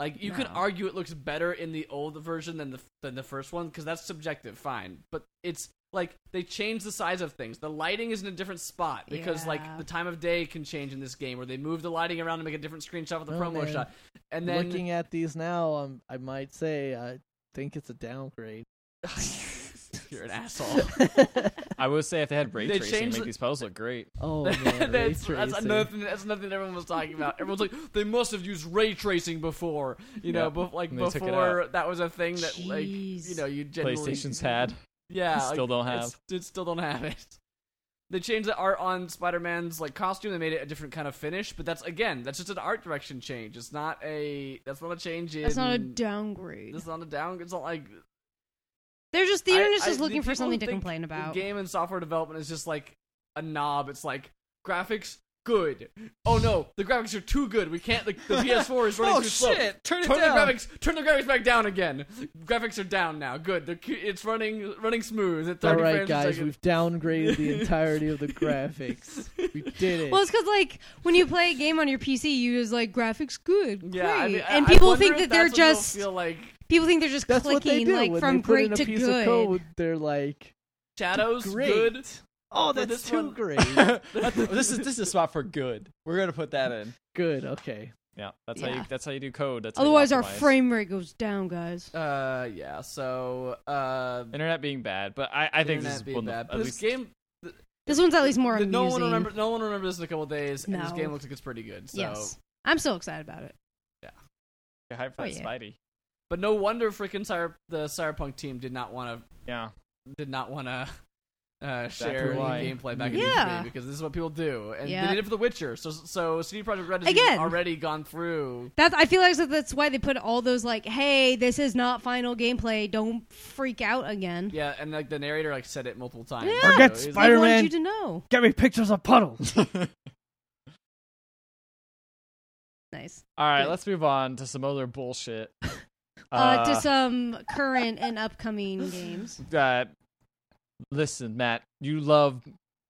Speaker 1: Like you could
Speaker 2: No.
Speaker 1: argue it looks better in the old version than the than the first one because that's subjective, fine. But it's like they change the size of things. The lighting is in a different spot because
Speaker 3: Yeah.
Speaker 1: like the time of day can change in this game, or they move the lighting around to make a different screenshot with the
Speaker 4: Oh,
Speaker 1: promo
Speaker 4: man.
Speaker 1: shot. And then
Speaker 4: Looking at these now, um, I might say I think it's a downgrade.
Speaker 1: you're an asshole.
Speaker 2: I would say if they had ray
Speaker 1: They
Speaker 2: tracing,
Speaker 1: changed
Speaker 2: make
Speaker 1: the-
Speaker 2: these puzzles look great.
Speaker 4: oh man, ray
Speaker 1: that's, that's
Speaker 4: tracing.
Speaker 1: another thing, that's another thing that everyone was talking about. Everyone's like, they must have used ray tracing before, you know,
Speaker 2: Yeah.
Speaker 1: bef- like
Speaker 2: And they took it
Speaker 1: before that was a thing that like you
Speaker 3: Jeez.
Speaker 1: know you generally
Speaker 2: PlayStation's had.
Speaker 1: Yeah,
Speaker 2: Still don't have.
Speaker 1: it's- It still don't have it. They changed the art on Spider-Man's like costume. They made it a different kind of finish, but that's again, that's just an art direction change. It's not a that's not a change in.
Speaker 3: That's not a downgrade.
Speaker 1: It's not a down. It's not like
Speaker 3: They're just the
Speaker 1: I-
Speaker 3: internet's
Speaker 1: I-
Speaker 3: just
Speaker 1: the
Speaker 3: looking
Speaker 1: people
Speaker 3: for something
Speaker 1: who
Speaker 3: to
Speaker 1: think
Speaker 3: complain
Speaker 1: the
Speaker 3: about.
Speaker 1: game and software development is just like a knob. It's like graphics good. Oh no, the graphics are too good. We can't. The, the PS4 is running
Speaker 2: oh
Speaker 1: too slow.
Speaker 2: shit! Turn it
Speaker 1: Turn the
Speaker 2: down.
Speaker 1: graphics. Turn the graphics back down again. Graphics are down now. Good. The, it's running running smooth at
Speaker 4: All
Speaker 1: thirty
Speaker 4: right,
Speaker 1: frames a
Speaker 4: guys,
Speaker 1: second.
Speaker 4: we've downgraded the entirety of the graphics. We did it.
Speaker 3: Well, it's because like when you play a game on your PC, you use like graphics good,
Speaker 1: Yeah, I
Speaker 3: great.
Speaker 1: mean, I-
Speaker 3: and
Speaker 1: I
Speaker 3: people
Speaker 1: wonder
Speaker 3: think
Speaker 1: if
Speaker 3: that they're
Speaker 1: that's what they'll
Speaker 3: just
Speaker 1: feel like
Speaker 3: people think they're just
Speaker 4: that's what they
Speaker 3: clicking
Speaker 4: do
Speaker 3: like
Speaker 4: when
Speaker 3: from
Speaker 4: they put
Speaker 3: great
Speaker 4: in a
Speaker 3: to
Speaker 4: piece
Speaker 3: good.
Speaker 4: of code. They're like,
Speaker 1: shadows
Speaker 4: great.
Speaker 1: good.
Speaker 4: Oh,
Speaker 1: But
Speaker 4: that's
Speaker 1: this
Speaker 4: too
Speaker 1: one-
Speaker 4: great.
Speaker 2: this is this is a spot for good. We're gonna put that in.
Speaker 4: Good. Okay.
Speaker 2: Yeah, that's how
Speaker 3: Yeah.
Speaker 2: you that's how you do code. That's how you
Speaker 3: Otherwise, our
Speaker 2: optimize.
Speaker 3: frame rate goes down, guys.
Speaker 1: Uh, yeah. So, uh,
Speaker 2: internet being bad. But I, I think
Speaker 1: internet
Speaker 2: this is
Speaker 1: being
Speaker 2: one
Speaker 1: bad.
Speaker 2: of the,
Speaker 1: But
Speaker 2: at
Speaker 1: this
Speaker 2: least
Speaker 1: game,
Speaker 3: This one's at least more
Speaker 1: the-
Speaker 3: amusing.
Speaker 1: no one remember. No one remembers this in a couple days, and this
Speaker 3: No.
Speaker 1: game looks like it's pretty good. So,
Speaker 3: Yes, I'm so excited about it.
Speaker 2: you're hyped for
Speaker 3: Oh,
Speaker 2: that
Speaker 3: yeah.
Speaker 2: Spidey.
Speaker 1: but no wonder freaking Cyber, the Cyberpunk team did not want to
Speaker 2: Yeah,
Speaker 1: did not want to uh, share
Speaker 2: why.
Speaker 1: the gameplay back
Speaker 3: Yeah.
Speaker 1: in E3 because this is what people do, and
Speaker 3: Yeah.
Speaker 1: they did it for The Witcher. So, so CD Projekt Red has
Speaker 3: Again.
Speaker 1: already gone through.
Speaker 3: That I feel like that's why they put all those like, "Hey, this is not final gameplay. Don't freak out again."
Speaker 1: Yeah, and like the narrator like said it multiple times.
Speaker 3: Yeah.
Speaker 1: So
Speaker 4: Forget
Speaker 1: it's-
Speaker 3: I
Speaker 4: Spider-
Speaker 3: want
Speaker 4: Iron
Speaker 3: you to know.
Speaker 4: Get me pictures of puddles.
Speaker 3: Nice.
Speaker 2: All right,
Speaker 3: Good.
Speaker 2: let's move on to some other bullshit.
Speaker 3: Uh, to some current and upcoming games.
Speaker 2: uh, listen, Matt, you love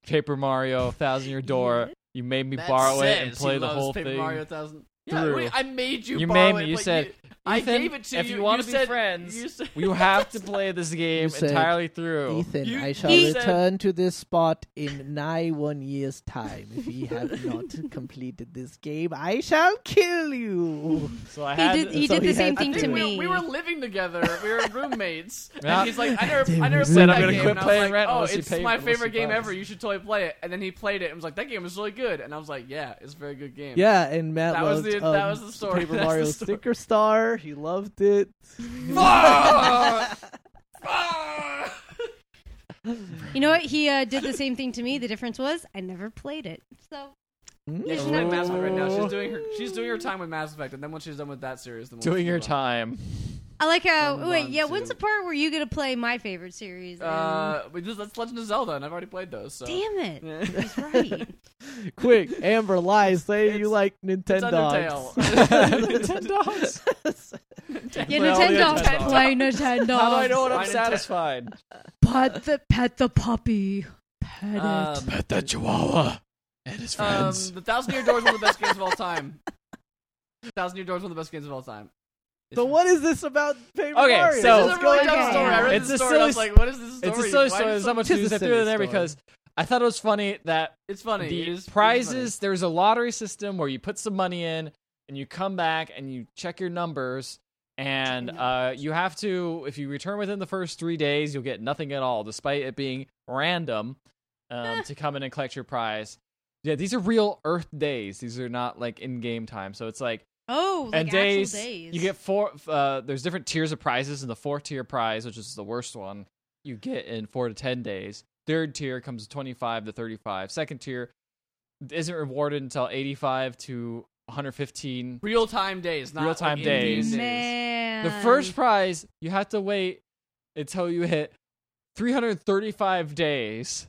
Speaker 2: Paper Mario, Thousand Year Door. You made me
Speaker 1: Matt
Speaker 2: borrow it and
Speaker 1: says
Speaker 2: play
Speaker 1: he
Speaker 2: the
Speaker 1: loves
Speaker 2: whole
Speaker 1: Paper
Speaker 2: thing.
Speaker 1: Mario 1000. Yeah,
Speaker 2: through.
Speaker 1: wait, I made you.
Speaker 2: You
Speaker 1: borrow
Speaker 2: made me.
Speaker 1: it,
Speaker 2: You
Speaker 1: but
Speaker 2: said,
Speaker 1: I
Speaker 2: "Ethan,
Speaker 1: gave it to
Speaker 2: if
Speaker 1: you.
Speaker 2: you wanna
Speaker 1: you
Speaker 2: be
Speaker 1: said,
Speaker 2: friends,
Speaker 1: you said,
Speaker 2: You have to play this game
Speaker 4: said-
Speaker 2: entirely through.
Speaker 4: Ethan,
Speaker 1: You-
Speaker 4: I shall
Speaker 3: he
Speaker 1: said-
Speaker 4: return to this spot in nigh one year's time. If ye have not completed this game, I shall kill you.
Speaker 2: So I
Speaker 3: He
Speaker 2: had
Speaker 3: did. He
Speaker 4: so
Speaker 3: did
Speaker 4: he
Speaker 3: the
Speaker 4: had
Speaker 3: same
Speaker 4: to
Speaker 3: thing
Speaker 1: I
Speaker 3: to
Speaker 1: think we,
Speaker 3: me.
Speaker 1: We were living together. We were roommates.
Speaker 2: Yeah.
Speaker 1: And he's like, I never, I
Speaker 4: Dude,
Speaker 1: never
Speaker 4: we
Speaker 1: played
Speaker 4: were
Speaker 1: that
Speaker 4: gonna
Speaker 1: game.
Speaker 4: quit
Speaker 1: And I was
Speaker 2: playing
Speaker 1: like,
Speaker 2: Rent
Speaker 1: oh,
Speaker 2: unless you
Speaker 1: it's
Speaker 2: pay-
Speaker 1: my
Speaker 2: unless
Speaker 1: favorite
Speaker 2: you
Speaker 1: game
Speaker 2: buy it."
Speaker 1: ever. You should totally play it. And then he played it and was like, that game was really good. And I was like, yeah, it's a very good game.
Speaker 4: Yeah, and Matt
Speaker 1: That was
Speaker 4: loved
Speaker 1: the-
Speaker 4: um,
Speaker 1: that was the story.
Speaker 4: Paper
Speaker 1: That's the
Speaker 4: Mario
Speaker 1: story.
Speaker 4: Sticker Star. He loved it.
Speaker 1: Fuck! Fuck!
Speaker 3: You know what? He uh, did the same thing to me. The difference was I never played it. So
Speaker 1: Yeah,
Speaker 4: Mm.
Speaker 1: she's
Speaker 3: Isn't
Speaker 1: playing
Speaker 3: that-
Speaker 1: Mass Effect right now. She's doing her she's doing her time with Mass Effect, and then once she's done with that series, then we'll
Speaker 2: doing your
Speaker 1: move on.
Speaker 2: time.
Speaker 3: I like how.
Speaker 1: Hold
Speaker 3: wait,
Speaker 1: on
Speaker 3: yeah.
Speaker 1: to-
Speaker 3: When's the part where you get to play my favorite series? and-
Speaker 1: Uh, we just, that's Legend of Zelda, and I've already played those. So.
Speaker 3: damn it!
Speaker 1: Yeah.
Speaker 3: He's right.
Speaker 4: Quick, Amber lies. Say you
Speaker 1: It's-
Speaker 4: like Nintendo.
Speaker 1: Undertale.
Speaker 3: Yeah,
Speaker 2: Well,
Speaker 3: Nintendo.
Speaker 2: yeah, Nintendo.
Speaker 3: Play Nintendo.
Speaker 2: How do I know when
Speaker 1: Why
Speaker 2: I'm
Speaker 1: Nintendo?
Speaker 2: satisfied?
Speaker 3: Pet the pet the puppy. Pet
Speaker 1: Um,
Speaker 2: Pet that Chihuahua and his
Speaker 1: Um, the Thousand Year Door is one of the best games of all time. Thousand Year Door is one of the best games of all time.
Speaker 4: So what is this about Paper
Speaker 2: Okay,
Speaker 1: This
Speaker 2: so-
Speaker 4: Mario?
Speaker 1: is
Speaker 4: What's
Speaker 1: a really
Speaker 4: going
Speaker 1: dumb
Speaker 3: on?
Speaker 1: story. I read
Speaker 2: It's
Speaker 1: this
Speaker 2: a
Speaker 1: story.
Speaker 2: silly
Speaker 1: and I was
Speaker 2: s-
Speaker 1: like, "What is this story?
Speaker 2: it's a silly
Speaker 1: Why
Speaker 2: story.
Speaker 1: is
Speaker 2: There's
Speaker 1: it
Speaker 2: not
Speaker 1: so-
Speaker 2: much
Speaker 4: Tis
Speaker 2: news
Speaker 4: a
Speaker 2: I threw in there
Speaker 4: silly story.
Speaker 2: because I thought it was funny that
Speaker 1: It's funny. it
Speaker 2: the
Speaker 1: is- it is
Speaker 2: prizes there's a lottery system where you put some money in and you come back and you check your numbers and
Speaker 3: Check your
Speaker 2: uh, you have to if you return within the first three days you'll get nothing at all despite it being random
Speaker 1: Eh.
Speaker 2: um, to come in and collect your prize yeah these are real earth days these are not like in-game time so it's like
Speaker 3: Oh, like
Speaker 2: and days,
Speaker 3: actual days.
Speaker 2: you get four uh, there's different tiers of prizes and the fourth tier prize which is the worst one you get in four to ten days third tier comes 25 to 35 second tier isn't rewarded until 85 to 115
Speaker 1: funny. real-time days, not
Speaker 2: Real-time
Speaker 1: like, in-game
Speaker 2: days.
Speaker 3: Man.
Speaker 2: the first prize you have to wait until you hit 335 days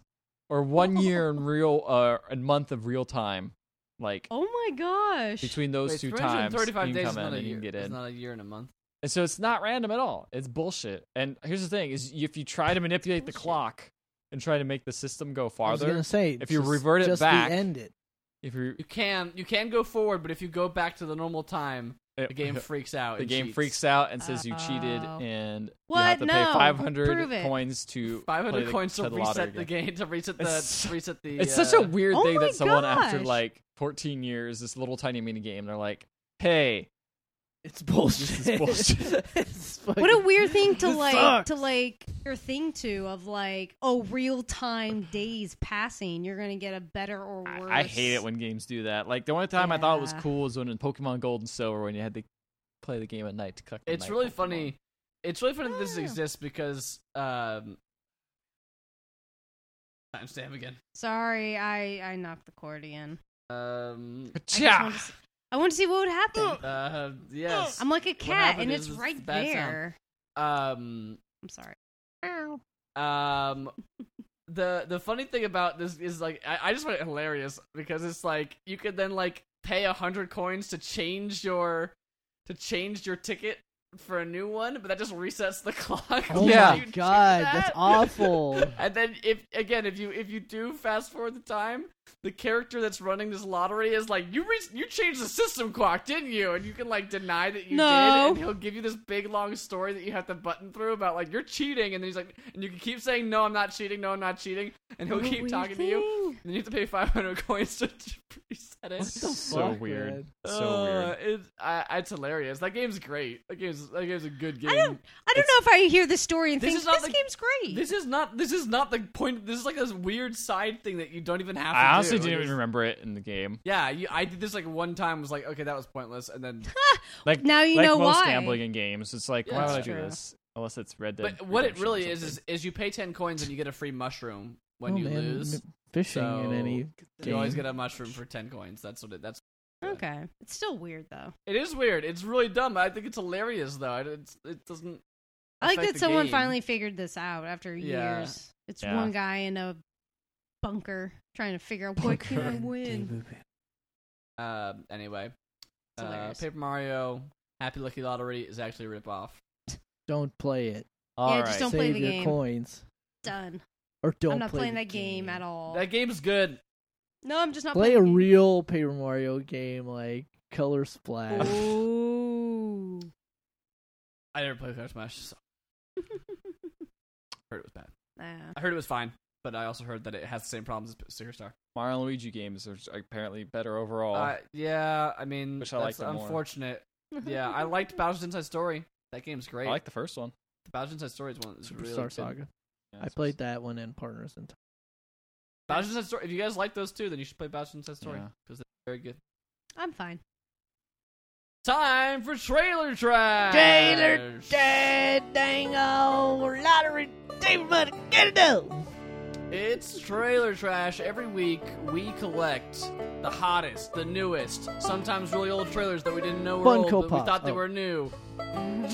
Speaker 2: or one year in real uh, a month of real time like
Speaker 3: Oh my gosh.
Speaker 2: between those
Speaker 1: Wait,
Speaker 2: two times you
Speaker 1: 335
Speaker 2: can
Speaker 1: days
Speaker 2: come
Speaker 1: is
Speaker 2: in
Speaker 1: not a
Speaker 2: and you
Speaker 1: year.
Speaker 2: can get
Speaker 1: It's
Speaker 2: in
Speaker 1: not a year and a month.
Speaker 2: And so it's not random at all. It's bullshit. And here's the thing: is if you try to manipulate the
Speaker 3: bullshit.
Speaker 2: clock and try to make the system go
Speaker 4: I was
Speaker 2: farther,
Speaker 4: gonna say
Speaker 2: if you
Speaker 4: just-
Speaker 2: revert it
Speaker 4: just
Speaker 2: back-
Speaker 4: the end it.
Speaker 2: if you
Speaker 1: You can you can go forward, but if you go back to the normal time, The game freaks out.
Speaker 2: uh, the
Speaker 1: and
Speaker 2: game
Speaker 1: cheats.
Speaker 2: freaks out and says you cheated
Speaker 3: Uh-oh.
Speaker 2: and you
Speaker 3: What?
Speaker 2: have to pay
Speaker 3: No.
Speaker 2: 500
Speaker 3: Prove it.
Speaker 2: coins to
Speaker 1: Five
Speaker 2: play
Speaker 1: hundred
Speaker 2: the,
Speaker 1: coins to
Speaker 2: play the lottery
Speaker 1: reset the
Speaker 2: again.
Speaker 1: game to reset the
Speaker 2: It's-
Speaker 1: to reset the.
Speaker 2: It's
Speaker 1: uh,
Speaker 2: such a weird
Speaker 3: Oh
Speaker 2: thing
Speaker 3: my
Speaker 2: that someone after
Speaker 3: gosh.
Speaker 2: like 14 years, this little tiny mini game, they're like, "Hey,
Speaker 4: It's bullshit.
Speaker 2: This is bullshit.
Speaker 4: It's fucking-
Speaker 3: What a weird thing to
Speaker 4: This
Speaker 3: like
Speaker 4: sucks.
Speaker 3: to like your thing to of like oh real time days passing you're gonna get a better or
Speaker 2: I-
Speaker 3: worse.
Speaker 2: I hate it when games do that." Like the only time I thought it was
Speaker 3: Yeah.
Speaker 2: cool was when in Pokemon Gold and Silver when you had to play the game at night to collect. the
Speaker 1: It's
Speaker 2: night
Speaker 1: really
Speaker 2: Pokemon.
Speaker 1: funny. It's really funny that this
Speaker 3: Ah.
Speaker 1: exists because um. Timestamp again.
Speaker 3: Sorry, I I knocked the cord again.
Speaker 1: Um.
Speaker 3: I, just wanted to s- I wanted to see what would happen.
Speaker 1: Uh. Yes.
Speaker 3: I'm like a cat
Speaker 1: happened
Speaker 3: and
Speaker 1: is
Speaker 3: it's
Speaker 1: this
Speaker 3: right
Speaker 1: bad sound.
Speaker 3: there.
Speaker 1: Um.
Speaker 3: I'm sorry.
Speaker 1: Um, the the funny thing about this is like I, I just find it hilarious because it's like you could then like pay a hundred coins to change your to change your ticket for a new one, but that just resets the clock.
Speaker 4: Oh
Speaker 1: when
Speaker 2: Yeah.
Speaker 1: you
Speaker 4: my
Speaker 1: do
Speaker 4: god, that's
Speaker 1: that.
Speaker 4: awful.
Speaker 1: And then if again if you if you do fast forward the time, the character that's running this lottery is like you re- you changed the system clock, didn't you? And you can like deny that you
Speaker 3: No.
Speaker 1: did, and he'll give you this big long story that you have to button through about like you're cheating, and then he's like, and you can keep saying no, I'm not cheating, no, I'm not cheating, and he'll
Speaker 3: What
Speaker 1: keep
Speaker 3: were
Speaker 1: talking to you.
Speaker 3: thinking?
Speaker 1: And you have to pay 500 coins to reset it.
Speaker 2: What the so
Speaker 4: fuck,
Speaker 2: weird.
Speaker 4: man?
Speaker 2: So
Speaker 1: Uh,
Speaker 2: weird.
Speaker 1: It's, I, it's hilarious. That game's great. That game's that game's a good game.
Speaker 3: I don't. e I don't know if I hear this story and
Speaker 1: This
Speaker 3: think
Speaker 1: is
Speaker 3: this
Speaker 1: not the-
Speaker 3: game's great.
Speaker 1: This is not. This is not the point. This is like this weird side thing that you don't even have. to
Speaker 2: I honestly
Speaker 1: do.
Speaker 2: didn't even
Speaker 1: It's-
Speaker 2: remember it in the game.
Speaker 1: Yeah, you, I did this like one time. Was like, okay, that was pointless, and then.
Speaker 2: Like
Speaker 3: Now you
Speaker 2: like
Speaker 3: know
Speaker 2: most
Speaker 3: why.
Speaker 2: gambling in games, it's like,
Speaker 1: Yeah,
Speaker 2: why
Speaker 1: that's
Speaker 2: would I do
Speaker 3: true.
Speaker 2: this unless it's Red Dead?
Speaker 1: but what it
Speaker 2: Redemption or
Speaker 1: really is
Speaker 2: something.
Speaker 1: is is you pay ten coins and you get a free mushroom when
Speaker 4: Oh,
Speaker 1: you
Speaker 4: man,
Speaker 1: lose.
Speaker 4: m- fishing
Speaker 1: So,
Speaker 4: in any
Speaker 1: You always
Speaker 4: game.
Speaker 1: get a mushroom for ten coins. That's what it. That's
Speaker 3: okay, it's still weird though.
Speaker 1: it is weird. It's really dumb. I think it's hilarious though. It, it's, it doesn't.
Speaker 3: I like
Speaker 1: affect
Speaker 3: that
Speaker 1: the
Speaker 3: someone
Speaker 1: game.
Speaker 3: finally figured this out after
Speaker 1: Yeah.
Speaker 3: years. It's
Speaker 2: Yeah.
Speaker 3: one guy in a bunker trying to figure out what can I
Speaker 2: Bunker.
Speaker 3: win.
Speaker 1: Um. anyway,
Speaker 3: It's
Speaker 1: uh,
Speaker 3: hilarious.
Speaker 1: Paper Mario Happy Lucky Lottery is actually a ripoff.
Speaker 4: Don't play it.
Speaker 2: All
Speaker 3: just
Speaker 2: right.
Speaker 3: don't
Speaker 4: Save
Speaker 3: play the
Speaker 4: your
Speaker 3: game.
Speaker 4: coins.
Speaker 3: Done.
Speaker 4: Or don't
Speaker 3: I'm not
Speaker 4: play
Speaker 3: playing
Speaker 4: the
Speaker 3: that game. at all.
Speaker 1: That game's good.
Speaker 3: No, I'm just not
Speaker 4: Play a
Speaker 3: playing the
Speaker 4: real Paper Mario game like Color Splash.
Speaker 3: game. Ooh.
Speaker 1: I never played Crash Smash. So I heard it was bad.
Speaker 3: Nah.
Speaker 1: I heard it was fine, but I also heard that it has the same problems as Sticker Star.
Speaker 2: Mario and Luigi games are apparently better overall.
Speaker 1: Uh, yeah, I mean,
Speaker 2: Wish I
Speaker 1: that's
Speaker 2: liked it more.
Speaker 1: unfortunate. yeah, I liked Bowser's Inside Story. That game's great.
Speaker 2: I like the first one.
Speaker 1: the Bowser's Inside Story is one that's really
Speaker 4: Superstar
Speaker 1: good.
Speaker 4: Saga.
Speaker 2: Yeah,
Speaker 4: I
Speaker 2: it's-
Speaker 4: played that one in Partners in Time.
Speaker 1: Bowser's Inside Story. If you guys like those two, then you should play Bowser's Inside Story
Speaker 2: Yeah.
Speaker 1: because they're very good.
Speaker 3: I'm fine.
Speaker 1: Time for trailer trash.
Speaker 4: Trailer Dango oh, lottery demon get it out.
Speaker 1: It's trailer trash. Every week we collect the hottest, the newest, sometimes really old trailers that we didn't know were
Speaker 4: Funko
Speaker 1: old, but we
Speaker 4: Pops.
Speaker 1: thought they
Speaker 4: Oh.
Speaker 1: were new.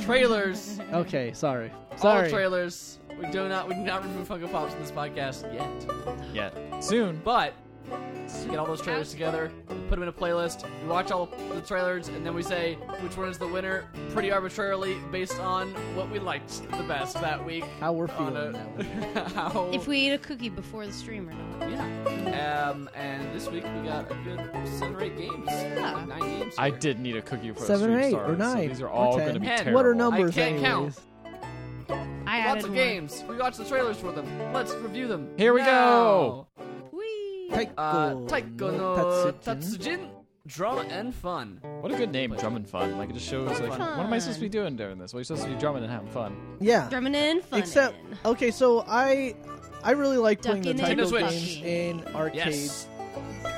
Speaker 1: Trailers.
Speaker 4: Okay, sorry.
Speaker 1: All
Speaker 4: Sorry.
Speaker 1: trailers. We do not we do not remove Funko Pops in this podcast yet.
Speaker 2: Yeah. Soon.
Speaker 1: But we get all those trailers together, we put them in a playlist, we watch all the trailers, and then we say which one is the winner, pretty arbitrarily based on what we liked the best that week.
Speaker 4: How we're feeling
Speaker 1: on a-
Speaker 4: that one.
Speaker 1: how
Speaker 3: If we ate a cookie before the stream or not.
Speaker 1: yeah. Um, and this week we got a good seven or eight games.
Speaker 3: Yeah.
Speaker 1: Like nine games.
Speaker 2: I
Speaker 1: here.
Speaker 2: did need a cookie for
Speaker 4: Seven
Speaker 2: the stream
Speaker 4: or eight
Speaker 2: stars,
Speaker 4: or
Speaker 2: So
Speaker 4: nine
Speaker 2: these are
Speaker 4: or
Speaker 2: all
Speaker 4: ten.
Speaker 2: going to be
Speaker 1: Ten.
Speaker 2: terrible.
Speaker 4: What are numbers?
Speaker 1: can't count.
Speaker 4: anyways?
Speaker 3: I
Speaker 1: Lots
Speaker 3: added
Speaker 1: of
Speaker 3: one.
Speaker 1: games. We watched the trailers for them. Let's review them.
Speaker 2: Here we
Speaker 1: now.
Speaker 2: go.
Speaker 3: Whee!
Speaker 4: Taiko
Speaker 1: Uh,
Speaker 4: no
Speaker 1: Taiko no
Speaker 4: Tatsujin.
Speaker 1: Tatsujin. Drama and fun.
Speaker 2: What a good name, Drummond Fun. Like it just shows like
Speaker 1: Fun.
Speaker 2: what am I supposed to be doing during this? Well, you're supposed to be drumming and having fun.
Speaker 4: Yeah.
Speaker 3: Drumming and fun.
Speaker 4: Except okay, so I I really like playing the
Speaker 3: Ducking
Speaker 1: and
Speaker 4: Taiko
Speaker 1: Switch.
Speaker 4: games in
Speaker 1: Yes.
Speaker 4: arcades.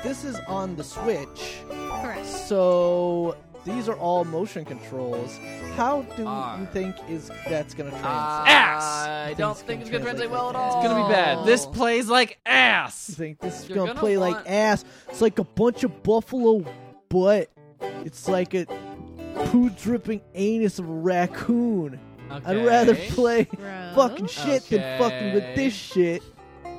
Speaker 4: This is on the Switch.
Speaker 3: Correct.
Speaker 4: So these are all motion controls. How do
Speaker 1: Are.
Speaker 4: you think is that's
Speaker 1: Uh,
Speaker 4: gonna translate?
Speaker 1: I don't
Speaker 4: Things
Speaker 1: think
Speaker 4: can
Speaker 1: it's gonna
Speaker 4: translate
Speaker 1: translate well at
Speaker 4: like
Speaker 1: all.
Speaker 4: that.
Speaker 2: It's gonna be bad. This plays like
Speaker 4: you
Speaker 2: ass.
Speaker 4: think this is
Speaker 1: You're
Speaker 4: gonna,
Speaker 1: gonna
Speaker 4: play
Speaker 1: want-
Speaker 4: like ass? It's like a bunch of buffalo butt. It's like a poo dripping anus of a raccoon. I'd rather
Speaker 1: Okay.
Speaker 4: play
Speaker 3: Gross.
Speaker 4: fucking shit than fucking with
Speaker 1: Okay.
Speaker 4: this shit.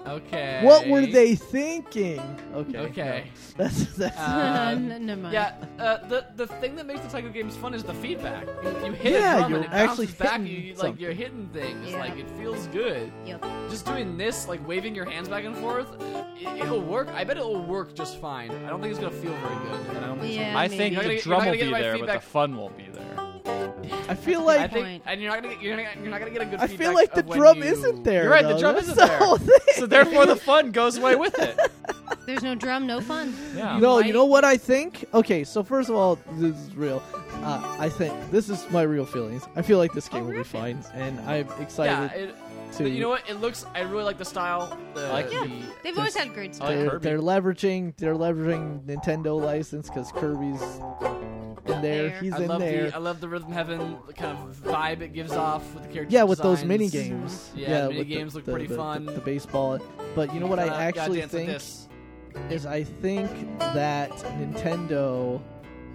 Speaker 1: Okay.
Speaker 4: What were they thinking? Okay.
Speaker 1: Okay.
Speaker 4: no. That's that's
Speaker 1: Uh,
Speaker 3: N- never mind.
Speaker 1: Yeah, uh, the the thing that makes the Psycho games fun is the feedback. You, you hit
Speaker 4: Yeah,
Speaker 1: a drum
Speaker 4: you're
Speaker 1: and it bounces
Speaker 4: actually
Speaker 1: back.
Speaker 4: hitting
Speaker 1: You, you, like
Speaker 4: something.
Speaker 1: you're hitting things.
Speaker 3: Yeah.
Speaker 1: Like it feels good.
Speaker 3: Yep.
Speaker 1: Just doing this, like waving your hands back and forth, it, it'll work. I bet it'll work just fine. I don't think it's gonna feel very good. And I don't think
Speaker 3: Yeah,
Speaker 2: I
Speaker 3: maybe.
Speaker 2: think
Speaker 1: You're not
Speaker 2: the
Speaker 1: gonna-
Speaker 2: drum
Speaker 1: you're not
Speaker 2: will be
Speaker 1: gonna get my
Speaker 2: there, but the
Speaker 1: feedback.
Speaker 2: fun won't be there.
Speaker 4: I feel
Speaker 1: I
Speaker 4: like
Speaker 1: think,
Speaker 3: point.
Speaker 1: and you're not gonna get you're, not, you're not gonna get a good.
Speaker 4: I
Speaker 1: feedback
Speaker 4: feel like the
Speaker 1: of when
Speaker 4: drum
Speaker 1: you-
Speaker 4: isn't there.
Speaker 2: You're right, the
Speaker 4: though.
Speaker 2: drum
Speaker 4: That's
Speaker 2: isn't
Speaker 4: the
Speaker 2: there.
Speaker 4: whole thing.
Speaker 2: So therefore, the fun goes away with it.
Speaker 3: There's no drum, no fun.
Speaker 2: Yeah.
Speaker 4: no,
Speaker 1: might-
Speaker 4: you know what I think? Okay, so first of all, this is real. Uh, I think this is my real feelings. I feel like this game
Speaker 3: Oh,
Speaker 4: will
Speaker 3: real
Speaker 4: be fine, and I'm
Speaker 1: Yeah,
Speaker 4: excited
Speaker 1: it,
Speaker 4: to.
Speaker 1: but you know what? It looks. I really like the style. The,
Speaker 2: like
Speaker 1: the,
Speaker 3: They've always had great
Speaker 1: Oh,
Speaker 2: I like
Speaker 3: stuff.
Speaker 4: They're,
Speaker 2: Kirby.
Speaker 4: they're leveraging they're leveraging Nintendo license because Kirby's in there.
Speaker 3: There.
Speaker 4: He's
Speaker 1: I
Speaker 4: in
Speaker 1: love
Speaker 4: there.
Speaker 1: the I love the rhythm heaven kind of vibe it gives off with the character.
Speaker 4: yeah, with those
Speaker 1: designs.
Speaker 4: mini games.
Speaker 1: Yeah, mini
Speaker 4: with the-
Speaker 1: games look
Speaker 4: the-
Speaker 1: pretty
Speaker 4: the- the-
Speaker 1: fun.
Speaker 4: The, baseball, but you know what
Speaker 1: Uh, Gotta-
Speaker 4: I
Speaker 1: gotta
Speaker 4: actually
Speaker 1: dance with
Speaker 4: think
Speaker 1: this.
Speaker 4: is I think that Nintendo,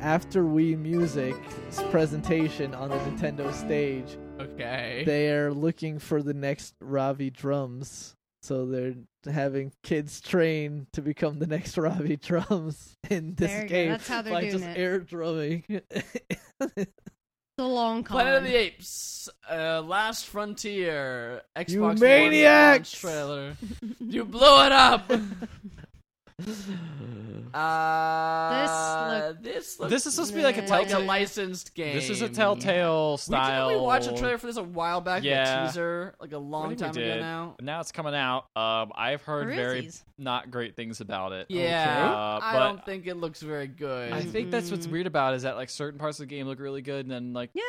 Speaker 4: after Wii Music's presentation on the Nintendo stage,
Speaker 1: Okay.
Speaker 4: they're looking for the next Ravi drums. So they're having kids train to become the next Ravi drums in this
Speaker 3: There you go.
Speaker 4: game
Speaker 3: That's how they're
Speaker 4: by
Speaker 3: doing
Speaker 4: just
Speaker 3: it.
Speaker 4: air drumming.
Speaker 3: The long con.
Speaker 1: Planet of the Apes, uh, Last Frontier, Xbox
Speaker 4: You
Speaker 1: One launch
Speaker 4: maniacs!
Speaker 1: trailer. you blew it up. Uh,
Speaker 3: look-
Speaker 1: this looks
Speaker 2: This is supposed to be like a
Speaker 3: Yeah.
Speaker 1: like a
Speaker 2: telltale.
Speaker 1: licensed game.
Speaker 2: This is a telltale style.
Speaker 1: We, didn't we watched a trailer for this a while back,
Speaker 2: Yeah.
Speaker 1: a teaser, like a
Speaker 2: I
Speaker 1: long
Speaker 2: think we
Speaker 1: time ago
Speaker 2: did.
Speaker 1: now.
Speaker 2: Now it's coming out. Um, I've heard very
Speaker 3: Rizzies.
Speaker 2: not great things about it.
Speaker 1: Yeah,
Speaker 2: Uh,
Speaker 1: I
Speaker 2: but
Speaker 1: don't think it looks very good.
Speaker 2: I think that's what's
Speaker 3: Mm-mm.
Speaker 2: weird about it, is that like certain parts of the game look really good, and then like
Speaker 3: Yeah.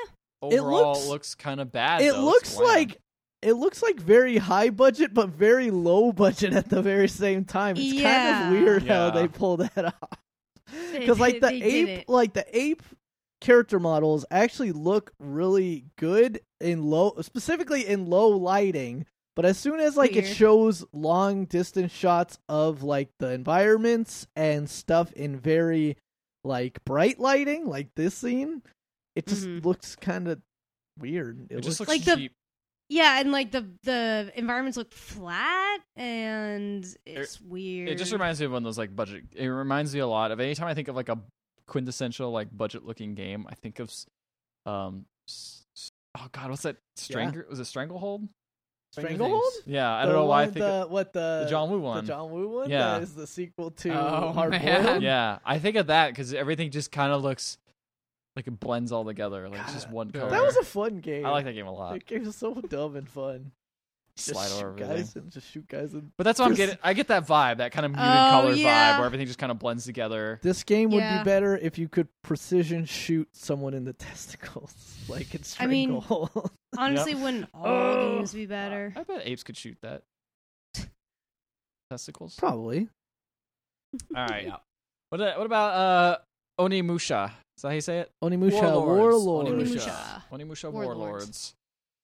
Speaker 4: It
Speaker 2: overall
Speaker 4: looks-
Speaker 2: kind of bad.
Speaker 4: it
Speaker 2: though. It's
Speaker 4: looks
Speaker 2: bland.
Speaker 4: like it looks like very high budget but very low budget at the very same time. It's
Speaker 3: Yeah.
Speaker 4: kind of weird
Speaker 2: Yeah.
Speaker 4: how they pull that off. Because like the
Speaker 3: They did
Speaker 4: ape,
Speaker 3: it.
Speaker 4: like the ape character models actually look really good in low, specifically in low lighting. But as soon as like it
Speaker 3: Weird.
Speaker 4: shows long distance shots of like the environments and stuff in very like bright lighting, like this scene, it just
Speaker 3: Mhm.
Speaker 4: looks kind of weird.
Speaker 2: it, just looks
Speaker 3: like the-
Speaker 2: cheap.
Speaker 3: Yeah, and like the the environments look flat and it's weird.
Speaker 2: It just reminds me of one of those like budget. It reminds me a lot of anytime I think of like a quintessential like budget looking game. I think of, s- um, s- s- oh god, what's that? Stranger was it Stranglehold?
Speaker 4: Stranglehold.
Speaker 2: Yeah, I
Speaker 4: The
Speaker 2: don't know why I
Speaker 4: one-
Speaker 2: think
Speaker 4: the, what the,
Speaker 2: of the John Woo
Speaker 4: the
Speaker 2: one.
Speaker 4: John Woo one.
Speaker 2: Yeah.
Speaker 4: that is the sequel to
Speaker 1: Oh,
Speaker 4: Hard
Speaker 1: man.
Speaker 4: Boiled.
Speaker 2: yeah, I think of that because everything just kind of looks like it blends all together. Like it's just
Speaker 4: God,
Speaker 2: one
Speaker 1: that
Speaker 2: color.
Speaker 4: That was a fun game.
Speaker 2: I like that game a lot.
Speaker 4: That game is so dumb and fun. Just
Speaker 2: Slide
Speaker 4: shoot
Speaker 2: over everything.
Speaker 4: guys and just shoot guys. And...
Speaker 2: But that's what I'm
Speaker 4: Just-
Speaker 2: getting. I get that vibe, that kind of muted
Speaker 3: Oh,
Speaker 2: color vibe
Speaker 3: yeah.
Speaker 2: where everything just kind of blends together.
Speaker 4: This game would
Speaker 3: Yeah.
Speaker 4: be better if you could precision shoot someone in the testicles, like in
Speaker 3: I mean-
Speaker 4: Stranglehold.
Speaker 3: Honestly, wouldn't all
Speaker 4: Oh.
Speaker 3: games be better?
Speaker 2: I bet apes could shoot that. Testicles.
Speaker 4: probably.
Speaker 2: All right.
Speaker 1: Yeah.
Speaker 2: What, what about uh, Onimusha? Is that how you say it?
Speaker 4: Onimusha
Speaker 1: Warlords.
Speaker 4: Warlords.
Speaker 1: Onimusha.
Speaker 2: Onimusha Warlords.
Speaker 3: Warlords.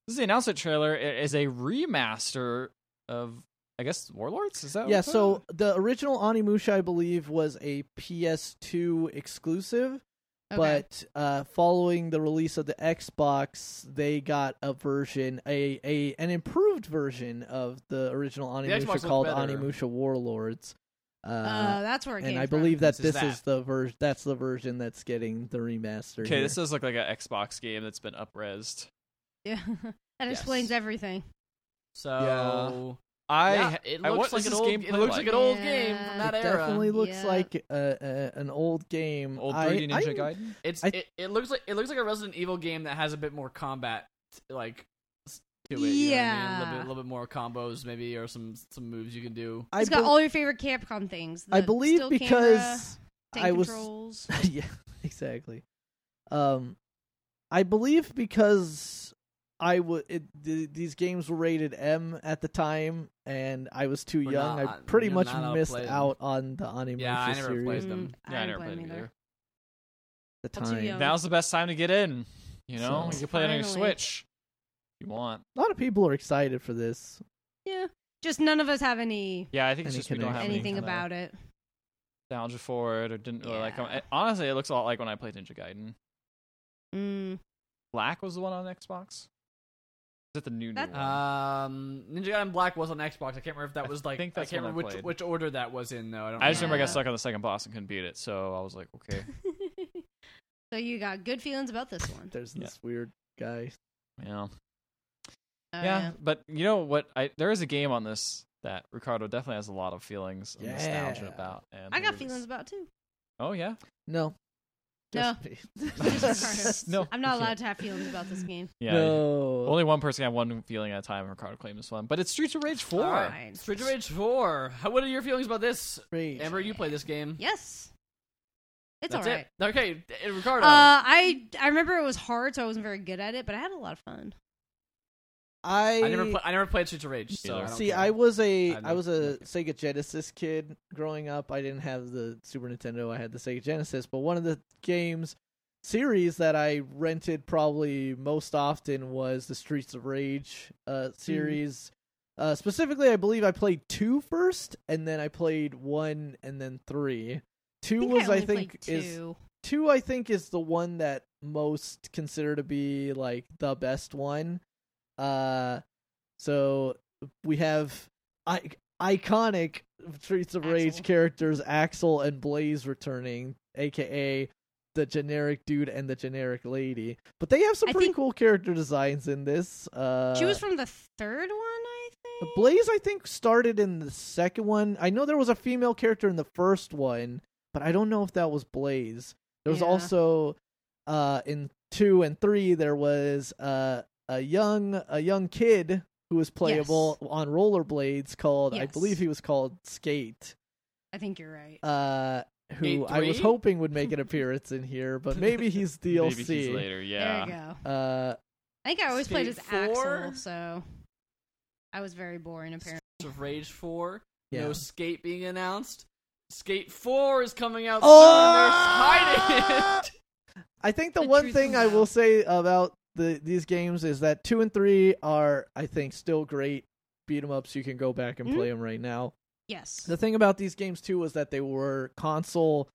Speaker 2: This is the announcement trailer. It is a remaster of, I guess, Warlords? Is that what
Speaker 4: Yeah,
Speaker 2: it's
Speaker 4: so
Speaker 2: called?
Speaker 4: the original Onimusha, I believe, was a PS2 exclusive.
Speaker 3: Okay.
Speaker 4: but uh, following the release of the Xbox, they got a version, a, a an improved version of the original
Speaker 1: Xbox
Speaker 4: Onimusha
Speaker 1: looked
Speaker 4: called
Speaker 1: better.
Speaker 4: Onimusha Warlords. Uh,
Speaker 3: uh, that's where it
Speaker 4: and
Speaker 3: came
Speaker 4: I
Speaker 3: from.
Speaker 4: believe that
Speaker 1: This is
Speaker 4: this,
Speaker 1: that.
Speaker 4: is the version. That's the version that's getting the remaster.
Speaker 2: Okay,
Speaker 4: here.
Speaker 2: this does look like an Xbox game that's been upresed.
Speaker 3: Yeah. that
Speaker 2: Yes.
Speaker 3: explains everything.
Speaker 1: So
Speaker 2: I
Speaker 1: yeah, it
Speaker 2: I-
Speaker 1: looks
Speaker 2: what
Speaker 1: like
Speaker 2: is
Speaker 1: an
Speaker 2: this
Speaker 1: old.
Speaker 2: game
Speaker 1: It
Speaker 2: play
Speaker 1: looks
Speaker 2: like?
Speaker 1: like an old
Speaker 3: Yeah.
Speaker 1: game from that
Speaker 4: it
Speaker 1: era.
Speaker 4: definitely looks
Speaker 3: Yeah.
Speaker 4: like a, a, an old game.
Speaker 2: old
Speaker 4: I-
Speaker 2: 3D Ninja
Speaker 4: I'm-
Speaker 2: Gaiden.
Speaker 1: It's
Speaker 4: I-
Speaker 1: it, it looks like it looks like a Resident Evil game that has a bit more combat like s- to it. you know what I mean? a, little bit,
Speaker 3: Yeah.
Speaker 1: little bit more combos maybe or some some moves you can do.
Speaker 4: I
Speaker 3: It's got
Speaker 4: be-
Speaker 3: all your favorite Capcom things. The
Speaker 4: I believe
Speaker 3: still camera,
Speaker 4: because
Speaker 3: tank
Speaker 4: I was
Speaker 3: controls.
Speaker 4: yeah, exactly. Um, I believe because I would th- these games were rated M at the time, and I was too
Speaker 1: We're
Speaker 4: young. I
Speaker 1: not-
Speaker 4: pretty
Speaker 1: you're
Speaker 4: much
Speaker 1: not allowed to
Speaker 4: missed
Speaker 1: play them.
Speaker 4: out on the Animation
Speaker 1: Yeah, I never
Speaker 4: series
Speaker 1: played
Speaker 4: at
Speaker 1: them.
Speaker 3: Mm,
Speaker 2: Yeah, I never
Speaker 3: don't
Speaker 2: played it
Speaker 3: blame you
Speaker 2: either.
Speaker 4: the
Speaker 3: Well, too
Speaker 4: time.
Speaker 3: young.
Speaker 2: Now's the best time to get in. You know,
Speaker 4: So-
Speaker 2: you can play it on your
Speaker 3: Finally.
Speaker 2: Switch. If you want?
Speaker 4: A lot of people are excited for this.
Speaker 3: there. Yeah. Just none of us have any
Speaker 2: Yeah, I think it's
Speaker 4: Any
Speaker 2: just we don't have
Speaker 4: connection.
Speaker 2: any
Speaker 3: anything
Speaker 2: kinda
Speaker 3: about it.
Speaker 2: nostalgia for it, or didn't really like.
Speaker 3: Yeah.
Speaker 2: it. Honestly, it looks a lot like when I played Ninja Gaiden.
Speaker 3: Mm.
Speaker 2: Black was the one on Xbox. that the new, new
Speaker 3: That's-
Speaker 2: one?
Speaker 1: Um, Ninja Gaiden Black was on Xbox. I can't remember if that
Speaker 2: I
Speaker 1: was like
Speaker 2: think that's
Speaker 1: I can't
Speaker 2: one I
Speaker 1: remember which,
Speaker 2: played.
Speaker 1: which order that was in though. I don't.
Speaker 2: I just
Speaker 1: remember.
Speaker 2: remember I
Speaker 3: Yeah.
Speaker 2: got stuck on the second boss and couldn't beat it, so I was like, okay,
Speaker 3: so you got good feelings about this one.
Speaker 4: There's
Speaker 2: Yeah.
Speaker 4: this weird guy.
Speaker 2: yeah.
Speaker 3: Oh,
Speaker 2: yeah, but you know what? I there is a game on this that Ricardo definitely has a lot of feelings and nostalgia
Speaker 4: Yeah.
Speaker 2: about. And
Speaker 3: I got
Speaker 2: there's-
Speaker 3: feelings about it, too.
Speaker 2: Oh yeah,
Speaker 4: No.
Speaker 3: No.
Speaker 4: Just me.
Speaker 3: Just
Speaker 2: No,
Speaker 3: I'm
Speaker 2: you
Speaker 3: not
Speaker 2: can't.
Speaker 3: allowed to have feelings about this game.
Speaker 2: yeah.
Speaker 4: No.
Speaker 2: Only one person had one feeling at a time. and Ricardo claimed this one, but it's Streets of Rage Four.
Speaker 1: All right.
Speaker 3: Fine.
Speaker 1: Streets of Rage Four. How, what are your feelings about this?
Speaker 4: Rage.
Speaker 1: Amber, you play this game.
Speaker 3: Yes, it's
Speaker 1: that's
Speaker 3: alright.
Speaker 1: it. Okay, eh,
Speaker 3: Uh,
Speaker 1: Ricardo.
Speaker 3: I I remember it was hard, so I wasn't very good at it, but I had a lot of fun.
Speaker 4: I,
Speaker 1: I never, pla- I never played Streets of Rage. So I
Speaker 2: Either.
Speaker 1: don't
Speaker 4: See,
Speaker 1: care.
Speaker 4: I was a
Speaker 1: I'm
Speaker 4: I was a
Speaker 1: not-
Speaker 4: Sega Genesis kid growing up. I didn't have the Super Nintendo. I had the Sega Genesis. But one of the games series that I rented probably most often was the Streets of Rage
Speaker 3: Hmm.
Speaker 4: uh, series. Uh, specifically, I believe I played two first, and then I played one, and then three. Two was I
Speaker 3: only played
Speaker 4: think is
Speaker 3: two.
Speaker 4: two i think is the one that most consider to be like the best one uh so we have I- iconic streets of rage
Speaker 3: Axel.
Speaker 4: characters axel and blaze returning aka the generic dude and the generic lady but they have some
Speaker 3: I
Speaker 4: pretty
Speaker 3: think-
Speaker 4: cool character designs in this uh
Speaker 3: she was from the third one, I think.
Speaker 4: Blaze, I think, started in the second one. I know there was a female character in the first one, but I don't know if that was Blaze. There was
Speaker 3: Yeah.
Speaker 4: also uh, in two and three there was uh, a young a young kid who was playable on rollerblades called I
Speaker 3: Yes.
Speaker 4: believe he was called Skate.
Speaker 3: I think you're right.
Speaker 4: Uh,
Speaker 1: Skate
Speaker 4: who I was
Speaker 1: three?
Speaker 4: hoping would make an appearance in here, but maybe he's DLC.
Speaker 2: Maybe he's later. Yeah.
Speaker 3: There you go.
Speaker 4: Uh,
Speaker 3: I think I always played as
Speaker 1: Skate four?
Speaker 3: Axel, so I was very boring. Apparently,
Speaker 1: Streets of Rage Four.
Speaker 4: yeah.
Speaker 1: No Skate being announced. Skate Four is coming out soon. and They're
Speaker 4: Oh!
Speaker 1: hiding it.
Speaker 4: I think the,
Speaker 3: The
Speaker 4: one
Speaker 3: truth
Speaker 4: thing
Speaker 3: comes
Speaker 4: I will
Speaker 3: out.
Speaker 4: say about the these games is that two and three are, I think, still great beat 'em ups. You can go back and
Speaker 3: Mhm.
Speaker 4: play 'em play them right now.
Speaker 3: yes.
Speaker 4: The thing about these games too was that they were console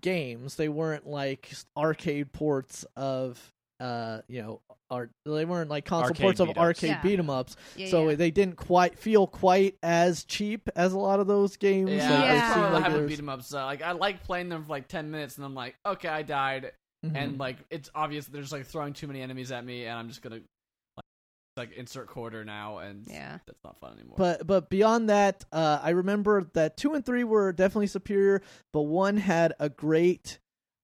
Speaker 4: games. They weren't like arcade ports of, uh, you know, art. They weren't like console
Speaker 2: Arcade
Speaker 4: ports of
Speaker 2: beat-ups.
Speaker 4: arcade
Speaker 3: Yeah.
Speaker 4: beat 'em ups.
Speaker 3: yeah,
Speaker 4: so
Speaker 3: yeah.
Speaker 4: they didn't quite feel quite as cheap as a lot of those games.
Speaker 1: Yeah,
Speaker 4: Like,
Speaker 3: Yeah.
Speaker 4: it
Speaker 1: that's
Speaker 4: seemed
Speaker 1: probably what
Speaker 4: like
Speaker 1: happened
Speaker 4: there
Speaker 1: to
Speaker 4: was-
Speaker 1: beat 'em ups. Uh, like I like playing them for like ten minutes, and I'm like, okay, I died,
Speaker 4: Mhm.
Speaker 1: and like it's obvious they're just like throwing too many enemies at me, and I'm just gonna like, like insert quarter now, and
Speaker 3: Yeah.
Speaker 1: that's not fun anymore.
Speaker 4: But but beyond that, uh, I remember that two and three were definitely superior, but one had a great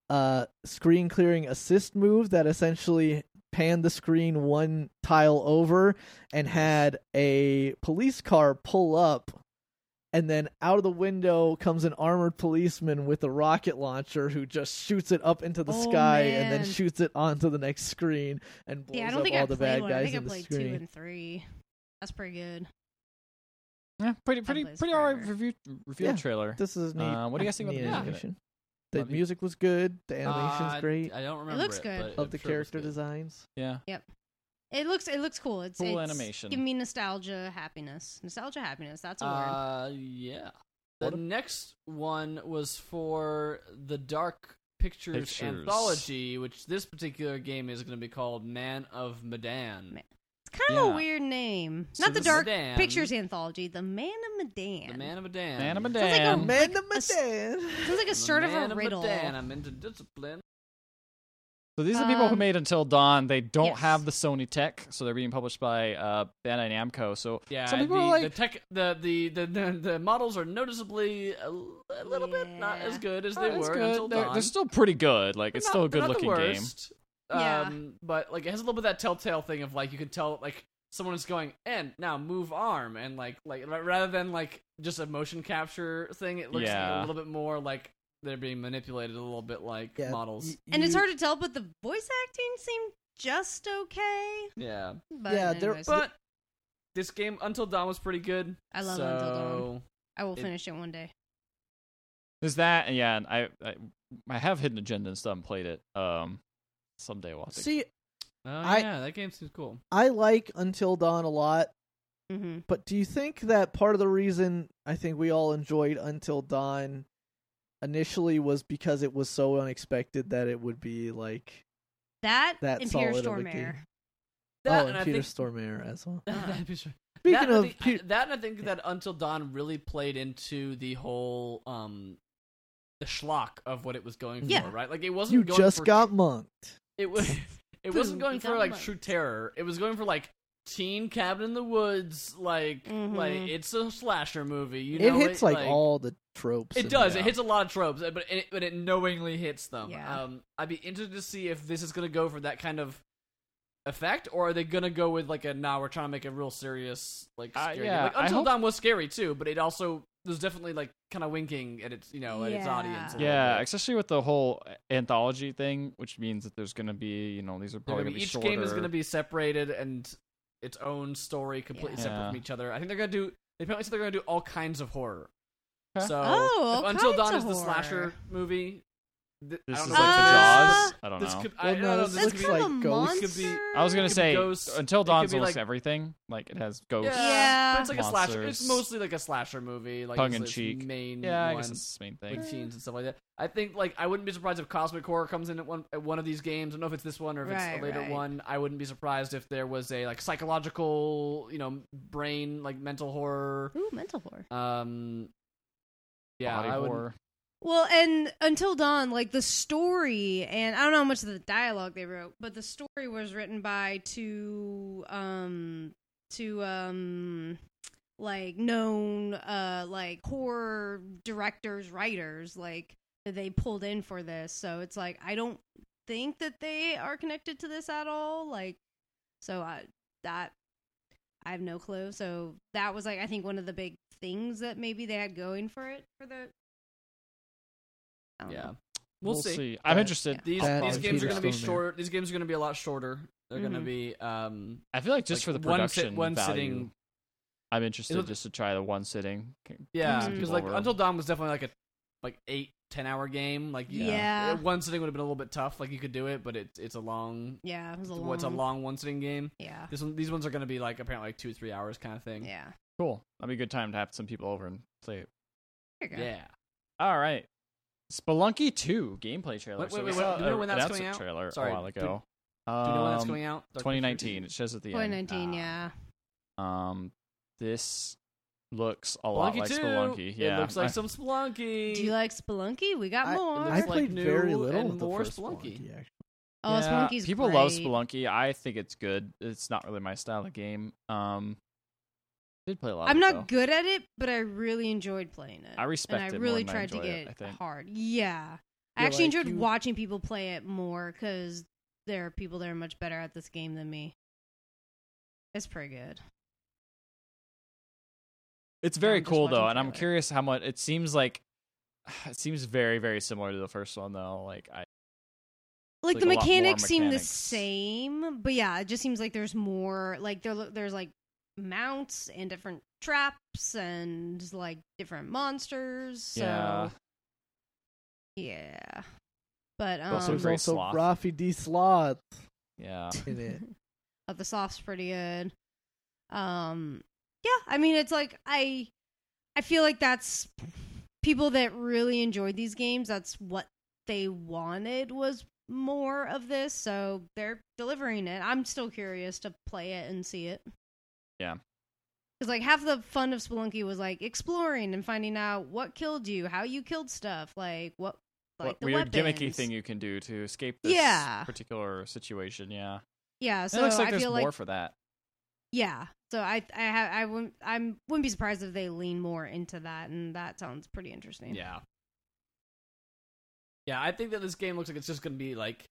Speaker 4: uh, screen clearing assist move that essentially panned the screen one tile over and had a police car pull up. And then out of the window comes an armored policeman with a rocket launcher who just shoots it up into the
Speaker 3: Oh,
Speaker 4: sky and then
Speaker 3: man.
Speaker 4: shoots it onto the next screen and blows
Speaker 3: yeah, I don't
Speaker 4: up
Speaker 3: think
Speaker 4: all
Speaker 3: I
Speaker 4: the
Speaker 3: played
Speaker 4: bad
Speaker 3: one.
Speaker 4: guys
Speaker 3: I think
Speaker 4: in
Speaker 3: I
Speaker 4: the
Speaker 3: played
Speaker 4: screen.
Speaker 3: two and three. That's pretty good.
Speaker 2: Yeah, pretty, pretty,
Speaker 3: Blaze
Speaker 2: pretty alright
Speaker 3: Forever.
Speaker 2: review reveal
Speaker 4: Yeah.
Speaker 2: trailer.
Speaker 4: This is neat.
Speaker 2: Uh, what do you guys think about
Speaker 4: neat
Speaker 2: the music in it?
Speaker 4: animation? The
Speaker 2: Love you.
Speaker 4: music was good. The animation's
Speaker 1: Uh,
Speaker 4: great.
Speaker 1: I don't remember.
Speaker 3: looks good.
Speaker 1: but
Speaker 4: Love the
Speaker 1: I'm sure it was
Speaker 4: character
Speaker 1: good.
Speaker 4: designs.
Speaker 2: Yeah,
Speaker 3: It looks it looks cool. It's
Speaker 2: Cool
Speaker 3: it's
Speaker 2: animation.
Speaker 3: Give me nostalgia, happiness, nostalgia, happiness. That's a word.
Speaker 1: Uh, yeah. The
Speaker 2: What a-
Speaker 1: next one was for the Dark Pictures,
Speaker 2: Pictures.
Speaker 1: anthology, which this particular game is going to be called Man of Medan.
Speaker 3: Man- It's kind of
Speaker 2: yeah.
Speaker 3: a weird name.
Speaker 1: So
Speaker 3: Not the
Speaker 1: this-
Speaker 3: Dark
Speaker 1: Medan-
Speaker 3: Pictures anthology. The Man of Medan.
Speaker 1: The Man of Medan.
Speaker 2: man, I'm a
Speaker 3: Sounds like a
Speaker 2: damn.
Speaker 3: Um,
Speaker 4: Man the
Speaker 3: a s-
Speaker 4: man.
Speaker 3: Sounds like a
Speaker 1: The
Speaker 3: start of
Speaker 1: Man
Speaker 3: a riddle.
Speaker 1: Medan. I'm into discipline.
Speaker 2: So these are the people who
Speaker 3: Um,
Speaker 2: made Until Dawn. They don't
Speaker 3: yes.
Speaker 2: have the Sony tech, so they're being published by uh, Bandai Namco. So
Speaker 1: Yeah,
Speaker 2: some people
Speaker 1: the,
Speaker 2: are
Speaker 1: the
Speaker 2: like,
Speaker 1: tech, the, the, the, the, the models are noticeably a, l- a little bit not
Speaker 3: Yeah.
Speaker 1: as good as
Speaker 2: "Oh,
Speaker 1: they
Speaker 2: that's
Speaker 1: were
Speaker 2: good.
Speaker 1: until
Speaker 2: they're,
Speaker 1: Dawn.
Speaker 2: they're still pretty good. Like
Speaker 1: They're
Speaker 2: it's
Speaker 1: not-
Speaker 2: still a
Speaker 1: they're
Speaker 2: good
Speaker 1: not the
Speaker 2: looking game.
Speaker 1: worst.
Speaker 3: Yeah.
Speaker 1: Um, but like it has a little bit of that telltale thing of like you can tell like someone is going and now move arm and like like ra- rather than like just a motion capture thing, it looks like a
Speaker 2: Yeah.
Speaker 1: little bit more like they're being manipulated a little bit like
Speaker 4: Yeah,
Speaker 1: models.
Speaker 4: y-
Speaker 3: and it's
Speaker 4: you-
Speaker 3: hard to tell, but the voice acting seemed just okay.
Speaker 1: Yeah,
Speaker 3: But
Speaker 4: Yeah, they're-
Speaker 3: anyways,
Speaker 1: but this game Until Dawn was pretty good.
Speaker 3: I love
Speaker 1: so...
Speaker 3: Until Dawn. I will
Speaker 1: it-
Speaker 3: finish it one day.
Speaker 2: There's that, and yeah, and I, I I have Hidden Agenda and stuff and played it. Um, someday we'll have to-
Speaker 4: See,
Speaker 1: Oh
Speaker 4: I-
Speaker 1: yeah, that game seems cool.
Speaker 4: I like Until Dawn a lot,
Speaker 3: hmm
Speaker 4: but do you think that part of the reason I think we all enjoyed Until Dawn initially was because it was so unexpected that it would be like
Speaker 3: That,
Speaker 4: That
Speaker 3: and Pierre
Speaker 4: solid of a game.
Speaker 3: Stormare.
Speaker 4: oh,
Speaker 1: That and
Speaker 4: and
Speaker 1: I
Speaker 4: Peter
Speaker 1: think
Speaker 4: Stormare as well.
Speaker 1: that'd be sure.
Speaker 4: Speaking
Speaker 1: that,
Speaker 4: of
Speaker 1: I think,
Speaker 4: Pe-
Speaker 1: I- that, and I think that Until Dawn really played into the whole um the schlock of what it was going
Speaker 3: Yeah.
Speaker 1: for, right? Like it wasn't
Speaker 4: you
Speaker 1: going
Speaker 4: just
Speaker 1: for,
Speaker 4: got monked.
Speaker 1: it was it wasn't
Speaker 3: Boom,
Speaker 1: going
Speaker 3: you
Speaker 1: for
Speaker 3: got
Speaker 1: like
Speaker 3: mugged.
Speaker 1: true terror. It was going for like teen cabin in the woods, like like
Speaker 3: Mhm.
Speaker 1: it's a slasher movie. You
Speaker 4: it
Speaker 1: know,
Speaker 4: hits like, all the tropes.
Speaker 1: It
Speaker 4: in
Speaker 1: does.
Speaker 4: there.
Speaker 1: It hits a lot of tropes, but it, but it knowingly hits them.
Speaker 3: Yeah.
Speaker 1: Um, I'd be interested to see if this is going to go for that kind of effect, or are they going to go with like a nah, we're trying to make a real serious like
Speaker 2: Uh,
Speaker 1: scary.
Speaker 2: yeah,
Speaker 1: like,
Speaker 2: I
Speaker 1: Until
Speaker 2: hope-
Speaker 1: Dawn was scary too, but it also was definitely like kind of winking at its you know at its
Speaker 3: Yeah.
Speaker 1: audience. a little
Speaker 2: Yeah,
Speaker 1: bit.
Speaker 2: especially with the whole anthology thing, which means that there's going to be, you know, these are
Speaker 1: They're
Speaker 2: probably
Speaker 1: gonna
Speaker 2: going to
Speaker 1: be-
Speaker 2: be
Speaker 1: each
Speaker 2: shorter.
Speaker 1: game is going to be separated and its own story completely
Speaker 3: Yeah.
Speaker 1: separate
Speaker 2: Yeah.
Speaker 1: from each other. I think they're going to do. They apparently said they're going to do all kinds of horror.
Speaker 2: Huh.
Speaker 1: So
Speaker 3: Oh, all
Speaker 1: if Until
Speaker 3: kinds
Speaker 1: Dawn
Speaker 3: of
Speaker 1: is the
Speaker 3: horror.
Speaker 1: slasher movie. th- I
Speaker 2: This
Speaker 1: don't
Speaker 2: is
Speaker 1: know
Speaker 2: like the
Speaker 1: if it's-
Speaker 2: Jaws.
Speaker 3: Uh,
Speaker 2: I don't
Speaker 1: This
Speaker 2: know.
Speaker 1: could, I,
Speaker 4: Well,
Speaker 1: I
Speaker 4: no,
Speaker 1: don't know.
Speaker 4: this
Speaker 1: This
Speaker 3: That's
Speaker 1: could be
Speaker 4: looks
Speaker 3: kind of a
Speaker 4: like ghosts.
Speaker 1: It could be-
Speaker 3: monster.
Speaker 2: I was
Speaker 1: gonna could
Speaker 2: going to
Speaker 1: be
Speaker 2: say
Speaker 1: ghosts,
Speaker 2: Until
Speaker 1: it could
Speaker 2: Dawn's
Speaker 1: be,
Speaker 2: almost
Speaker 1: like-
Speaker 2: everything. Like it has
Speaker 1: yeah.
Speaker 2: ghosts.
Speaker 3: Yeah.
Speaker 1: but it's like a slasher. It's
Speaker 2: Monsters.
Speaker 1: mostly like a slasher movie, like
Speaker 2: Tongue-in-cheek.
Speaker 1: It's main
Speaker 2: Yeah, I guess
Speaker 1: ones
Speaker 2: that's the main thing.
Speaker 1: with teens and stuff like that. I think like I wouldn't be surprised if Cosmic Horror comes in at one at one of these games. I don't know if it's this one or if
Speaker 3: Right,
Speaker 1: it's a later
Speaker 3: right.
Speaker 1: one. I wouldn't be surprised if there was a like psychological, you know, brain like mental horror.
Speaker 3: Ooh, mental horror.
Speaker 1: Um, yeah,
Speaker 2: Body
Speaker 1: I would.
Speaker 2: horror.
Speaker 3: Well, and Until Dawn, like the story, and I don't know how much of the dialogue they wrote, but the story was written by two, um, two, um, like known, uh, like horror directors, writers, like that they pulled in for this. So it's like I don't think that they are connected to this at all. Like, so I that I have no clue. So that was like I think one of the big things that maybe they had going for it for the. I don't know.
Speaker 1: Yeah, we'll, see.
Speaker 2: I'm
Speaker 4: But
Speaker 2: interested.
Speaker 1: These
Speaker 4: That
Speaker 1: these
Speaker 4: and
Speaker 1: games
Speaker 4: Peter
Speaker 1: are going to be
Speaker 4: Stormare.
Speaker 1: short. These games are going to be a lot shorter. They're going
Speaker 3: Mhm.
Speaker 1: to be um
Speaker 2: I feel like just
Speaker 1: like,
Speaker 2: for the
Speaker 1: one sit-
Speaker 2: production
Speaker 1: one
Speaker 2: value,
Speaker 1: sitting
Speaker 2: I'm interested
Speaker 1: It'll-
Speaker 2: just to try the one sitting.
Speaker 1: Yeah,
Speaker 3: Mhm.
Speaker 1: because like
Speaker 2: Over.
Speaker 1: Until Dawn was definitely like a like eight ten hour game. Like you-
Speaker 3: Yeah.
Speaker 1: uh, one sitting would have been a little bit tough. Like you could do it, but it's it's a long
Speaker 3: Yeah, it was a long.
Speaker 1: what's a long one sitting game.
Speaker 3: Yeah,
Speaker 1: This one, these ones are going to be like apparently like two three hours kind of thing.
Speaker 3: yeah.
Speaker 2: Cool. That'd be a good time to have some people over and play it.
Speaker 3: There you go.
Speaker 1: Yeah.
Speaker 2: All right. Spelunky 2 gameplay trailer.
Speaker 1: Wait,
Speaker 2: So
Speaker 1: wait,
Speaker 2: we
Speaker 1: wait, wait,
Speaker 2: saw
Speaker 1: do you know
Speaker 2: a-
Speaker 1: when
Speaker 2: an
Speaker 1: that's coming
Speaker 2: announcement
Speaker 1: out?
Speaker 2: trailer
Speaker 1: Sorry,
Speaker 2: a while
Speaker 1: do-
Speaker 2: ago.
Speaker 1: Do you know when that's
Speaker 2: Um,
Speaker 1: coming out? Dark Pictures?
Speaker 2: 2019. It says at the end.
Speaker 3: 2019.
Speaker 2: Ah.
Speaker 3: yeah.
Speaker 2: Um, this looks a lot
Speaker 1: Spelunky
Speaker 2: like
Speaker 1: 2.
Speaker 2: Spelunky. Yeah,
Speaker 1: It looks like
Speaker 2: I-
Speaker 1: some Spelunky.
Speaker 3: Do you like Spelunky? We got
Speaker 4: I,
Speaker 3: more.
Speaker 4: I
Speaker 1: Looks like
Speaker 4: played
Speaker 1: new
Speaker 4: very little
Speaker 1: and
Speaker 4: of the
Speaker 1: more
Speaker 4: first
Speaker 1: Spelunky.
Speaker 4: Spelunky, actually.
Speaker 3: oh,
Speaker 2: Yeah,
Speaker 3: Spelunky's
Speaker 2: people love
Speaker 3: great.
Speaker 2: Spelunky. I think it's good. It's not really my style of game. Um, did play a lot. of
Speaker 3: I'm
Speaker 2: it,
Speaker 3: not
Speaker 2: though.
Speaker 3: good at it, but I really enjoyed playing it.
Speaker 2: I respect
Speaker 3: and
Speaker 2: it
Speaker 3: I
Speaker 2: more
Speaker 3: really
Speaker 2: than I
Speaker 3: tried to
Speaker 2: enjoy it,
Speaker 3: get
Speaker 2: I think.
Speaker 3: hard. Yeah, I
Speaker 4: You're
Speaker 3: actually
Speaker 4: like,
Speaker 3: enjoyed
Speaker 4: you-
Speaker 3: watching people play it more because there are people that are much better at this game than me. It's pretty good.
Speaker 2: It's very
Speaker 3: I'm just
Speaker 2: cool though,
Speaker 3: watching
Speaker 2: and I'm
Speaker 3: trailer.
Speaker 2: curious how much it seems like. It seems very very similar to the first one though. Like I
Speaker 3: Like,
Speaker 2: Like,
Speaker 3: the
Speaker 2: a lot more
Speaker 3: mechanics seem the
Speaker 2: mechanics.
Speaker 3: same, but yeah, it just seems like there's more. Like there, there's like mounts and different traps and like different monsters. So
Speaker 2: yeah.
Speaker 3: Yeah. But um
Speaker 2: Also
Speaker 4: There's
Speaker 2: great
Speaker 4: also
Speaker 2: sloth.
Speaker 4: Rafi D. Sloth
Speaker 2: Yeah.
Speaker 4: in it.
Speaker 3: oh, the soft's pretty good. Um yeah, I mean it's like I I feel like that's people that really enjoyed these games, that's what they wanted was more of this, so they're delivering it. I'm still curious to play it and see it.
Speaker 2: Yeah.
Speaker 3: Cuz like half the fun of Spelunky was like exploring and finding out what killed you, how you killed stuff, like what like
Speaker 2: what
Speaker 3: the
Speaker 2: weird gimmicky
Speaker 3: weapons.
Speaker 2: thing you can do to escape this
Speaker 3: Yeah.
Speaker 2: particular situation, yeah.
Speaker 3: Yeah,
Speaker 2: And
Speaker 3: so
Speaker 2: it looks like
Speaker 3: I
Speaker 2: there's
Speaker 3: feel
Speaker 2: more
Speaker 3: like
Speaker 2: for that.
Speaker 3: Yeah. So I I have I wouldn't I'm wouldn't be surprised if they lean more into that and that sounds pretty interesting.
Speaker 2: Yeah.
Speaker 1: Yeah, I think that this game looks like it's just going to be like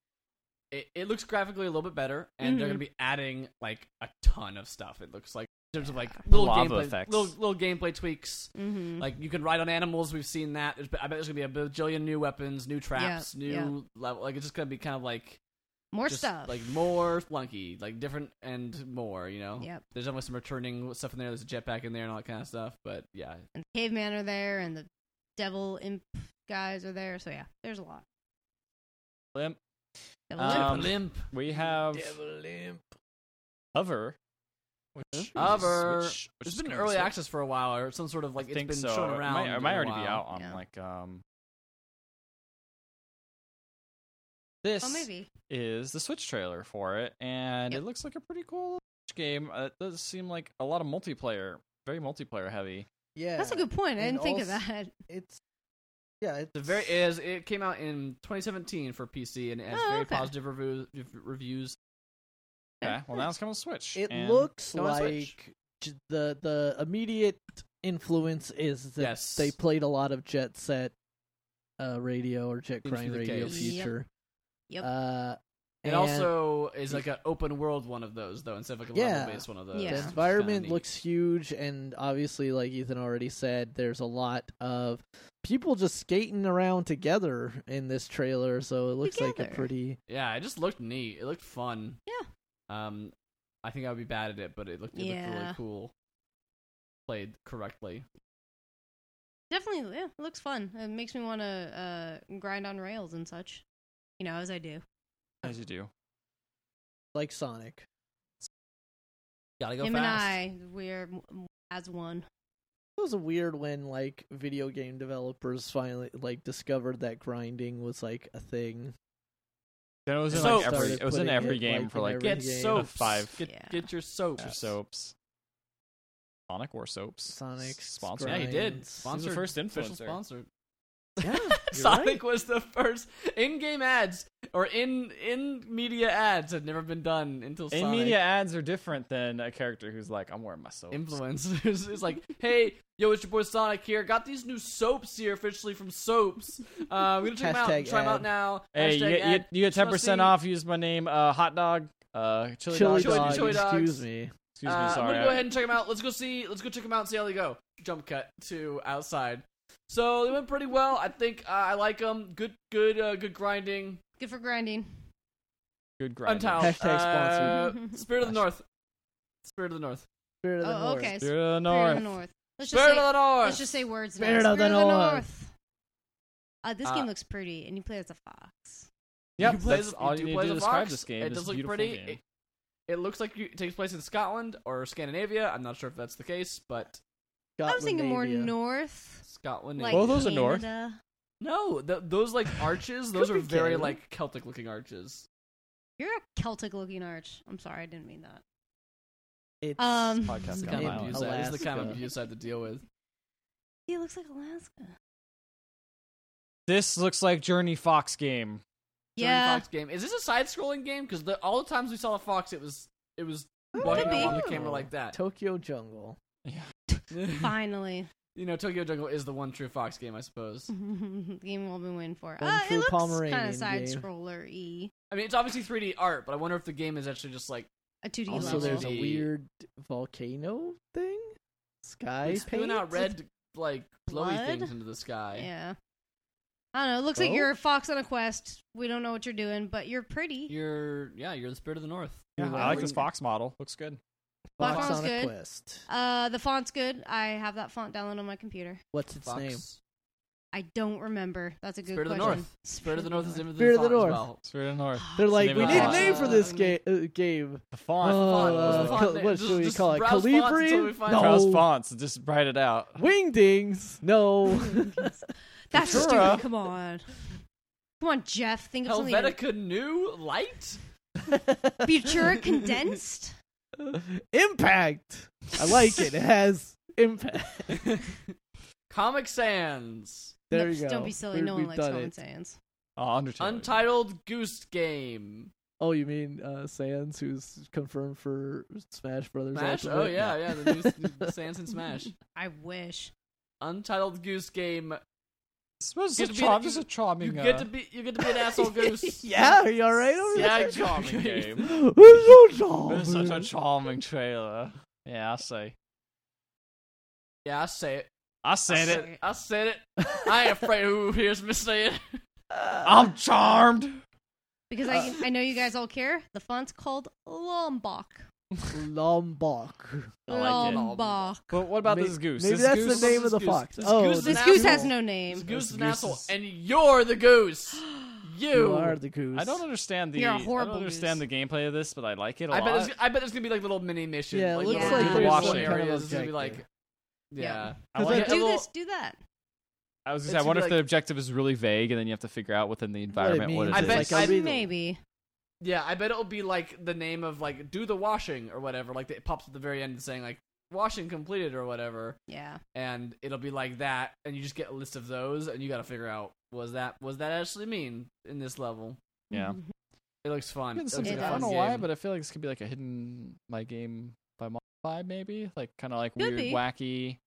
Speaker 1: it, it looks graphically a little bit better, and they're
Speaker 3: Mhm.
Speaker 1: going to be adding like a ton of stuff. It looks like in terms of like
Speaker 3: Yeah.
Speaker 1: little
Speaker 2: Lava
Speaker 1: gameplay,
Speaker 2: effects.
Speaker 1: little little gameplay tweaks.
Speaker 3: Mm-hmm.
Speaker 1: Like you can ride on animals. We've seen that. There's, I bet there's gonna be a bajillion new weapons, new traps, new level. Like it's just gonna be kind of like
Speaker 3: more
Speaker 1: just,
Speaker 3: stuff.
Speaker 1: like more flunky, like different and more. You know,
Speaker 3: Yep.
Speaker 1: there's almost some returning stuff in there. There's a jetpack in there and all that kind of stuff. But yeah,
Speaker 3: And the caveman are there and the devil imp guys are there. So yeah, there's a lot.
Speaker 2: Limp.
Speaker 3: Devil
Speaker 2: Um,
Speaker 3: imp.
Speaker 1: Devil limp.
Speaker 2: We have
Speaker 4: Devil Imp.
Speaker 2: Hover. Which, is-
Speaker 1: Hover.
Speaker 2: Which, which
Speaker 1: It's
Speaker 2: is
Speaker 1: been
Speaker 2: coming
Speaker 1: early
Speaker 2: soon.
Speaker 1: access for a while, or some sort of like
Speaker 2: I
Speaker 1: it's
Speaker 2: think
Speaker 1: been
Speaker 2: so.
Speaker 1: shown around.
Speaker 2: It might, it might
Speaker 1: in a
Speaker 2: already
Speaker 1: while.
Speaker 2: be out on
Speaker 3: Yeah.
Speaker 2: like um This
Speaker 3: Oh, maybe.
Speaker 2: is the Switch trailer for it, and
Speaker 3: Yep.
Speaker 2: it looks like a pretty cool game. Uh, it does seem like a lot of multiplayer, very multiplayer heavy.
Speaker 4: Yeah,
Speaker 3: That's a good point. I
Speaker 4: And
Speaker 3: didn't think of
Speaker 4: also-
Speaker 3: that.
Speaker 4: It's yeah, it's
Speaker 1: The very is it came out in 2017 for PC and it has
Speaker 3: Oh,
Speaker 1: very
Speaker 3: okay.
Speaker 1: positive reviews. Reviews.
Speaker 3: Yeah.
Speaker 2: Okay, well now it's coming to Switch.
Speaker 4: It
Speaker 2: and
Speaker 4: looks
Speaker 1: Go on
Speaker 4: like
Speaker 1: Switch.
Speaker 4: j- the the immediate influence is that
Speaker 1: Yes.
Speaker 4: they played a lot of Jet Set uh, Radio or Jet
Speaker 1: Into
Speaker 4: Grind
Speaker 1: the
Speaker 4: Radio
Speaker 1: Cave.
Speaker 3: Yep.
Speaker 4: Future.
Speaker 3: Yep.
Speaker 4: Uh,
Speaker 1: It
Speaker 4: and
Speaker 1: also is like an open world one of those though, instead of like a
Speaker 4: Yeah.
Speaker 1: level based one of those.
Speaker 3: The Yeah.
Speaker 4: the
Speaker 1: which is kinda
Speaker 4: environment
Speaker 1: neat.
Speaker 4: looks huge, and obviously, like Ethan already said, there's a lot of people just skating around together in this trailer. So it looks like
Speaker 3: Together.
Speaker 4: a pretty
Speaker 1: Yeah, it just looked neat. It looked fun.
Speaker 3: Yeah.
Speaker 1: Um, I think I would be bad at it, but it looked, it looked really
Speaker 3: Yeah.
Speaker 1: cool. Played correctly.
Speaker 3: Definitely, yeah, it looks fun. It makes me want to uh, grind on rails and such. You know, as I do.
Speaker 2: as you do.
Speaker 4: like Sonic.
Speaker 1: Gotta go
Speaker 3: Him and
Speaker 1: fast.
Speaker 3: I, we're m- as one.
Speaker 4: It was weird when like video game developers finally like discovered that grinding was like a thing.
Speaker 2: Then it was in
Speaker 1: So-
Speaker 2: like every.
Speaker 4: Started
Speaker 2: It was in
Speaker 4: putting
Speaker 2: every
Speaker 4: it,
Speaker 2: game
Speaker 4: like,
Speaker 2: for
Speaker 4: in
Speaker 2: like
Speaker 4: every-
Speaker 1: Get
Speaker 4: Game of
Speaker 1: soaps.
Speaker 2: five.
Speaker 1: Get,
Speaker 3: Yeah.
Speaker 1: get your
Speaker 2: for
Speaker 1: soaps.
Speaker 2: soaps. Sonic or soaps.
Speaker 4: Sonic
Speaker 2: sponsor.
Speaker 1: Yeah,
Speaker 4: Grind.
Speaker 1: he did.
Speaker 4: He's the
Speaker 1: Sponsored,
Speaker 2: first
Speaker 1: official
Speaker 2: influencer.
Speaker 1: sponsor.
Speaker 4: Yeah,
Speaker 1: Sonic was the first in-game ads or in in media ads had never been done until
Speaker 2: In
Speaker 1: Sonic.
Speaker 2: media ads are different than a character who's like, I'm wearing my soaps.
Speaker 1: influencers. It's like, hey, yo, it's your boy Sonic here. Got these new soaps here officially from Soaps. Uh, I'm gonna check them out.
Speaker 4: Hashtag
Speaker 1: Try them out
Speaker 4: ad.
Speaker 1: now.
Speaker 2: Hey, you
Speaker 1: Hashtag
Speaker 2: get, you
Speaker 1: ad.
Speaker 2: get, you get
Speaker 1: Just
Speaker 2: ten
Speaker 1: wanna
Speaker 2: percent
Speaker 1: see-
Speaker 2: off. Use my name, uh, hot dog, uh, chili,
Speaker 4: chili,
Speaker 1: Chili
Speaker 4: dog.
Speaker 1: dogs. Chili dogs.
Speaker 4: Excuse me.
Speaker 2: Excuse
Speaker 1: Uh,
Speaker 2: me,
Speaker 1: I'm
Speaker 2: sorry.
Speaker 1: gonna go ahead and check them out. Let's go see. Let's go check them out and see how they go. Jump cut to outside. So they went pretty well. I think uh, I like them. Good, good, uh, good grinding.
Speaker 3: Good for grinding.
Speaker 2: Good grind.
Speaker 1: Untitled.
Speaker 4: Hashtag
Speaker 1: Uh,
Speaker 3: sponsored.
Speaker 1: Spirit of the North. Spirit of the North.
Speaker 4: Spirit of the
Speaker 3: Oh,
Speaker 4: North.
Speaker 3: okay.
Speaker 2: Spirit of the
Speaker 3: Spirit
Speaker 2: North.
Speaker 3: of the North. Let's just
Speaker 1: Spirit
Speaker 3: say,
Speaker 1: of the North.
Speaker 3: let's just say words. now.
Speaker 4: Spirit of the North.
Speaker 3: Uh, this
Speaker 1: Uh,
Speaker 3: game looks pretty, and you play as a fox.
Speaker 2: Yep,
Speaker 1: you play
Speaker 2: that's
Speaker 1: as-
Speaker 2: all
Speaker 1: you
Speaker 2: you
Speaker 1: do
Speaker 2: need
Speaker 1: play as
Speaker 2: to
Speaker 1: a
Speaker 2: describe
Speaker 1: fox.
Speaker 2: this game.
Speaker 1: It
Speaker 2: It's
Speaker 1: does
Speaker 2: a
Speaker 1: look
Speaker 2: beautiful
Speaker 1: pretty.
Speaker 2: game.
Speaker 1: It, it looks like you, it takes place in Scotland or Scandinavia. I'm not sure if that's the case, but
Speaker 3: I was thinking more
Speaker 4: Gotlandavia.
Speaker 3: north,
Speaker 1: Scotland.
Speaker 3: like
Speaker 2: Both those are
Speaker 3: Canada.
Speaker 1: No,
Speaker 2: north.
Speaker 1: th- those like arches. those
Speaker 4: Could
Speaker 1: are
Speaker 4: be
Speaker 1: very
Speaker 4: Canada.
Speaker 1: like Celtic looking arches.
Speaker 3: You're a Celtic-looking arch. I'm sorry, I didn't mean that.
Speaker 4: It's
Speaker 3: Um,
Speaker 2: Podcast
Speaker 1: It's the
Speaker 2: got
Speaker 1: kind of
Speaker 4: In
Speaker 1: abuse I- this is the kind of
Speaker 4: Alaska.
Speaker 1: abuse I have to deal with.
Speaker 3: He looks like Alaska.
Speaker 2: This looks like Journey Fox game.
Speaker 1: Journey
Speaker 3: Yeah,
Speaker 1: Fox game. Is this a side scrolling game? Because all the times we saw a fox, it was it was
Speaker 4: Oh,
Speaker 1: walking
Speaker 3: could be.
Speaker 1: along the camera like that.
Speaker 4: Tokyo Jungle.
Speaker 3: finally,
Speaker 1: you know, Tokyo Jungle is the one true fox game, I suppose.
Speaker 3: the game we'll been waiting for.
Speaker 4: One
Speaker 3: Uh,
Speaker 4: true
Speaker 3: it looks
Speaker 4: Pomeranian
Speaker 3: kind of side
Speaker 4: game.
Speaker 3: scroller y,
Speaker 1: I mean, it's obviously 3D art, but I wonder if the game is actually just like
Speaker 3: a 2D
Speaker 4: Also,
Speaker 3: level.
Speaker 4: there's a
Speaker 1: The-
Speaker 4: weird volcano thing. Sky
Speaker 1: it's spewing
Speaker 4: paint?
Speaker 1: out red like glowy
Speaker 3: blood?
Speaker 1: things into the sky.
Speaker 3: yeah, I don't know. It looks like
Speaker 4: Well-
Speaker 3: you're a fox on a quest. We don't know what you're doing, but you're pretty.
Speaker 1: You're yeah, you're the spirit of the north.
Speaker 2: Yeah,
Speaker 4: Ooh,
Speaker 2: I like
Speaker 4: wow.
Speaker 2: this fox model. Looks good.
Speaker 4: Fox
Speaker 3: Fox
Speaker 4: on a
Speaker 3: good.
Speaker 4: quest.
Speaker 3: Uh, the font's good. I have that font downloaded on my computer.
Speaker 4: What's its
Speaker 1: Fox.
Speaker 4: name?
Speaker 3: I don't remember. That's a good
Speaker 1: Spirit of the
Speaker 3: question.
Speaker 1: North. Spirit of the north is in the
Speaker 4: Spirit of the
Speaker 1: font as
Speaker 4: North.
Speaker 1: well.
Speaker 2: Spirit of the North.
Speaker 4: They're like,
Speaker 2: name
Speaker 4: we
Speaker 2: of
Speaker 4: need
Speaker 2: the
Speaker 4: a
Speaker 2: fox.
Speaker 4: name for this
Speaker 3: Um,
Speaker 4: ga- uh, game.
Speaker 2: The font.
Speaker 4: Oh,
Speaker 1: Font, what's the
Speaker 4: uh,
Speaker 1: font
Speaker 4: Cal-
Speaker 1: name?
Speaker 4: what
Speaker 1: Just-
Speaker 4: should we
Speaker 1: just
Speaker 4: call it?
Speaker 1: browse fonts
Speaker 4: Calibri?
Speaker 1: until we find
Speaker 4: No.
Speaker 1: out.
Speaker 2: Browse fonts. Just write it out.
Speaker 4: Wingdings. No.
Speaker 3: That's
Speaker 2: Ventura.
Speaker 3: stupid. Come on. Come on, Jeff. Think of something.
Speaker 1: Helvetica New Light?
Speaker 3: Futura condensed.
Speaker 4: impact. I like it. It has impact.
Speaker 1: Comic Sans.
Speaker 4: There
Speaker 3: Nope,
Speaker 4: you go.
Speaker 3: Don't be silly.
Speaker 4: We're-
Speaker 3: no one
Speaker 4: we've
Speaker 3: likes
Speaker 4: done
Speaker 3: Common
Speaker 4: it.
Speaker 3: Sans.
Speaker 2: Oh, Undertale.
Speaker 1: Untitled Goose Game.
Speaker 4: Oh, you mean uh, Sans, who's confirmed for Smash Brothers?
Speaker 1: Smash?
Speaker 4: Ultimate?
Speaker 1: Oh, yeah, yeah. The new the Sans and Smash.
Speaker 3: I wish.
Speaker 1: Untitled Goose Game.
Speaker 2: This was
Speaker 1: You
Speaker 2: a
Speaker 1: get to be
Speaker 2: charm.
Speaker 1: the-
Speaker 2: Just a charming.
Speaker 1: You
Speaker 2: uh,
Speaker 1: get to be you get to be an asshole goose.
Speaker 4: yeah, are you all right over
Speaker 1: Yeah,
Speaker 4: there?
Speaker 1: charming game.
Speaker 4: It's so
Speaker 2: This is such a
Speaker 4: charming.
Speaker 2: charming trailer. Yeah, I say.
Speaker 1: Yeah, I say it.
Speaker 2: I
Speaker 1: I
Speaker 2: said
Speaker 1: said
Speaker 2: it.
Speaker 1: it. I said it. I ain't afraid who hears me say it.
Speaker 2: I'm charmed.
Speaker 3: Because I, I know you guys all care. The font's called Lombok.
Speaker 4: Lombok.
Speaker 2: I like it.
Speaker 3: Lombok.
Speaker 2: But what about
Speaker 4: Oh, May-
Speaker 2: this goose?
Speaker 4: Maybe
Speaker 2: this
Speaker 4: that's
Speaker 2: goose?
Speaker 4: the name of the
Speaker 1: This goose-
Speaker 4: fox.
Speaker 1: this
Speaker 4: oh,
Speaker 1: goose is
Speaker 4: the-
Speaker 1: an
Speaker 3: This goose
Speaker 1: asshole.
Speaker 3: has no name.
Speaker 1: This goose is an
Speaker 2: Goose
Speaker 1: asshole,
Speaker 2: is-
Speaker 1: and you're the goose. You.
Speaker 4: you are the goose.
Speaker 2: I don't understand the.
Speaker 3: You're a
Speaker 2: I
Speaker 3: horrible
Speaker 2: don't understand
Speaker 3: goose.
Speaker 2: the gameplay of this, but I like it a
Speaker 1: I
Speaker 2: lot.
Speaker 1: bet. There's, I bet there's gonna be like little mini missions.
Speaker 4: Yeah, it
Speaker 1: like,
Speaker 4: looks
Speaker 1: little
Speaker 3: like
Speaker 1: tutorial
Speaker 2: there's some
Speaker 1: areas.
Speaker 2: kind
Speaker 4: of
Speaker 1: It's gonna be like,
Speaker 4: objective.
Speaker 1: yeah.
Speaker 2: I like
Speaker 4: Cause
Speaker 1: it.
Speaker 3: Do
Speaker 1: Little-
Speaker 3: this. Do that.
Speaker 2: I was gonna
Speaker 1: It
Speaker 2: say, I
Speaker 1: should
Speaker 2: wonder
Speaker 1: be
Speaker 2: if the
Speaker 1: like-
Speaker 2: objective is really vague, and then you have to figure out within the environment what it,
Speaker 4: means.
Speaker 1: I
Speaker 2: is.
Speaker 1: bet-
Speaker 4: Like,
Speaker 1: I-
Speaker 4: I'll read them.
Speaker 3: Maybe.
Speaker 1: Yeah, I bet it'll be like the name of like do the washing or whatever. Like it pops at the very end saying like washing completed or whatever,
Speaker 3: Yeah.
Speaker 1: and it'll be like that, and you just get a list of those, and you got to figure out was that was that actually mean in this level.
Speaker 2: yeah.
Speaker 3: Mhm.
Speaker 1: It looks fun. It
Speaker 2: I
Speaker 1: looks like a
Speaker 3: does.
Speaker 2: don't
Speaker 1: fun
Speaker 2: know why,
Speaker 1: game.
Speaker 2: but I feel like this could be like a hidden my game by Mo- vibe, maybe like kind of like
Speaker 3: Could
Speaker 2: weird,
Speaker 3: be.
Speaker 2: wacky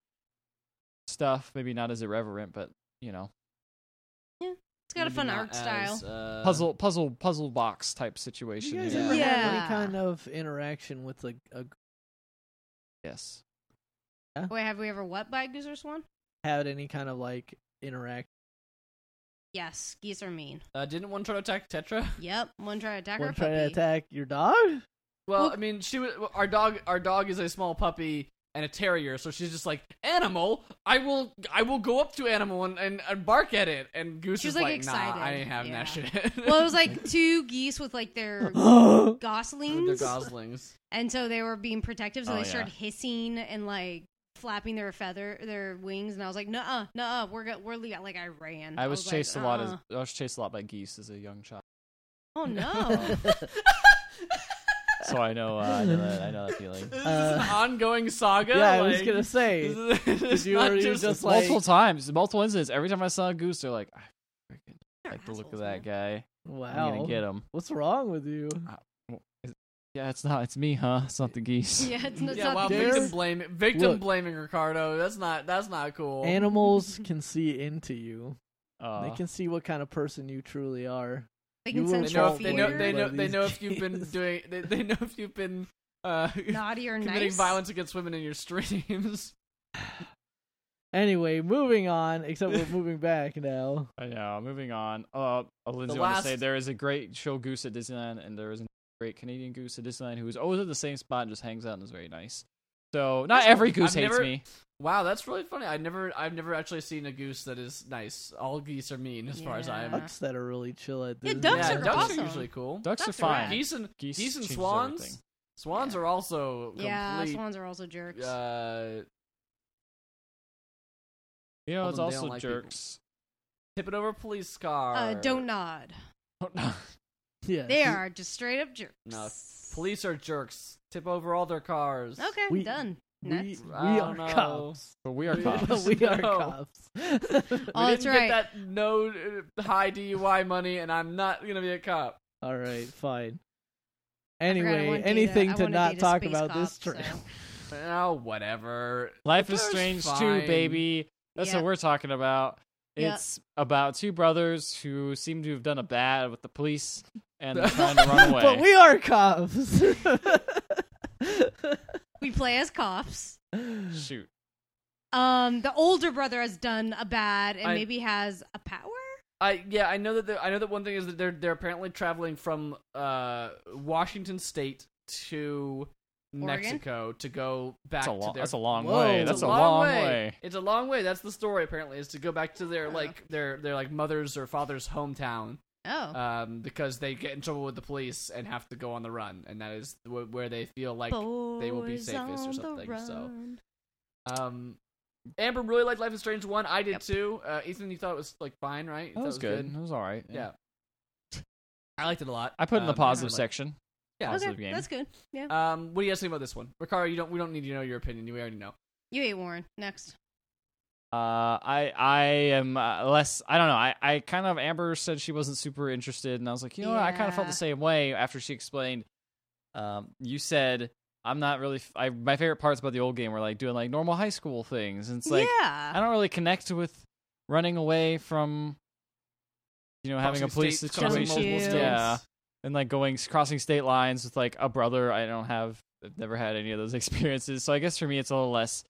Speaker 2: stuff. Maybe not as irreverent, but you know,
Speaker 3: It's got a
Speaker 1: Maybe
Speaker 3: fun
Speaker 1: not
Speaker 3: art
Speaker 1: as,
Speaker 3: style.
Speaker 1: uh,
Speaker 2: puzzle, puzzle, puzzle box type
Speaker 4: Did
Speaker 2: situation.
Speaker 4: you guys
Speaker 1: Yeah.
Speaker 4: ever have
Speaker 3: Yeah.
Speaker 4: any kind of interaction with a, a
Speaker 2: Yes.
Speaker 3: Wait, have we ever what by Goose or Swan?
Speaker 4: had any kind of like interact?
Speaker 3: Yes, geese are mean.
Speaker 1: Uh, didn't one try to attack Tetra?
Speaker 3: Yep, one try to attack her
Speaker 4: One trying to
Speaker 3: puppy.
Speaker 4: attack your dog?
Speaker 1: Well,
Speaker 3: Well-
Speaker 1: I mean, she was our dog. Our dog is a small puppy and a terrier, so she's just like animal. I will, I will go up to animal and, and, and bark at it. And Goose
Speaker 3: She's,
Speaker 1: is
Speaker 3: like,
Speaker 1: like,
Speaker 3: excited.
Speaker 1: nah, I ain't having that shit.
Speaker 3: well, it was like two geese with like their
Speaker 4: oh
Speaker 1: they're
Speaker 3: goslings,
Speaker 1: goslings.
Speaker 3: and so they were being protective. So
Speaker 2: Oh,
Speaker 3: they
Speaker 2: yeah.
Speaker 3: started hissing and like flapping their feather, their wings, and I was like, "Nuh, nuh, we're go- we're leaving." Like I ran.
Speaker 2: I was,
Speaker 3: like,
Speaker 2: chased a lot
Speaker 3: "Uh-uh."
Speaker 2: as I was chased a lot by geese as a young child.
Speaker 3: Oh no!
Speaker 2: So I know, uh, I know that I know that feeling.
Speaker 1: This is
Speaker 4: Uh,
Speaker 1: an ongoing saga.
Speaker 4: yeah, I
Speaker 1: like,
Speaker 4: was gonna say.
Speaker 1: this is- it's
Speaker 4: you
Speaker 1: not
Speaker 4: already
Speaker 1: just,
Speaker 4: just, like-
Speaker 2: multiple times, multiple incidents. Every time I saw a goose, they're like, I freaking
Speaker 3: They're
Speaker 2: like the look of
Speaker 3: assholes,
Speaker 2: that
Speaker 3: man.
Speaker 2: guy. I'm
Speaker 4: Wow.
Speaker 2: gonna get him.
Speaker 4: What's wrong with you?
Speaker 2: Yeah, it's not. It's me, huh? It's not the geese.
Speaker 3: Yeah, it's, it's
Speaker 1: Yeah,
Speaker 3: not
Speaker 1: wow,
Speaker 3: the
Speaker 4: Dare-
Speaker 1: victim
Speaker 3: geese.
Speaker 1: blaming, victim
Speaker 4: Look.
Speaker 1: blaming Ricardo. That's not, that's not cool.
Speaker 4: Animals can see into you.
Speaker 2: Uh,
Speaker 4: They can see what kind of person you truly are.
Speaker 3: They can
Speaker 4: You were
Speaker 1: they
Speaker 3: sense
Speaker 1: know,
Speaker 3: your
Speaker 1: if, they know,
Speaker 4: Controlled
Speaker 1: they
Speaker 3: fear,
Speaker 4: by
Speaker 1: know, they
Speaker 4: these
Speaker 1: know if you've been
Speaker 4: geese.
Speaker 1: doing, they, they know if you've been uh,
Speaker 3: naughty or
Speaker 1: committing
Speaker 3: nice.
Speaker 1: violence against women in your streams.
Speaker 4: Anyway, moving on. Except we're moving back now.
Speaker 2: I know. Moving on. Uh, oh, Lindsay, I want to say
Speaker 1: last-
Speaker 2: there is a great show goose at Disneyland, and there is a great Canadian goose at Disneyland who is always at the same spot and just hangs out and is very nice. So not
Speaker 1: That's
Speaker 2: every
Speaker 1: cool.
Speaker 2: goose
Speaker 1: I've
Speaker 2: hates
Speaker 1: never-
Speaker 2: me.
Speaker 1: Wow, that's really funny. I never, I've never actually seen a goose that is nice. All geese are mean, as far as I am.
Speaker 3: Yeah.
Speaker 4: Ducks that are really chill at
Speaker 3: Yeah,
Speaker 4: Disney.
Speaker 3: ducks
Speaker 1: yeah,
Speaker 3: are
Speaker 1: ducks
Speaker 3: awesome.
Speaker 1: are usually cool.
Speaker 2: Ducks are
Speaker 3: Ducks are rad.
Speaker 2: fine.
Speaker 1: Geese and
Speaker 2: Geese,
Speaker 1: geese and
Speaker 2: changes
Speaker 1: swans.
Speaker 2: everything.
Speaker 1: Swans
Speaker 3: Yeah.
Speaker 1: are also complete.
Speaker 3: Yeah, swans are also jerks.
Speaker 1: Uh,
Speaker 2: You know,
Speaker 1: Hold
Speaker 2: it's
Speaker 1: on, they don't
Speaker 2: also
Speaker 1: like people.
Speaker 2: jerks.
Speaker 1: tip it over police car.
Speaker 3: Uh, don't nod.
Speaker 4: Yes.
Speaker 3: They are just straight up jerks.
Speaker 1: No, Police are jerks. Tip over all their cars.
Speaker 3: Okay,
Speaker 4: We-
Speaker 3: done.
Speaker 4: We,
Speaker 3: Next.
Speaker 4: we
Speaker 1: I
Speaker 4: are
Speaker 1: don't know.
Speaker 4: cops.
Speaker 2: but we are
Speaker 1: We-
Speaker 2: cops.
Speaker 4: we are
Speaker 1: No.
Speaker 4: cops.
Speaker 1: We
Speaker 3: Oh,
Speaker 1: didn't
Speaker 3: that's
Speaker 1: get
Speaker 3: right.
Speaker 1: that no uh, high DUI money, and I'm not gonna be a cop.
Speaker 4: All right, fine.
Speaker 3: I forgot I
Speaker 4: Anyway,
Speaker 3: wanna date
Speaker 4: anything
Speaker 3: a- I
Speaker 4: to
Speaker 3: wanna
Speaker 4: not
Speaker 3: date a
Speaker 4: talk
Speaker 3: space
Speaker 4: about
Speaker 3: cop,
Speaker 4: this
Speaker 3: so-
Speaker 4: trip.
Speaker 1: Oh, whatever.
Speaker 2: Life
Speaker 1: The
Speaker 2: is
Speaker 1: car's
Speaker 2: Strange
Speaker 1: fine.
Speaker 2: too, baby. That's
Speaker 3: Yep.
Speaker 2: what we're talking about.
Speaker 3: Yep.
Speaker 2: It's about two brothers who seem to have done a bad with the police and they're trying to run away.
Speaker 4: But we are cops.
Speaker 3: We play as cops.
Speaker 2: Shoot.
Speaker 3: Um, the older brother has done a bad and
Speaker 1: I-
Speaker 3: maybe has a power.
Speaker 1: I yeah, I know that the- I know that one thing is that they're they're apparently traveling from uh Washington State to
Speaker 3: Oregon?
Speaker 1: Mexico to go back
Speaker 2: That's a,
Speaker 1: to
Speaker 2: lo-
Speaker 1: their
Speaker 2: that's a long
Speaker 4: Whoa.
Speaker 2: way.
Speaker 1: It's
Speaker 2: That's a long way.
Speaker 1: It's a long way. That's the story apparently is to go back to their
Speaker 3: Yeah.
Speaker 1: like their their like mother's or father's hometown
Speaker 3: Oh,
Speaker 1: um because they get in trouble with the police and have to go on the run and that is wh- where they feel like they will be
Speaker 3: Boys
Speaker 1: safest or
Speaker 3: on the
Speaker 1: something, so.
Speaker 3: run.
Speaker 1: um Amber really liked Life is Strange 1. I did
Speaker 3: Yep.
Speaker 1: too. Uh Ethan you thought it was like fine, right? You
Speaker 2: That
Speaker 1: thought
Speaker 2: was
Speaker 1: it
Speaker 2: good. It was all right.
Speaker 1: Yeah. I liked it a lot.
Speaker 2: I put in the
Speaker 1: Um, I really
Speaker 2: positive
Speaker 1: liked it.
Speaker 2: section.
Speaker 1: Yeah.
Speaker 2: Positive
Speaker 3: okay,
Speaker 2: game.
Speaker 3: that's good. Yeah,
Speaker 1: Um, what do you guys think about this one, Ricardo? You don't. We don't need to know your opinion. We already know.
Speaker 3: you ate Warren next.
Speaker 2: Uh, I I am uh, less. I don't know. I, I kind of Amber said she wasn't super interested, and I was like, you know, what? I kind of felt
Speaker 3: Yeah.
Speaker 2: the same way after she explained. Um, you said I'm not really. F- I my favorite parts about the old game were like doing like normal high school things, and it's like I
Speaker 3: yeah,
Speaker 2: don't really connect with running away from, you know, having a
Speaker 1: Crossing
Speaker 2: police
Speaker 1: states, crossing
Speaker 3: crossing
Speaker 2: situation,
Speaker 1: multiple
Speaker 3: states.
Speaker 1: states.
Speaker 2: yeah, and like going crossing state lines with like a brother. I don't have. I've never had any of those experiences, so I guess for me it's a little less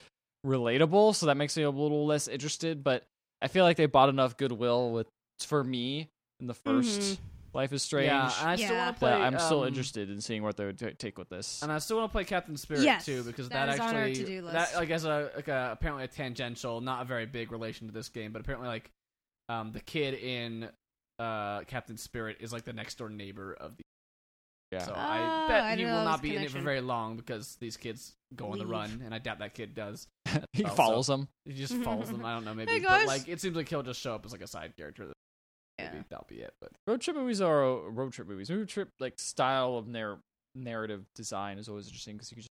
Speaker 2: relatable. So that makes me a little less interested. But I feel like they bought enough goodwill with for me in the 1st
Speaker 3: Mhm.
Speaker 2: Life is Strange.
Speaker 1: Yeah, and I still
Speaker 3: Yeah.
Speaker 1: want to play.
Speaker 2: that I'm still
Speaker 1: um,
Speaker 2: interested in seeing what they would t- take with this.
Speaker 1: and I still want to play Captain Spirit
Speaker 3: Yes,
Speaker 1: too because
Speaker 3: that
Speaker 1: that,
Speaker 3: is on our
Speaker 1: actually
Speaker 3: to-do list.
Speaker 1: that like as a like a apparently a tangential, not a very big relation to this game, but apparently like um the kid in uh Captain Spirit is like the next door neighbor of the.
Speaker 2: Yeah.
Speaker 1: So
Speaker 2: Oh,
Speaker 1: I
Speaker 3: Ah, I
Speaker 1: bet
Speaker 3: didn't
Speaker 1: he
Speaker 3: know
Speaker 1: will
Speaker 3: that was
Speaker 1: not
Speaker 3: a
Speaker 1: be in it for
Speaker 3: connection.
Speaker 1: very long because these kids go on the
Speaker 3: Leave.
Speaker 1: run, and I doubt that kid does.
Speaker 2: that. He
Speaker 1: Also-
Speaker 2: follows them.
Speaker 1: He just follows them. I don't know, maybe.
Speaker 3: Hey,
Speaker 1: But
Speaker 3: guys.
Speaker 1: like, it seems like he'll just show up as like a side character.
Speaker 3: Yeah.
Speaker 1: Maybe that'll be it. But
Speaker 2: Road trip movies are uh, road trip movies. Road trip like style of narr- narrative design is always interesting because you can just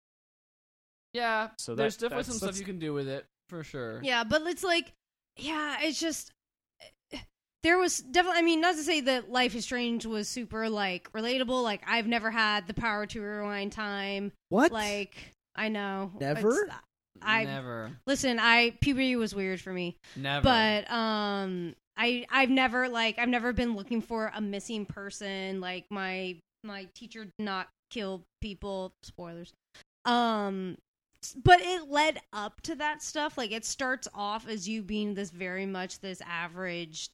Speaker 1: yeah,
Speaker 2: So
Speaker 1: there's
Speaker 2: that-
Speaker 1: definitely
Speaker 2: that's-
Speaker 1: some stuff
Speaker 2: that's-
Speaker 1: you can do with it for sure.
Speaker 3: Yeah, but it's like, yeah, it's just there was definitely. I mean, not to say that Life is Strange was super like relatable. Like I've never had the power to rewind time.
Speaker 4: What?
Speaker 3: Like I know
Speaker 4: Never?
Speaker 3: it's- I-
Speaker 1: never,
Speaker 3: listen. I puberty was weird for me,
Speaker 1: never.
Speaker 3: but um, I I've never like I've never been looking for a missing person. Like my my teacher did not kill people. Spoilers. Um, but it led up to that stuff. Like it starts off as you being this very much this average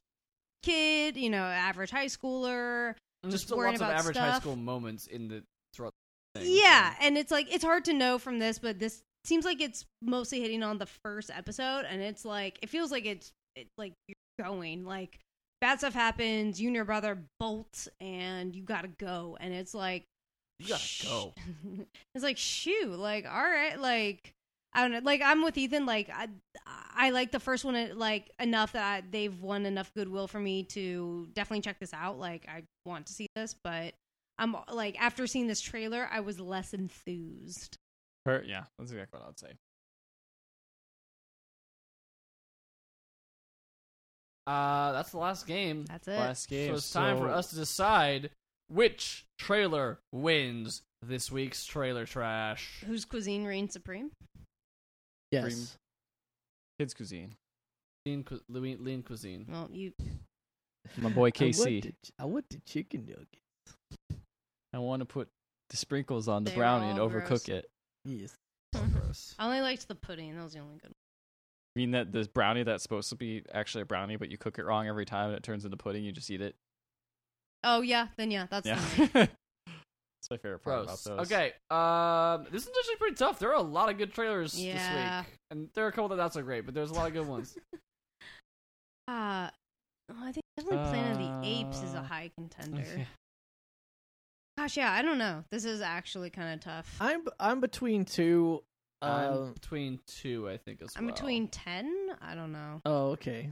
Speaker 3: kid, you know, average high schooler.
Speaker 1: And
Speaker 3: just
Speaker 1: there's still
Speaker 3: worrying
Speaker 1: lots of
Speaker 3: about
Speaker 1: average high
Speaker 3: stuff.
Speaker 1: school moments in the throughout. The thing,
Speaker 3: Yeah,
Speaker 1: so-
Speaker 3: and it's like it's hard to know from this, but this seems like it's mostly hitting on the first episode, and it's like it feels like it's it, like you're going like bad stuff happens, you and your brother bolt, and you gotta go, and it's like
Speaker 1: you gotta
Speaker 3: sh-
Speaker 1: go.
Speaker 3: it's like shoot, like all right, like I don't know, like I'm with Ethan, like I I like the first one uh, like enough that I, they've won enough goodwill for me to definitely check this out. Like I want to see this, but I'm like after seeing this trailer, I was less enthused.
Speaker 2: Per- yeah, that's exactly what I'd say.
Speaker 1: Uh, that's the last game.
Speaker 3: That's it.
Speaker 2: Last game.
Speaker 1: So it's time for
Speaker 2: so-
Speaker 1: us to decide which trailer wins this week's trailer trash.
Speaker 3: Whose cuisine reigns supreme?
Speaker 2: Dream.
Speaker 4: Yes.
Speaker 2: Kids cuisine.
Speaker 1: Lean, cu- lean, lean cuisine.
Speaker 3: Well, you
Speaker 2: My boy
Speaker 4: I want
Speaker 2: KC.
Speaker 4: the ch- I want the chicken nugget.
Speaker 2: I want to put the sprinkles on the
Speaker 3: They're
Speaker 2: brownie and
Speaker 3: all
Speaker 2: overcook
Speaker 3: gross.
Speaker 2: it.
Speaker 4: Yes.
Speaker 1: Gross.
Speaker 3: I only liked the pudding. That was the only good.
Speaker 2: You mean that this brownie that's supposed to be actually a brownie, but you cook it wrong every time and it turns into pudding. You just eat it.
Speaker 3: one. Oh yeah, then yeah, that's
Speaker 2: Yeah,
Speaker 3: the one.
Speaker 2: that's my favorite part
Speaker 1: Gross.
Speaker 2: about those.
Speaker 1: Okay. Um, this is actually pretty tough. There are a lot of good trailers
Speaker 3: Yeah.
Speaker 1: this week, and there are a couple that not so great, but there's a lot of good ones.
Speaker 3: Uh, oh, I think definitely Planet of the Apes is a
Speaker 2: Uh,
Speaker 3: high contender. Gosh, yeah, I don't know. This is actually kind of tough. I'm,
Speaker 4: I'm I'm between two.
Speaker 1: I'm
Speaker 4: Um,
Speaker 1: between two, I think as well.
Speaker 3: between ten. I don't know.
Speaker 4: oh, okay.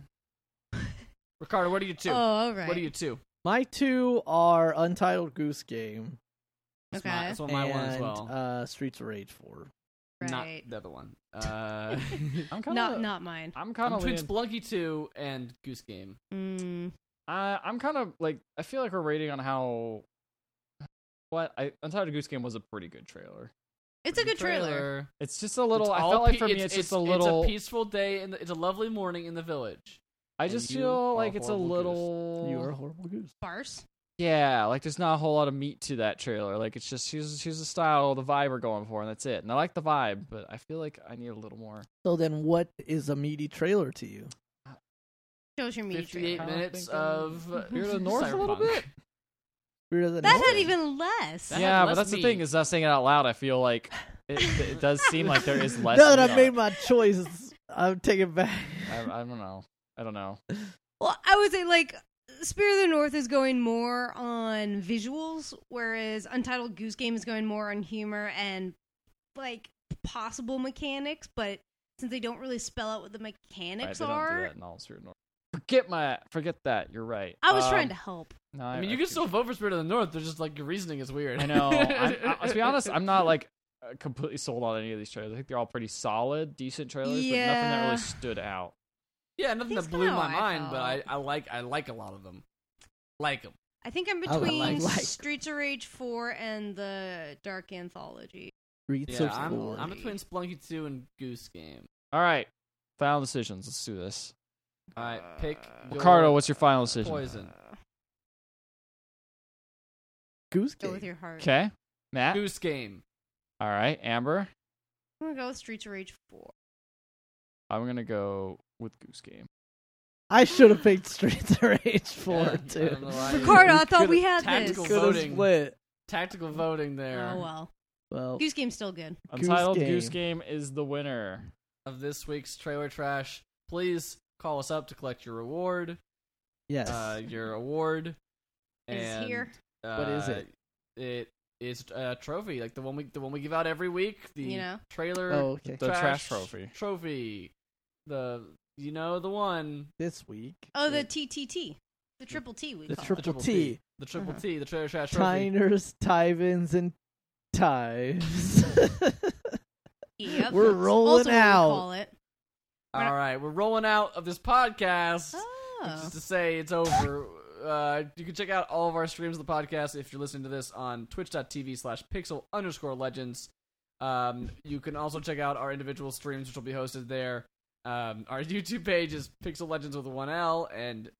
Speaker 1: Ricardo. What are you two?
Speaker 3: Oh, all right.
Speaker 1: What are you two?
Speaker 4: My two are Untitled Goose Game
Speaker 1: That's
Speaker 3: Okay.
Speaker 1: my, that's what Oh, my
Speaker 4: and
Speaker 1: one as well.
Speaker 4: uh, Streets of Rage Four.
Speaker 1: Not
Speaker 3: Right.
Speaker 1: the other one. Uh,
Speaker 2: I'm kind
Speaker 3: Not
Speaker 2: of
Speaker 3: not mine.
Speaker 2: I'm kind
Speaker 1: I'm
Speaker 2: of
Speaker 1: between
Speaker 2: leaning.
Speaker 1: Splunky two and Goose Game.
Speaker 3: Mm,
Speaker 2: I, I'm kind of like I feel like we're rating on how. What I Untitled Goose Game was a pretty good trailer.
Speaker 3: it's a good trailer.
Speaker 2: It's just a little. I
Speaker 1: all
Speaker 2: felt like
Speaker 1: pe-
Speaker 2: for me, it's, just a little.
Speaker 1: It's a peaceful day, and it's a lovely morning in the village.
Speaker 2: I
Speaker 1: and
Speaker 2: just
Speaker 1: you
Speaker 2: feel
Speaker 1: are
Speaker 2: like it's a
Speaker 1: horrible goose.
Speaker 2: little.
Speaker 1: Uh,
Speaker 4: You are a horrible goose.
Speaker 3: Farce.
Speaker 2: Yeah, like there's not a whole lot of meat to that trailer. Like it's just here's here's the style, the vibe we're going for, and that's it. And I like the vibe, but I feel like I need a little more.
Speaker 4: So then, what is a meaty trailer to you?
Speaker 3: Show us your meat.
Speaker 1: Fifty-eight
Speaker 2: I
Speaker 3: trailer.
Speaker 2: don't
Speaker 1: minutes
Speaker 2: think I'm-
Speaker 1: of uh,
Speaker 2: You're the north a little
Speaker 1: cyberpunk.
Speaker 2: bit.
Speaker 4: Weirder than
Speaker 3: That
Speaker 4: Nothing.
Speaker 3: had even less.
Speaker 1: That had
Speaker 2: yeah, but
Speaker 1: less
Speaker 2: that's the
Speaker 1: meat.
Speaker 2: thing is us saying it out loud. I feel like it, it does seem like there is less.
Speaker 4: Now that I've
Speaker 2: meat.
Speaker 4: made my choices, I'm taking back.
Speaker 2: I, I don't know. I don't know.
Speaker 3: Well, I would say like Spirit of the North is going more on visuals, whereas Untitled Goose Game is going more on humor and like possible mechanics. But since they don't really spell out what the
Speaker 2: Right,
Speaker 3: mechanics
Speaker 2: they don't do
Speaker 3: are,
Speaker 2: that in all of Spirit North. Forget my forget that. You're right.
Speaker 3: I was
Speaker 2: Um,
Speaker 3: trying to help.
Speaker 2: No,
Speaker 1: I mean, you can still vote for Spirit of the North. They're just like your reasoning is weird.
Speaker 2: I know. I'm, I, let's be honest. I'm not like uh, completely sold on any of these trailers. I think they're all pretty solid, decent trailers, but nothing that
Speaker 3: Yeah.
Speaker 2: really stood out.
Speaker 1: Yeah, nothing
Speaker 3: That's
Speaker 1: that blew
Speaker 3: kinda
Speaker 1: my
Speaker 3: how I
Speaker 1: mind, but I,
Speaker 3: felt.
Speaker 1: I like I like a lot of them. Like them.
Speaker 3: I think I'm
Speaker 4: I would
Speaker 3: between
Speaker 4: like- like-
Speaker 3: Streets of Rage four and the Dark Anthology.
Speaker 4: Streets
Speaker 1: Yeah,
Speaker 4: of
Speaker 1: I'm,
Speaker 4: Rage.
Speaker 1: I'm between Splunky two and Goose Game.
Speaker 2: All right, final decisions. Let's do this.
Speaker 1: All right, pick. your
Speaker 2: Ricardo, what's your final decision?
Speaker 1: Poison.
Speaker 3: Uh,
Speaker 4: Goose
Speaker 3: Go
Speaker 4: Game.
Speaker 3: with your heart.
Speaker 2: Okay, Matt.
Speaker 1: Goose Game.
Speaker 2: All right, Amber.
Speaker 3: I'm gonna go with Streets of Rage four.
Speaker 2: I'm gonna go with Goose Game.
Speaker 4: I should have picked Streets of Rage Four
Speaker 1: Yeah, I
Speaker 4: too.
Speaker 1: don't know why you-
Speaker 3: Ricardo, I thought
Speaker 4: Could've-
Speaker 3: we had
Speaker 1: tactical
Speaker 3: this.
Speaker 4: could've
Speaker 1: voting.
Speaker 4: Split.
Speaker 1: Tactical voting there
Speaker 3: Oh well,
Speaker 4: Well,
Speaker 3: Goose Game's still good.
Speaker 4: Goose
Speaker 2: Untitled
Speaker 4: Game.
Speaker 2: Goose Game is the winner.
Speaker 1: of this week's trailer trash. Please call us up to collect your reward.
Speaker 4: yes.
Speaker 1: Uh, your award.
Speaker 3: Is
Speaker 1: and,
Speaker 3: here.
Speaker 1: Uh,
Speaker 4: What is it?
Speaker 1: It is a trophy, like the one we the one we give out every week. The
Speaker 3: You know?
Speaker 1: trailer
Speaker 4: Oh, okay.
Speaker 2: The trash trophy.
Speaker 1: Trophy. The you know the one.
Speaker 4: This week,
Speaker 3: Oh, the TTT, the triple T we
Speaker 4: the
Speaker 3: call
Speaker 4: triple
Speaker 1: triple
Speaker 4: T,
Speaker 1: The triple
Speaker 4: Uh-huh.
Speaker 1: T, the trailer trash trophy.
Speaker 4: Tiners, Tivins, and Tives.
Speaker 3: it. Yep,
Speaker 4: We're
Speaker 3: that's
Speaker 4: rolling
Speaker 3: also what we
Speaker 4: out.
Speaker 3: call it.
Speaker 1: All right, we're rolling out of this podcast.
Speaker 3: Oh,
Speaker 1: Just to say, it's over. Uh, you can check out all of our streams of the podcast if you're listening to this on twitch.tv slash pixel underscore legends. Um, you can also check out our individual streams, which will be hosted there. Um, our YouTube page is Pixel Legends with one L, and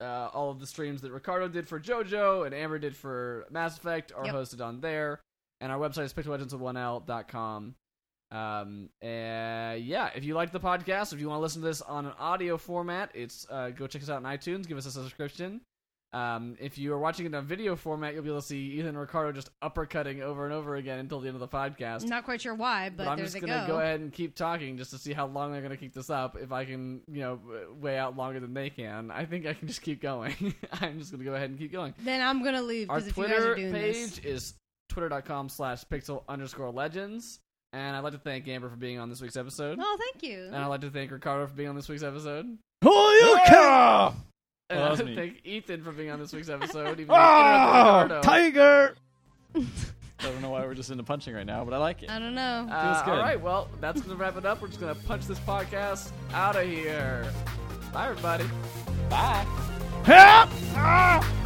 Speaker 1: uh, all of the streams that Ricardo did for JoJo and Amber did for Mass Effect are
Speaker 3: Yep.
Speaker 1: hosted on there. And our website is pixellegendswith1l.com. Um, uh, yeah, if you liked the podcast, if you want to listen to this on an audio format, it's uh, go check us out on iTunes, give us a subscription. Um, if you are watching it on video format, you'll be able to see Ethan and Ricardo just uppercutting over and over again until the end of the podcast.
Speaker 3: not quite sure why, but,
Speaker 1: But, I'm
Speaker 3: there
Speaker 1: just
Speaker 3: they
Speaker 1: gonna go. ahead and keep talking just to see how long they're gonna keep this up. If I can, you know, w- weigh out longer than they can, I think I can just keep going. I'm just gonna go ahead and keep going.
Speaker 3: Then I'm gonna leave
Speaker 1: Our
Speaker 3: because if you guys
Speaker 1: Twitter
Speaker 3: are doing this,
Speaker 1: page is twitter.com slash pixel underscore legends. And I'd like to thank Amber for being on this week's episode.
Speaker 3: oh, thank you.
Speaker 1: And I'd like to thank Ricardo for being on this week's episode.
Speaker 4: Hoyoka!
Speaker 1: And
Speaker 2: Well, that
Speaker 1: I'd like
Speaker 2: was
Speaker 1: to
Speaker 2: me.
Speaker 1: thank Ethan for being on this week's episode. Even though he interrupted
Speaker 4: Ah,
Speaker 1: Ricardo.
Speaker 4: Tiger!
Speaker 2: I don't know why we're just into punching right now, but I like it.
Speaker 3: I don't know.
Speaker 1: Uh,
Speaker 2: good.
Speaker 1: all right, well, that's going to wrap it up. We're just going to punch this podcast out of here. Bye, everybody.
Speaker 2: Bye.
Speaker 4: Help! Ah!